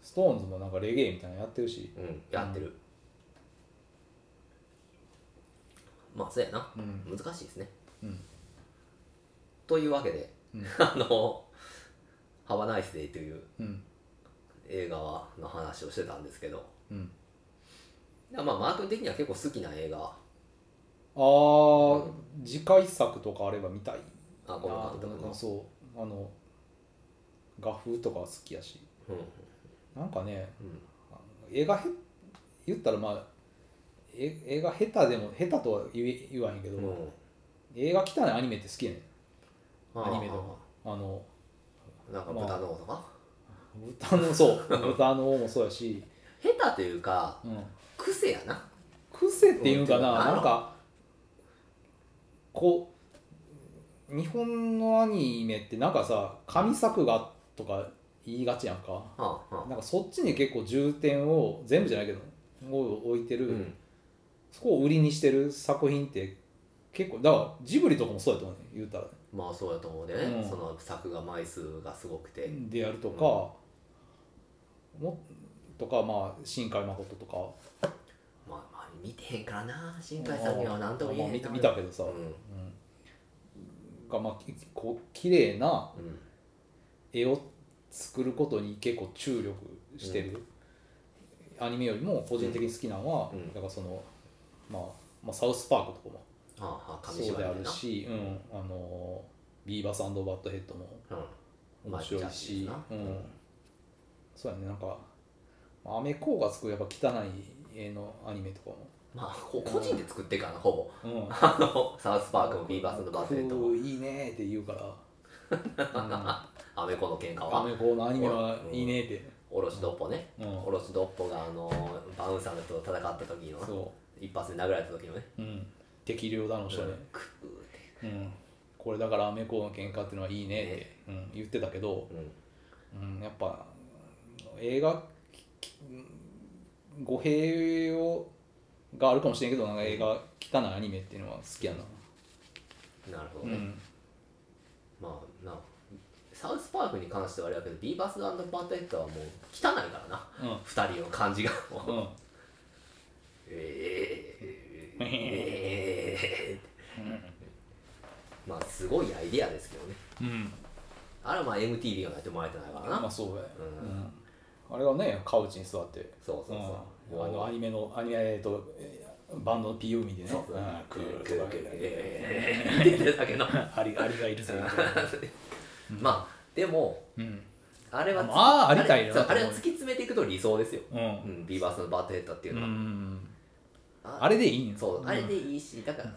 S2: ストーンズもなんかレゲエみたいなのやってるし、
S1: うんやってる、まあそうやな
S2: うん
S1: 難しいですね
S2: うん、
S1: というわけで、
S2: うん
S1: あの「ハバナイスデイ」という
S2: うん
S1: 映画の話をしてたんですけど
S2: うん
S1: まあマー君的には結構好きな映画
S2: あー、次回作とかあれば見たい
S1: あこの監督の、
S2: そうあの画風とか好きやし
S1: うん
S2: なんかね
S1: うん、
S2: あの映画へ言ったらまあえ映画下手でも下手とは言え言わへんけど、
S1: うん
S2: 映画汚いアニメって好きやねん
S1: あ
S2: ア
S1: ー
S2: ニメでもあの
S1: なんか豚の王とか、
S2: 豚の そう豚の王もそうやし、
S1: 下手というか
S2: うん、
S1: 癖やな
S2: 癖っていうんかな、
S1: うん
S2: なんかこう日本のアニメってなんかさ神作がとか言いがちやんか
S1: はあは
S2: なんかそっちに結構重点を全部じゃないけどを置いて
S1: あ
S2: る、
S1: うん
S2: そこを売りにしてる作品って結構だからジブリとかもそうやと思うね言うたらね
S1: まあそうやと思うで、
S2: うん
S1: その作画枚数がすごくて、
S2: でやるとか、もとかまあ新海誠とか
S1: まあまあ見てへんからな新海さんには何とも言えへん
S2: まあ
S1: な
S2: 見見たけどさ、
S1: う、
S2: うんがまあきこう綺麗なん
S1: うん、
S2: 絵を作ることに結構注力してる、アニメよりも個人的に好きなのは、
S1: うん
S2: だからその、まあ、まあサウスパークとかも
S1: ああはあ紙
S2: そう
S1: 芝居
S2: であ
S1: で
S2: る
S1: な
S2: し、うん、あのビーバーサンドバッドヘッドも
S1: うん
S2: 面白い
S1: ま
S2: し、
S1: あ
S2: う
S1: ジャッジです
S2: ん、そうやねなんかアメコーが作るやっぱ汚い絵のアニメとか
S1: なまあこ個人で作ってるからなほぼ
S2: も、うん、
S1: あのサウスパークもビーバースのバッテリーと
S2: 僕
S1: も
S2: いいねって言 うから、
S1: アメコの喧嘩
S2: うん、ア
S1: は
S2: メコーのアニメはいいねって、
S1: オロチドッポね、
S2: うん、
S1: オロチドッポがあのバウンサーの人と戦った時の
S2: そ
S1: 一発で殴られた時のね
S2: う、うん、適量だの人ね、
S1: クーって
S2: うん、これだからアメコーの喧嘩っていうのはいいねって、うん、言ってたけど、
S1: うん
S2: うん、やっぱ映画きき語弊をがあるかもしれんけどなんか映画汚いアニメっていうのは好きやな、
S1: なるほ
S2: う
S1: どね、
S2: ん、
S1: まあなサウスパークに関してはあれだけどビーバースバッテリーとはもう汚いからな
S2: うん
S1: 二人の感 じが
S2: うん
S1: ええええまあすごいアイディアですけどね
S2: うん
S1: あれはまあ MTV がやってもらえてないからな、
S2: まあそうや、
S1: う
S2: うんあれはねカウチに座って
S1: そうそうそう、
S2: うんあのアニメのアニメえーとえーバンドの PU 見てね
S1: そうそう
S2: うんクール
S1: ク
S2: と
S1: ー
S2: か
S1: クーええ見てるだけの
S2: アリアリがいるぜみたいな、
S1: まあでも
S2: うん
S1: あれは
S2: まあありた
S1: あ
S2: いな
S1: れそうあれは突き詰めていくと理想ですよ、
S2: う
S1: うんん、ビーバースのバッドヘッドっていう
S2: う
S1: のは、
S2: ん、
S1: あ
S2: あれでいいん
S1: そうあれでいいしだから、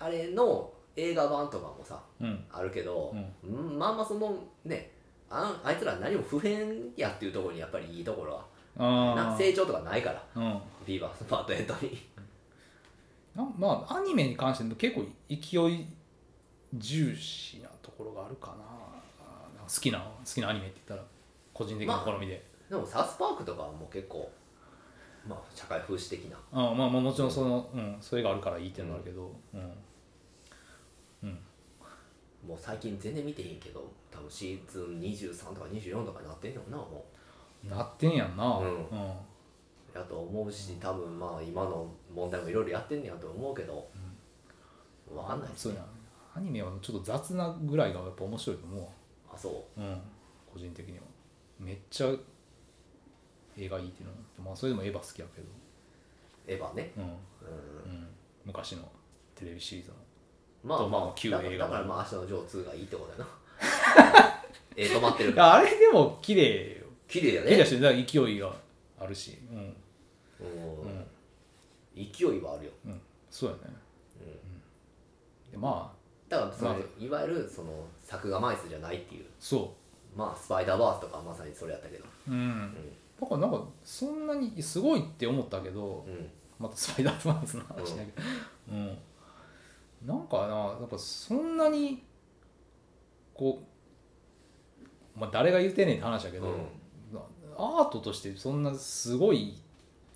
S1: あれの映画版とかもさ
S2: うん
S1: あるけど
S2: う、
S1: うんまあまあそのねああいつら何も不変やっていうところにやっぱりいいところはな
S2: あー
S1: 成長とかないから
S2: うん
S1: ビーバースバッドヘッドに
S2: なまあアニメに関しても結構勢い重視なところがあるかななんか好きな好きなアニメって言ったら個人的な好みで、
S1: でもサウスパークとかはもう結構まあ社会風刺的な
S2: まあ、まあもちろんその、うん、それがあるからいいっていうのはあるけどうん、うん
S1: もう最近全然見てへんけど多分シーズン23とか24とかになってんのかなも
S2: なってんやんな
S1: うん
S2: うん
S1: うやと思うし多分まあ今の問題もいろいろやってんねやと思うけど、わかんないです
S2: そう
S1: ね
S2: やなアニメはちょっと雑なぐらいがやっぱ面白いと思うわ
S1: あそ
S2: うん個人的にはめっちゃ映画いいっていうのまあそれでもエヴァ好きやけど
S1: うエヴァね
S2: うん
S1: うん
S2: うん昔のテレビシリーズの
S1: まあま
S2: まあ
S1: あ
S2: 旧
S1: だ
S2: 映
S1: だ
S2: 画
S1: からまあ明日のジョー2がいいってことやなえ止まってる
S2: いやあれでも綺麗よ
S1: 綺麗や
S2: 綺麗
S1: ね
S2: だしだから勢いがあるし、うん
S1: うん
S2: うん
S1: 勢いはあるよ
S2: うん、そうやね、うんでまあ
S1: だからその、
S2: ま
S1: いわゆるその作画枚数じゃないっていう
S2: そ
S1: まあスパイダーバースとかはまさにそれやったけど
S2: ううん、だからなんかそんなにすごいって思ったけど
S1: う、ん
S2: またスパイダーマンスの話だけど、うん、なんかなやっぱそんなにこう、まあ、誰が言うてんねんって話だけど、
S1: うん
S2: なアートとしてそんなすごい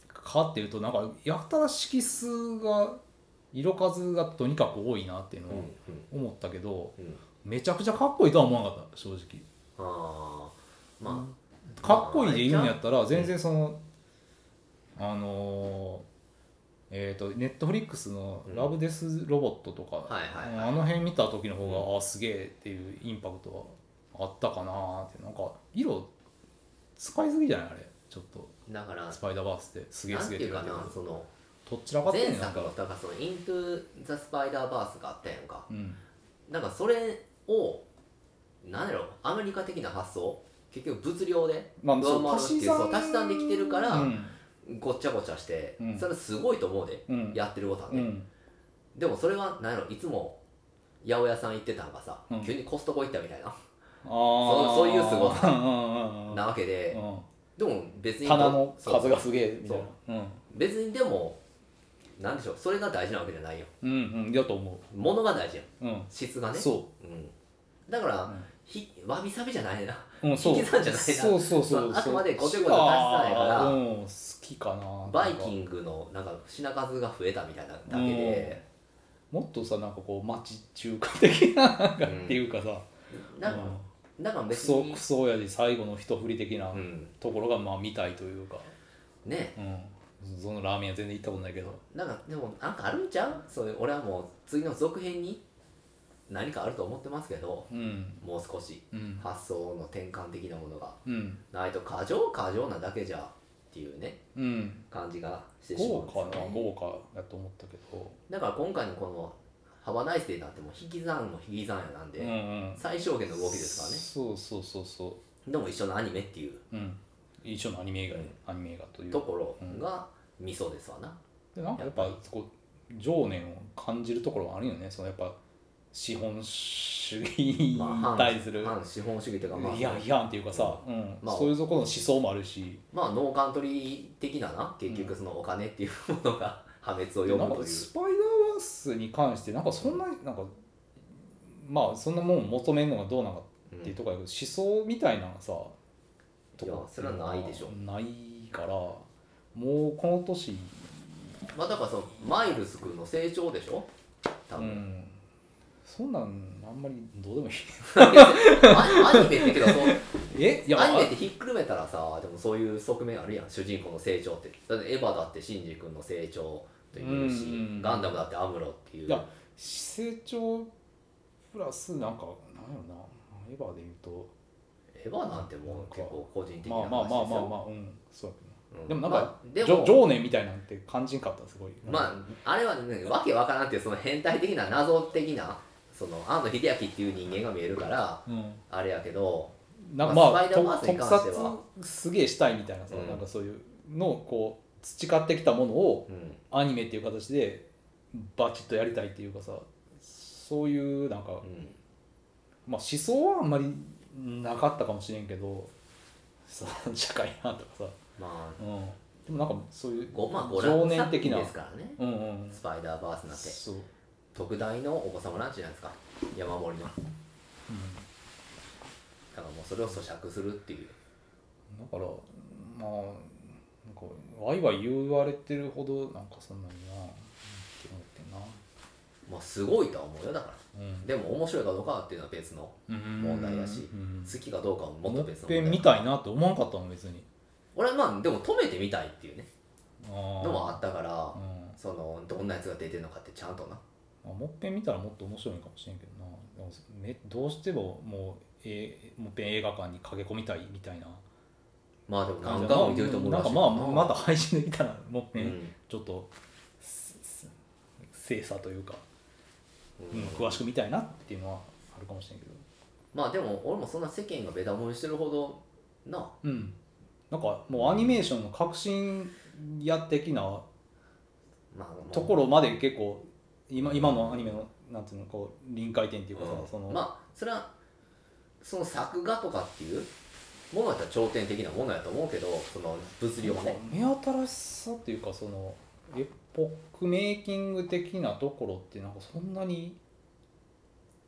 S2: かかってるとなんかやたら色数が色数がとにかく多いなっていうの
S1: うんう
S2: は
S1: ん
S2: 思ったけど、
S1: うん
S2: めちゃくちゃかっこいいとは思わなかった正直。
S1: ああまあ
S2: かっこいいで言うんやったら全然その、あのーえっ、とネットフリックスの
S1: う
S2: 「
S1: ん
S2: ラブデスロボット」とか、
S1: はいはいはい
S2: あの辺見た時の方が、ああすげえっていうインパクトはあったかなーってなんか色使いすぎじゃないあれちょっと
S1: だから
S2: スパイダーバースってすげえ
S1: なん
S2: す
S1: て
S2: げえっ
S1: い
S2: て
S1: う
S2: 言わ
S1: か
S2: れてる
S1: なその
S2: とっちらかってん
S1: 前
S2: ねなん
S1: 作
S2: か
S1: のだからその「イントゥ・ザ・スパイダーバース」があったやんか
S2: うん
S1: なんかそれをなんやろアメリカ的な発想結局物量で
S2: まあ
S1: 上回るっていうそう足し算できてるから
S2: うん
S1: ごっちゃごちゃして、
S2: うん
S1: それすごいと思うで、
S2: うん
S1: やってることは
S2: う
S1: ね、
S2: ん
S1: でもそれはなんやろいつも八百屋さん行ってたんがさ、
S2: うん
S1: 急にコストコ行ったみたいな、
S2: あー
S1: そうそういうすごさ
S2: うんうんうんうん
S1: なわけで、
S2: うん
S1: でも別に
S2: 棚の
S1: そう
S2: 数がすげえみたいなうん
S1: 別にでもなんでしょうそれが大事なわけじゃないよ
S2: うんうんだと思
S1: 物が大事やん
S2: ううん
S1: 質がね、
S2: そう
S1: ん、だから、
S2: ん
S1: ひわびさびじゃないな
S2: う、うん、そう
S1: 引き算じゃないな
S2: そうそうそう
S1: あくまでごちゃごちゃ足し算やから
S2: あーうん、好きかな
S1: バイキ
S2: ン
S1: ングのなんか品数が増えたみたいなだけで、
S2: もっとさなんかこう町中華的ななんか
S1: うん
S2: っていうかさ、
S1: なんか
S2: うん
S1: だから
S2: ク
S1: 別
S2: ソ
S1: に
S2: クソ親父最後の一振り的な
S1: うん
S2: ところがまあ見たいというか、
S1: ね
S2: うん、そのラーメン屋全然行ったことないけど
S1: なんかでもなんかあるんちゃうそういう俺はもう次の続編に何かあると思ってますけど
S2: うん
S1: もう少し
S2: うん
S1: 発想の転換的なものが
S2: うん
S1: ないと過剰過剰なだけじゃっていうね
S2: うん
S1: 感じがしてしまうん
S2: 豪
S1: です
S2: 華
S1: よ
S2: な
S1: ね
S2: 豪華やと思ったけど
S1: だから今回のこの「ハバナイスデー」なんてもう引き算も引き算やなんで、
S2: うんうん
S1: 最小限の動きですからね
S2: そうそうそうそ
S1: でも一緒のアニメっていう
S2: ううん一緒のアニメ映画、アニメ映画という
S1: ところがミソですわな、
S2: でなんかやっぱこう情念を感じるところはあるよねそのやっぱ資本主義に
S1: まあ
S2: 対する、
S1: 反資本主義というかまあ
S2: いや批判っていうかさ、うん
S1: まあ
S2: そういうところの思想もあるし
S1: まあノーカントリー的なな結局そのお金っていうものが 破滅を呼ぶとい
S2: なん
S1: う
S2: かスパイダーバースに関してなんかそんななんかまあそんなもん求めるのがどうなのか
S1: うん
S2: っていうところやけど、思想みたいなのがさ
S1: いやそれはないでしょ
S2: ないからもうこの年
S1: まあだからそのマイルス君の成長でし ょ多
S2: う
S1: 分、
S2: んそんなんあんまりどうでもいい
S1: アニアニメってけどそう
S2: えい
S1: アニメってひっくるめたらさでもそういう側面あるやん主人公の成長ってだってエヴァだってシンジ君の成長というし、
S2: うん
S1: ガンダムだってアムロっていう
S2: いや成長プラスなんかなんやろなエヴァで言うと
S1: エヴァなんてもう結構個人的な
S2: まあ
S1: 話ですよ、
S2: まあまあまあまあうんそうや
S1: うん
S2: でもなんか
S1: まあ
S2: け
S1: で
S2: どじょ
S1: も
S2: 情念みたいなんて感じんかったすごい
S1: まああれはねわけわからんっていうその変態的な謎的なその安野秀明っていう人間が見えるから
S2: うん
S1: あれやけど
S2: なんか
S1: ま
S2: ま
S1: あ
S2: あ
S1: スパイダーバー
S2: と
S1: スに
S2: 特
S1: 関しては
S2: 撮すげえしたいみたいなさ
S1: うん
S2: なんかそういうのをこう培ってきたものを
S1: うん
S2: アニメっていう形でバチッとやりたいっていうかさそういうなんか
S1: うん
S2: まあ思想はあんまりなかったかもしれんけどその社会派とかさ
S1: まあ
S2: うんでもなんかそういう
S1: ごまあご
S2: 情
S1: 覧
S2: 念的な
S1: ですからね
S2: うんうん
S1: スパイダーバースなんて
S2: そう、うん、
S1: 特大のお子様ランチじゃないですか山盛りのだからもうそれを咀嚼するっていう
S2: だからまあなんかワイワイ言われてるほどなんかそんなになって思っ
S1: まあすごいとは思うよだから
S2: てんなうん
S1: でも面白いかどうかっていうのは別の問題やし
S2: うんうん
S1: 好きかどうかはもっと別の
S2: もっぺ
S1: 問
S2: ん見
S1: 題
S2: たいなって思わんかったの別に
S1: 俺はまあでも止めてみたいっていうね
S2: あ
S1: のも
S2: あ
S1: あったから
S2: うんま
S1: そのどんなやつが出てるのかってちゃんとな
S2: あもっぺん見たらもっと面白いかもしれんけどなでもめどうしてももうえーもっぺん映画館に駆け込みたいみたいな
S1: まあでも
S2: 感
S1: 何
S2: じだ
S1: 回
S2: な
S1: も見てると思う
S2: な
S1: らし
S2: ん
S1: い
S2: かまあまた配信できたらもっ
S1: う
S2: ぺ
S1: ん
S2: んちょっとすす精査というか、
S1: う
S2: うんん詳しく見たいなっていうのはあるかもしれんけど
S1: まあでも俺もそんな世間がべたもにしてるほどなあ
S2: うんなんかもうアニメーションの革新や的な
S1: まあもう
S2: ところまで結構今今のアニメのなんていうのこう臨界点っていうかさ、
S1: うん
S2: その、
S1: まあそれはその作画とかっていうものやったら頂点的なものやと思うけどその物量がね
S2: 目新しさっていうかそのエポックメイキング的なところってなんかそんなに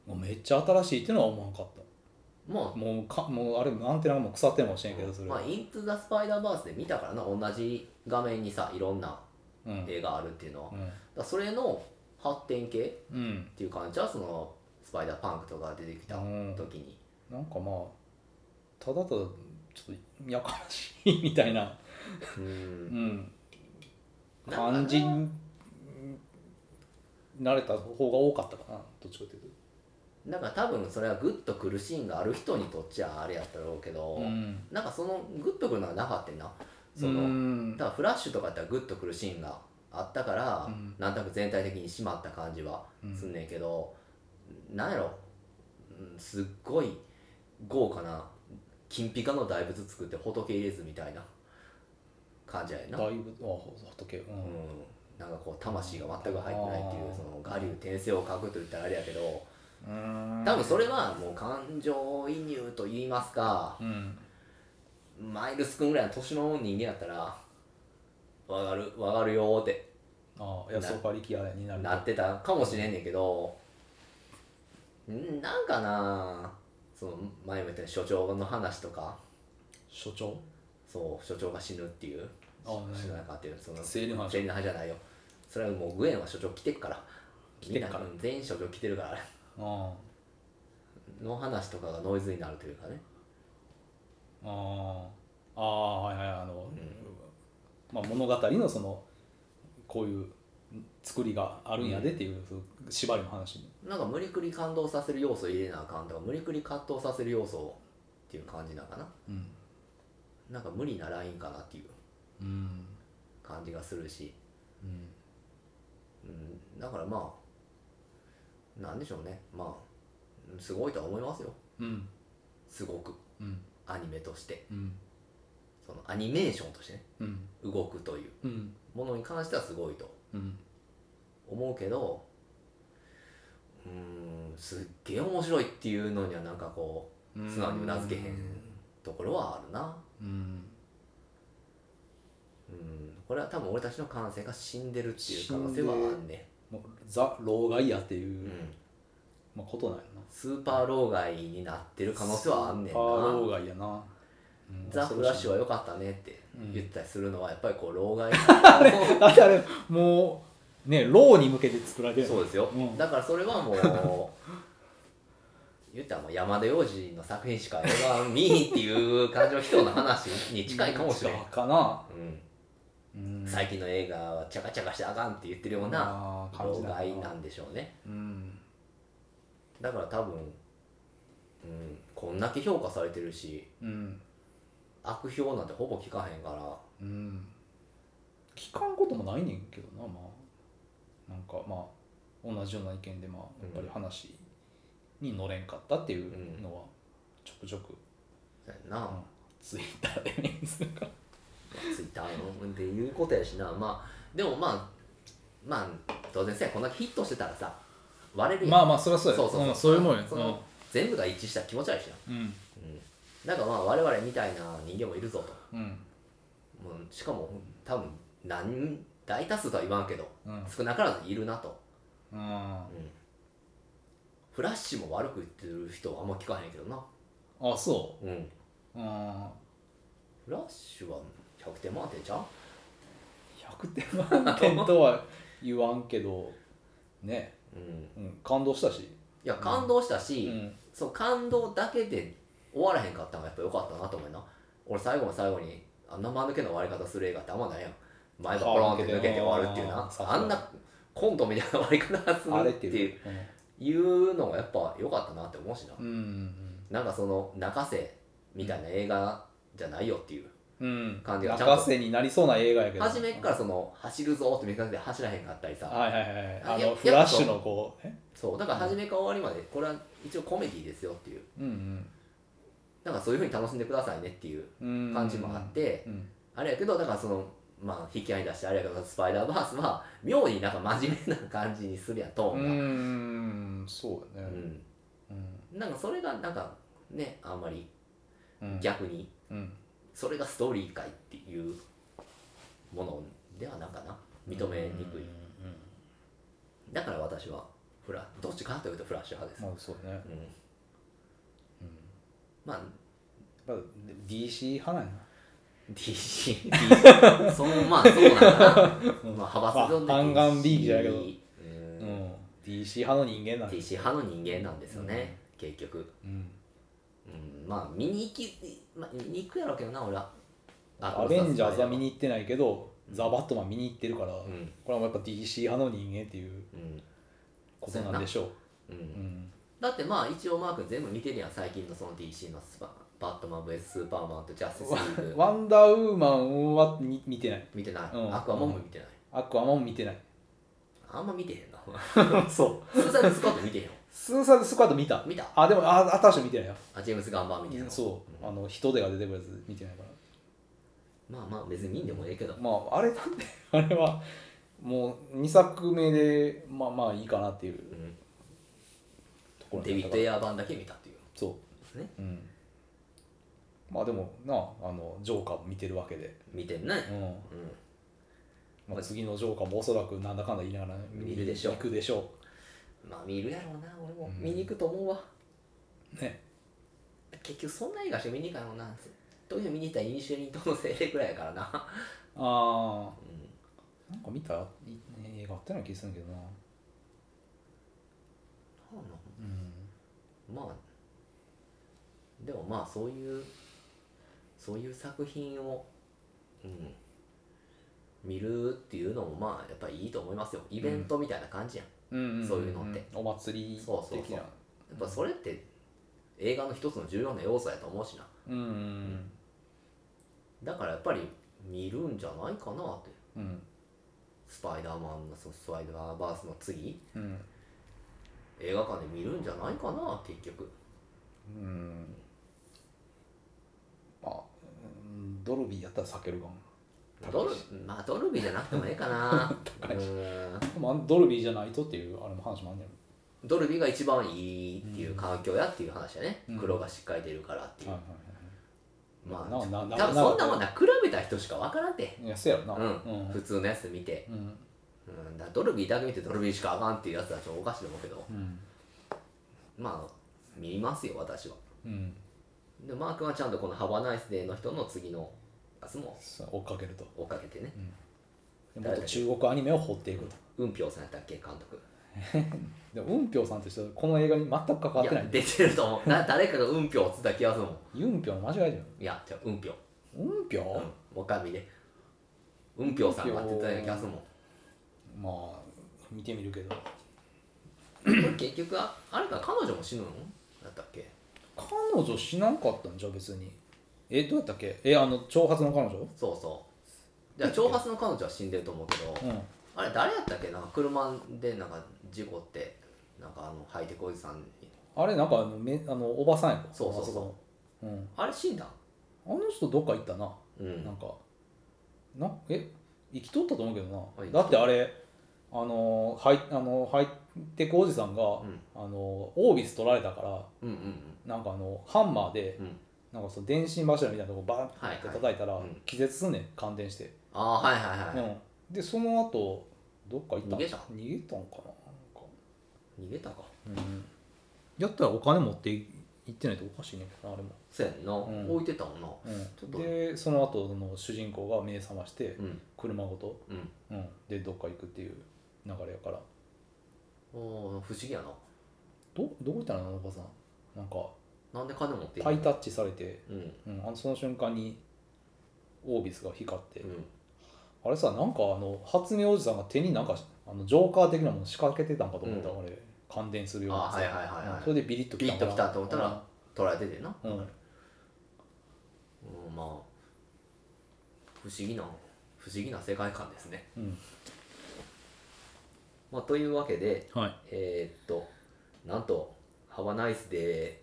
S2: もうめっちゃ新しいっていうのは思わなかっ
S1: ま
S2: たもうかもうあれアンテナがもう腐ってるかもしれんけどそ
S1: あ
S2: れ
S1: まあ「イントゥ・ザ・スパイダーバース」で見たからな同じ画面にさいろんな
S2: うんうん
S1: 絵があるっていうのはだからそれの発展系っ
S2: うん
S1: ていう感じはそのスパイダーパンクとか出てきた
S2: うん
S1: 時に
S2: なんかまあただただちょっとやかましいみたいな、
S1: う
S2: うんん、
S1: なんか
S2: 感じになれた方が多かったかなどっちかという
S1: なんか多分それはグッとくるシーンがある人にとっちゃあれやったろうけど、
S2: と、ん、
S1: なんかそのグッとくるのはなかったよなその、
S2: の
S1: だからフラッシュとかやったらグッとくるシーンがあったから、
S2: うん
S1: なんとなく全体的に締まった感じはすんねんけど、なんやろ、うん、すっごい豪華な金ピカの大仏作って仏入れずみたいな感じやねんな、うん、
S2: だいぶあ仏うん、
S1: なんかこう魂が全く入ってないっていう
S2: あー
S1: その我流転生を書くと言ったらあれやけど
S2: 多
S1: 多分それはもう感情移入と言いますか
S2: うん
S1: マイルス君ぐらいの年の人間やったらわかるわかるよーって
S2: ああ安岡力也になる
S1: なってたかもしれんねんけどんなんかなその前も言ったように所長の話とか
S2: 所長
S1: そう所長が死ぬっていう
S2: ああ
S1: 死ぬ中っていうその
S2: 生理の話
S1: 全員の話じゃないよそれはもうグエンは所長来てるから
S2: 来てるから
S1: みんなうん全員所長来てるから
S2: あ
S1: の話とかがノイズになるというかね
S2: あああああはいはいあの、まあ、物語のそのこういう作りがあるんやでっていう、縛りの話に
S1: なんか無理くり感動させる要素入れなあかんとか無理くり葛藤させる要素っていう感じなんかな
S2: うん、
S1: なんか無理なラインかなっていう
S2: うん
S1: 感じがするし
S2: うん、
S1: うん、だからまあなんでしょうねまあうんすごいとは思いますよ
S2: うん
S1: すごく
S2: うん
S1: アニメとして
S2: うん
S1: そのアニメーションとしてね
S2: うん
S1: 動くという
S2: うん
S1: ものに関してはすごいと
S2: うん
S1: 思うけどうーんすっげえ面白いっていうのにはなんかこう素直にうなずけへんところはあるな
S2: うん
S1: うんこれは多分俺たちの感性が死んでるっていう可能性はあんね
S2: もうザ・老害やっていう
S1: ん
S2: う、まあ、ことなんやな
S1: スーパー老害になってる可能性はあんねん
S2: スーパー
S1: な
S2: 老害やな、うん
S1: ザ・フラッシュ
S2: は
S1: は良かったねって
S2: うん
S1: 言ったりするのはやっぱりこう老害
S2: だってあれもうねローに向けて作られてる
S1: そううですよ、
S2: ん
S1: だからそれはもう言ったらもう山田洋次の作品しか映画見いっていう感じの人の話に近いかもしれん、
S2: かな、
S1: う
S2: うん
S1: ん、最近の映画はチャカチャカしてあかんって言ってるような
S2: あー感
S1: 老
S2: じだ
S1: 害なんでしょうね
S2: うん
S1: だから多分、うん、こんだけ評価されてるし
S2: うん
S1: 悪評なんてほぼ聞かへんから
S2: うん聞かんこともないねんけどなまあなんかまあ同じような意見でまあやっぱり話に乗れんかったっていうのはちょくちょく、
S1: そうやな、
S2: ツイッターで見つか
S1: ツイッターのっていうことやしなまあでもまあまあ当然さこんだけヒットしてたらさ割れるやん、
S2: まあまあそりゃそうや
S1: そうそうそう
S2: うんそういうもんや
S1: その全部が一致したら気持ち悪いしな、
S2: うん
S1: うん、なんかまあ我々みたいな人間もいるぞと
S2: うん
S1: もうしかも多分何大多数とは言わんけど
S2: うん
S1: 少なからずいるなと、
S2: うん
S1: うん、フラッシュも悪く言ってる人はあんま聞かへんけどな、
S2: あそ
S1: うん、
S2: ううん
S1: フラッシュは100点満点じゃん
S2: 100点満点とは言わんけどね、
S1: うん、い
S2: うん、感動したし、
S1: や感動した
S2: う
S1: し、
S2: ん、
S1: そう感動だけで終わらへんかったのがやっぱ良かったなと思うな俺最後の最後にあんな間抜けの終わり方する映画ってあんまないやん前歯ポロンって抜けて終わるっていう
S2: あ
S1: な
S2: ー
S1: あんなコントみたいな終わり方す
S2: あれ
S1: る
S2: っ
S1: ってて
S2: い
S1: いうう、いうのがやっぱ良かったなって思うしな、
S2: うんうん
S1: なんかその泣かせみたいな映画じゃないよっていう、
S2: うんうん、
S1: 感じがちゃんと
S2: 泣かせになりそうな映画やけど
S1: 初めっからその走るぞって見せかけて走らへんかったりさ
S2: はいはいはい
S1: あ
S2: あ
S1: ややっ
S2: の
S1: ぱ
S2: フラッシュのこうえ
S1: そうだから初めから終わりまでこれは一応コメディですよっていう
S2: うん
S1: だからそういうふうに楽しんでくださいねっていう
S2: うんうん
S1: 感じもあって
S2: うん
S1: あれやけどだからそのまあ引き合いに出してあれやけどスパイダーバースは妙になんか真面目な感じにするやんト
S2: う
S1: ーンが
S2: んそうだ
S1: う
S2: ね
S1: ん
S2: うん
S1: なんかそれがなんかねあんまり
S2: うん
S1: 逆に
S2: うん
S1: それがストーリーかいっていうものではなんかな認めにくい
S2: うんうん
S1: だから私はフラどっちかというとフラッシュ派です、
S2: まあそうだね
S1: うん、
S2: うん
S1: まあ
S2: やっぱ DC 派なんや
S1: DC, DC そうまあそうなんだな、まあ、派閥上で
S2: まあ半眼ビーキじゃないけど
S1: うん
S2: なうん DC 派の人間なんや
S1: DC 派の人間なんですよね、結局、
S2: うん
S1: うん、まあ見に行き、まあ、見に行くやろうけどな俺は
S2: アベンジャーズは見
S1: に
S2: に行ってないけどザ・バットマン見に行ってるから
S1: うん
S2: これはやっぱ DC 派の人間っていう
S1: うん
S2: ことなんでしょ
S1: う、
S2: ううんん
S1: だってまあ一応マー君全部見てるやん最近のその DC のスパバットマン VS スーパーマンとジャスティスリーグ
S2: ワンダーウーマンは見見てない
S1: 見てない、
S2: うん
S1: アクアモンも見てない、
S2: アクアマンも見てない
S1: あんま見てへんな
S2: そう
S1: スーサイドスクワット見てへんよ
S2: スーサイドスクワット見た
S1: 見た
S2: あでもあ新しいの見てないよ
S1: あジェームス・ガンバーみたいな
S2: そうあの人手が出てくるやつ見てないから
S1: まあまあ別に見んでもええけど
S2: まああれなんで あれはもう2作目でまあまあいいかなっていう
S1: うん
S2: ところ
S1: デ
S2: だ
S1: ビ
S2: った
S1: ッ
S2: か
S1: ド・
S2: ら
S1: エア版だけ見たっていう
S2: そう
S1: ね
S2: うんまあでもなあのジョーカーも見てるわけで、
S1: 見てんね
S2: うん
S1: うん
S2: まあ、次のジョーカーもおそらくなんだかんだ言いながら
S1: 見るでしょう
S2: 行くでしょ
S1: まあ見るやろうな俺も
S2: うん
S1: 見に行くと思うわ、
S2: うね
S1: 結局そんな映画しか見に行かんのなんですどういうの見に行ったらイニシュリン島の精霊くらいやからな、
S2: あ
S1: うん
S2: あなんか見たい映画あったような気がするんだけどな
S1: なんなん
S2: うん
S1: まあでもまあそういうそういう作品を、うん、見るっていうのもまあやっぱりいいと思いますよイベントみたいな感じやん、
S2: うんうんん
S1: そういうのって
S2: お祭り的な
S1: そうそうそうやっぱそれって映画の一つの重要な要素やと思うしな
S2: うんうん
S1: だからやっぱり見るんじゃないかなって
S2: うんうん
S1: スパイダーマンのそのスパイダーバースの次
S2: うん
S1: 映画館で見るんじゃないかな結局
S2: うんまあうんドルビーやったら避けるかも
S1: ドルまあドルビーじゃなくてもええか な
S2: 高いし
S1: うん
S2: でもあのドルビーじゃないとっていうあれも話もあんねん
S1: ドルビーが一番いいっていう環境やっていう話やね、
S2: うん
S1: 黒がしっかり出るからっていう、
S2: はい
S1: ま
S2: はい
S1: あ
S2: はいなな
S1: 多分
S2: な
S1: そんなもんな比べた人しか分からんて、
S2: いやせやろな
S1: うん
S2: うん
S1: 普通のやつ見て、
S2: うん
S1: うん、だからドルビーだけ見てドルビーしかあかんっていうやつはちょっとおかしいと思うけど
S2: うん
S1: まあ見ますよ私は
S2: うん
S1: でマー君はちゃんとこの「ハバナイスデー」の人の次のやつも
S2: そう追っかけると
S1: 追っかけてね
S2: でもっと中国アニメを掘っていくと
S1: うんぴょうさんやったっけ監督
S2: でもうんぴょうさんって人この映画に全く関わっ
S1: い
S2: てな
S1: や
S2: い
S1: 出てると思うな誰かがうんぴょうっつった気がするもん
S2: ユンぴょう間違いじ
S1: いやじゃあうんぴょう
S2: ゃんうんぴょう、
S1: うんもう一回見てうんぴょうさんがって言ったような気がするもん
S2: まあ見てみるけど
S1: これ結局ああれか彼女も死ぬのだったっけ
S2: 彼女しなかったんじゃ別にえどうやったっけえあの長髪の彼女
S1: そうそうじゃあ長髪の彼女は死んでると思うけど
S2: うん
S1: あれ誰やったっけなんか車でなんか事故ってなんかあのハイテクおじさんに
S2: あれなんかあのめあのおばさんやろ
S1: そうそうそう
S2: う、うん、
S1: あれ死んだん
S2: あの人どっか行ったな、
S1: う
S2: なん
S1: ん
S2: かなえ生きとったと思うけど
S1: 生き
S2: な
S1: と
S2: だ
S1: っ
S2: ってあれあのはいあのハイテクおじさんが、
S1: ん
S2: あのオービス取られたから
S1: うんうん
S2: なんかあのハンマーで
S1: うんうん
S2: なんかその電信柱みたいなとこバーンって
S1: はいはい
S2: 叩いたら、
S1: うん
S2: 気絶すんねん感電して、
S1: ああはいはいはい、
S2: うん、でその後どっか行ったん
S1: 逃げた
S2: 逃げたんかななんか
S1: 逃げたか
S2: うんやったらお金持ってい行ってないとおかしいねんけどなあれも、
S1: そうやんな、
S2: ん
S1: 置いてたもんな
S2: うん
S1: ちょっと
S2: でその後の主人公が目覚まして
S1: うん
S2: 車ごと、
S1: うん
S2: うん、でどっか行くっていう流れやから
S1: おー不思議やな
S2: どどこ行ったのあのおばさんなんか
S1: なんで金持ってい
S2: ハイタッチされて、
S1: うん
S2: うん、あのその瞬間にオービスが光って、
S1: うん
S2: あれさなんかあの初音おじさんが手になんかあのジョーカー的なもの仕掛けてたんかと思った、
S1: うん
S2: あれ感電するよう
S1: あ
S2: なさ
S1: はいはいはいはい
S2: うんそれでビリッとんかな
S1: ビリッと来たと思ったら取られててな
S2: うん、うん
S1: うん、まあ不思議な不思議な世界観ですね、
S2: うん
S1: まあ、というわけで
S2: はい
S1: えーっとなんと「ハワナイスで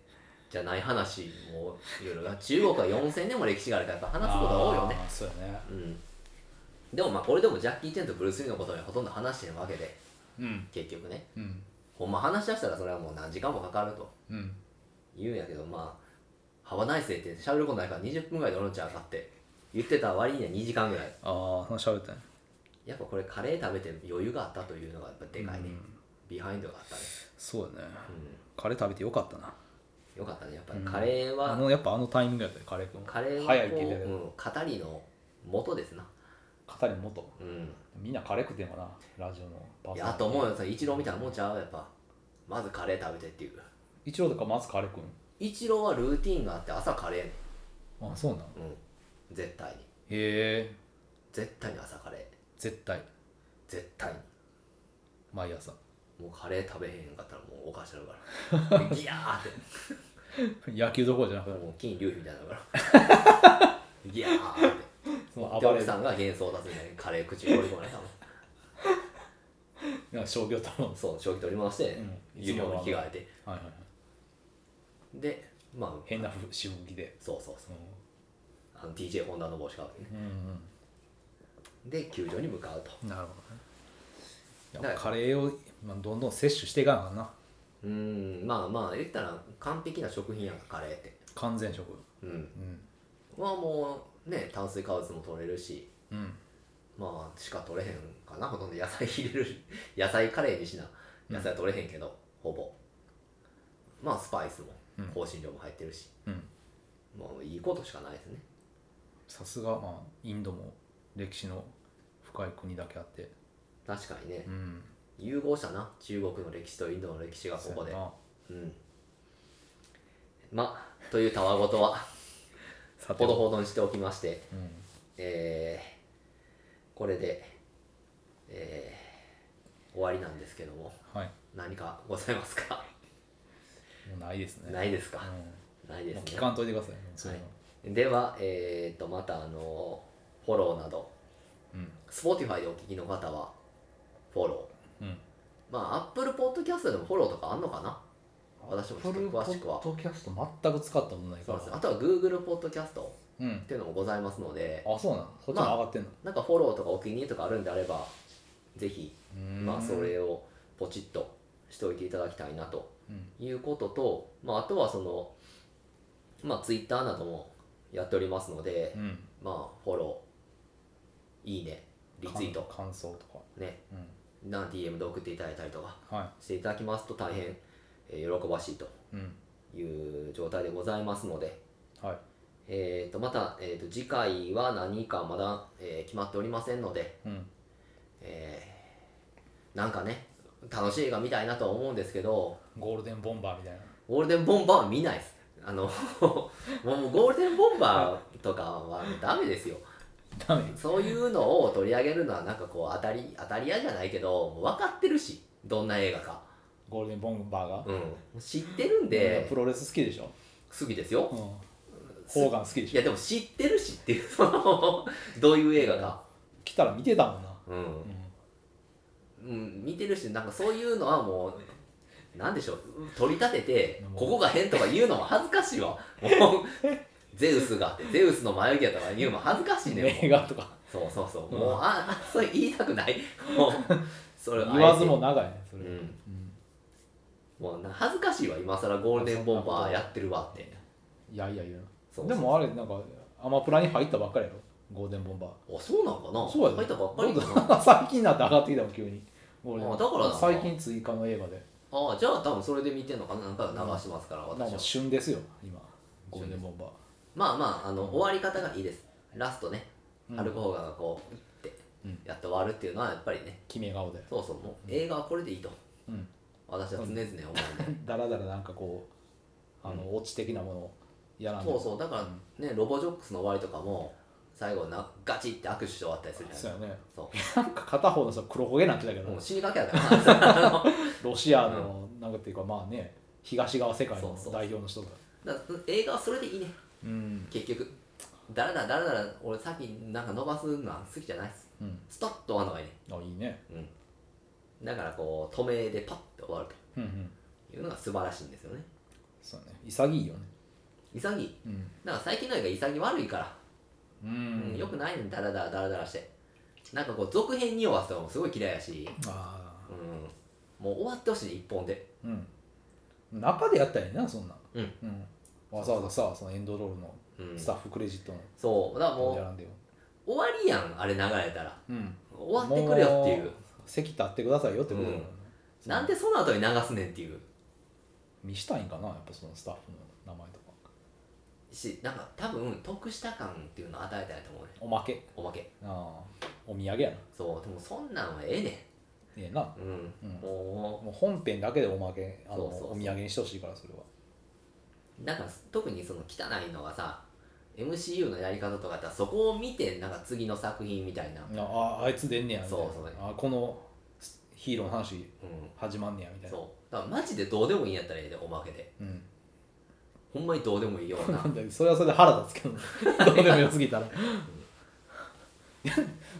S1: じゃない話もいろいろな中国は4000年も歴史があるからやっぱ話すことが多いよね
S2: あーそうやね
S1: うんでもまあこれでもジャッキー・チェンとブルース・リーのことにほとんど話してるわけで
S2: うん
S1: 結局ね
S2: うん
S1: ほんま話し出したらそれはもう何時間もかかると
S2: うん
S1: 言うんやけどまあ「ハワナイスで」って喋ることないから20分ぐらいでおるんちゃうかって言ってた割には2時間ぐらい
S2: ああしゃべったね
S1: やっぱこれカレー食べて余裕があったというのがやっぱでかいね、
S2: うん
S1: ビハインドがあったね
S2: そうやね
S1: う
S2: カレー食べてよかったなん
S1: よかったねやっぱりカレーは、
S2: あのやっぱあのタイミングやったねカレー君
S1: カレーは
S2: 早いけ
S1: こう、う
S2: ど
S1: ん、語りの元ですな
S2: 語り元
S1: うん
S2: みんなカレー食ってんかなラジオのパー
S1: いや
S2: ソナリティ
S1: と思うよそれ一郎みたいなもんちゃうやっぱまずカレー食べてっていう
S2: 一郎とかまずカレー君
S1: 一郎はルーティンがあって朝カレーね
S2: あそうなんへ
S1: うん絶対に
S2: え
S1: 絶対に朝カレー
S2: 絶対
S1: 絶対に
S2: 毎朝
S1: もうカレー食べへんかったらもうおかしなるから ギャーって
S2: 野球どころじゃなくて
S1: もう金龍みたいになるから ギャーって
S2: そ
S1: で
S2: の暴れ
S1: 奥
S2: る
S1: さんが幻想を出すみたいにカレー口に取り込ま れたの
S2: なんか商業太郎
S1: そう将棋取り回して
S2: うん
S1: 湯量に着替えて
S2: はいはいはい
S1: でまあ
S2: 変なふしぶきで
S1: そうそうそう
S2: うん
S1: あの DJ ホンダの帽子買うね
S2: うん
S1: で球場に向かうと
S2: うんなるほどねやっぱカレーをまあどんどん摂取していかなあかんな
S1: うーんまあまあ言ったら完璧な食品やんかカレーって
S2: 完全食
S1: うん
S2: うん
S1: まあもうね炭水化物も取れるし
S2: うん
S1: まあしか取れへんかなほとんど野菜入れる 野菜カレーにしな野菜は取れへんけど、ほぼまあスパイスも
S2: うん
S1: 香辛料も入ってるし、
S2: うん
S1: もういいことしかないですね
S2: さすがまあインドも歴史の深い国だけあって
S1: 確かにね
S2: うん
S1: 融合したな中国の歴史とインドの歴史がここで
S2: そうやな
S1: うんまあというたわごとは
S2: さて
S1: ほどほどにしておきまして
S2: うん
S1: えーこれで、えー終わりなんですけども
S2: はい
S1: 何かございますか
S2: もうないですね
S1: ないですか
S2: う
S1: ないで
S2: ん、もう
S1: す
S2: 聞
S1: ね
S2: かんといてください、そういうの
S1: ではえー、とまたあのフォローなど
S2: うん、
S1: Spotify でお聞きの方はフォロ
S2: うん、
S1: ーまあ Apple Podcast でもフォローとかあんのかな私もちょっと詳しくは
S2: ポッドキャスト全く使ったことないか
S1: そう
S2: ら
S1: ですねあとは Google Podcast っ
S2: うん
S1: ていうのもございますので
S2: あそうなのそっちも上がってんの、
S1: なんかフォローとかお気に入りとかあるんであればぜひ
S2: うーん
S1: まあそれをポチッとしておいていただきたいなと
S2: うん
S1: いうことと、まあ、あとはその、まあ、ツイッターなどもやっておりますので、
S2: うん
S1: まあ、フォロー、いいね、リツイート、
S2: 感感想とか
S1: ね、
S2: うん
S1: な DM で送っていただいたりとか
S2: は
S1: していただきますと大変えー喜ばしいと
S2: いうん
S1: いう状態でございますので、
S2: はい
S1: えー、とまた、えー、と次回は何かまだ、えー決まっておりませんので、
S2: うん
S1: えーなんかね、楽しい映画見たいなとは思うんですけど、
S2: ゴールデンボンバーみたいな
S1: ゴールデンボンバーは見ないです。あの もうもうゴールデンボンバーとかはダメですよ。
S2: ダメ
S1: そういうのを取り上げるのはなんかこう当たり当たり屋じゃないけどもう分かってるしどんな映画か、
S2: ゴールデンボンバーが、
S1: うん、知ってるんで
S2: プロレス好きでしょ、
S1: 好きです
S2: うん、
S1: よ。
S2: ホーガン好きで
S1: い
S2: しょ
S1: やでも知ってるしっていうそのどういう映画か、
S2: 来たら見てたもんな、
S1: うん
S2: う
S1: うん、見てるしなんかそういうのはもう なんでしょう取り立てて
S2: うん
S1: ここが変とか言うのも恥ずかしいわ。 もうゼウスがあってゼウスの眉毛やとか言うのも恥ずかしい
S2: ん、
S1: ねもう
S2: 映画とか
S1: そうそうそう、
S2: うん
S1: もうああそれ言いたくないもうそれ
S2: 言わずも
S1: あ
S2: 長いねそ
S1: え
S2: れ、
S1: てうん
S2: うん
S1: もうな恥ずかしいわ今更ゴールデンボンバーやってるわって
S2: いやいやいや
S1: そう
S2: でもあれなんかアマプラに入ったばっかりやろゴールデンボンバー
S1: あそうなんかな
S2: そうや
S1: 入
S2: で
S1: ったばっかりか
S2: どん
S1: な
S2: どん 最近になって上がってきたもん急に俺
S1: あだからなんだ
S2: 最近追加の映画で
S1: ああじゃあ多分それで見てんのかななんか流してますから、
S2: なん
S1: 私
S2: か
S1: は
S2: 旬ですよ今ゴールデンボンバー
S1: まあまああの終わり方がいいですラストね、
S2: うん
S1: アルコーガがこうって
S2: うん
S1: やって終わるっていうのはやっぱりね
S2: 決め顔で
S1: そうそうもう映画はこれでいいと
S2: うん
S1: 私は常々思うんで、
S2: だらだらなんかこうあの、オチ的なものをやらんで
S1: そうそうだからねロボジョックスの終わりとかも最後なガチって握手して終わったりするじゃない
S2: そうやね
S1: そう
S2: なんか片方のさ黒焦げなんてだけど、
S1: もう死にかけやから なあの
S2: ロシアの、なんかっていうかまあね東側世界
S1: そう
S2: の
S1: そうそう
S2: 代表の人が
S1: だから映画はそれでいいね
S2: うん
S1: 結局だらだらだらだら俺先になんか伸ばすのは好きじゃないっす
S2: うん
S1: スパッと終わるのがいいね
S2: あいいね
S1: うんだからこう止めでパッと終わる
S2: うんうん
S1: というのが素晴らしいんですよね
S2: そうね潔いよね
S1: 潔い
S2: うん
S1: だから最近の映画潔悪いから、
S2: う
S1: うん
S2: ん
S1: よくないねダラダラダラダラしてなんかこう続編に終わすのもすごい嫌いやし、
S2: あ
S1: うん、もう終わってほしい一本で
S2: あうん中でやったらいいなそんなん
S1: うん
S2: わざわざさそのエンドロールの
S1: うん
S2: スタッフクレジットの
S1: そうだからも
S2: 並
S1: うん
S2: でよ
S1: 終わりやんあれ流れたら
S2: うん
S1: 終わってくれよっていう
S2: も席立ってくださいよってことだもんね
S1: なんでその後に流すねんっていう
S2: 見したいんかなやっぱそのスタッフの名前とか
S1: しなんか多分得した感っていうのを与えたいと思うね
S2: おまけ
S1: おまけ
S2: ああお土産やな
S1: そうでもそんなんはええね
S2: ええなん
S1: うん
S2: うん
S1: も
S2: もう本編だけでおまけあ
S1: そう
S2: の
S1: そうそう
S2: お土産にしてほしいからそれは
S1: うなんか特にその汚いのがさ MCU のやり方とかだったらそこを見てなんか次の作品みたいな、うん、
S2: あああいつ出んねやみたいな
S1: そうそう
S2: あこのヒーローの話始まんねやみたいな
S1: そうだからマジでどうでもいいんやったらええでおまけで
S2: うん
S1: ほんまにどうでもいいような
S2: なんだそれはそれで腹立つけど どうでもよすぎたら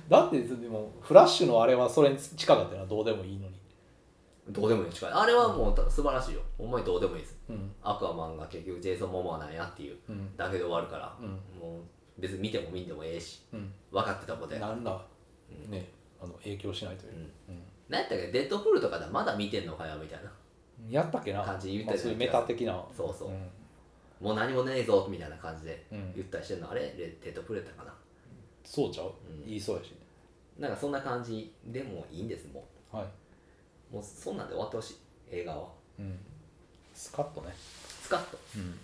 S2: だってでもフラッシュのあれはそれに近かったよなどうでもいいのに
S1: どうでもいいの近いあれはもうた素晴らしいよほんまにどうでもいいです
S2: うん
S1: アクアマンが結局ジェイソン・モモアなんやっていう
S2: うん
S1: だけで終わるから、
S2: うん
S1: もう別に見ても見んでもええし
S2: うん
S1: 分かってたことや
S2: なんらねあの影響しないというう、
S1: ん
S2: うん
S1: なんやったっけデッドプールとかだまだ見てんのかよみたいな
S2: やったっけな
S1: 感じ言った
S2: まあ、
S1: やつ
S2: そういうメタ的な
S1: そうそう
S2: うん
S1: もう何もねえぞみたいな感じで
S2: うん
S1: 言ったりしてんの、あれデッドプールやったかな
S2: そうちゃう、
S1: うん
S2: 言いそうやしね
S1: なんかそんな感じでもいいんですも
S2: はい、
S1: うもうそんなんで終わってほしい映画は
S2: うん、スカッとね
S1: スカッと
S2: うん、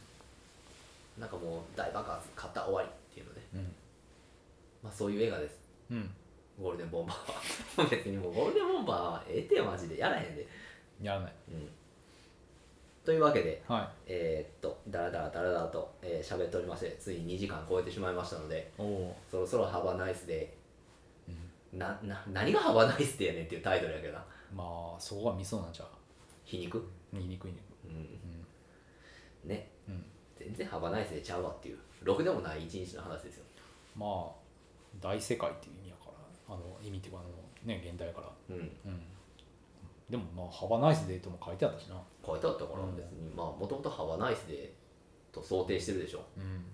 S1: なんかもう大爆発買った終わりっていうので、
S2: うん
S1: まあ、そういう映画です
S2: うん、
S1: ゴールデンボンバーは 別にもうゴールデンボンバーはええってよマジでやらへんで
S2: やらない
S1: うんというわけで
S2: は
S1: えーっとだらだらだらだらと喋、えー、喋っておりましてついに2時間超えてしまいましたので
S2: いおお
S1: そろそろ「ハバナイスでなな何が「ハバナイスでやねんっていうタイトルやけどな
S2: まあそこはミソなんちゃう
S1: 皮肉
S2: 言いにくいね
S1: うん
S2: うん
S1: ね
S2: うん
S1: 全然「ハバナイスでちゃうわっていうろくでもない一日の話ですよ
S2: まあ大世界っていう意味やからあの意味っていうかあのね現代やから
S1: うん
S2: うんでもまあ「ハバナイスデー」とも書いてあったしな
S1: 超えたところは別にまあもともと「ハバナイスでと想定してるでしょ
S2: うん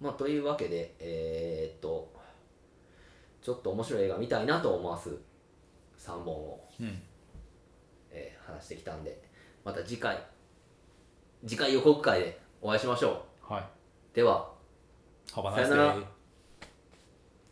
S1: まあというわけでえーっとちょっと面白い映画見たいなと思わす3本を
S2: うん
S1: えー話してきたんでまた次回次回予告会でお会いしましょ
S2: はいう
S1: では
S2: 「ハバナイスデ
S1: さよな
S2: ー」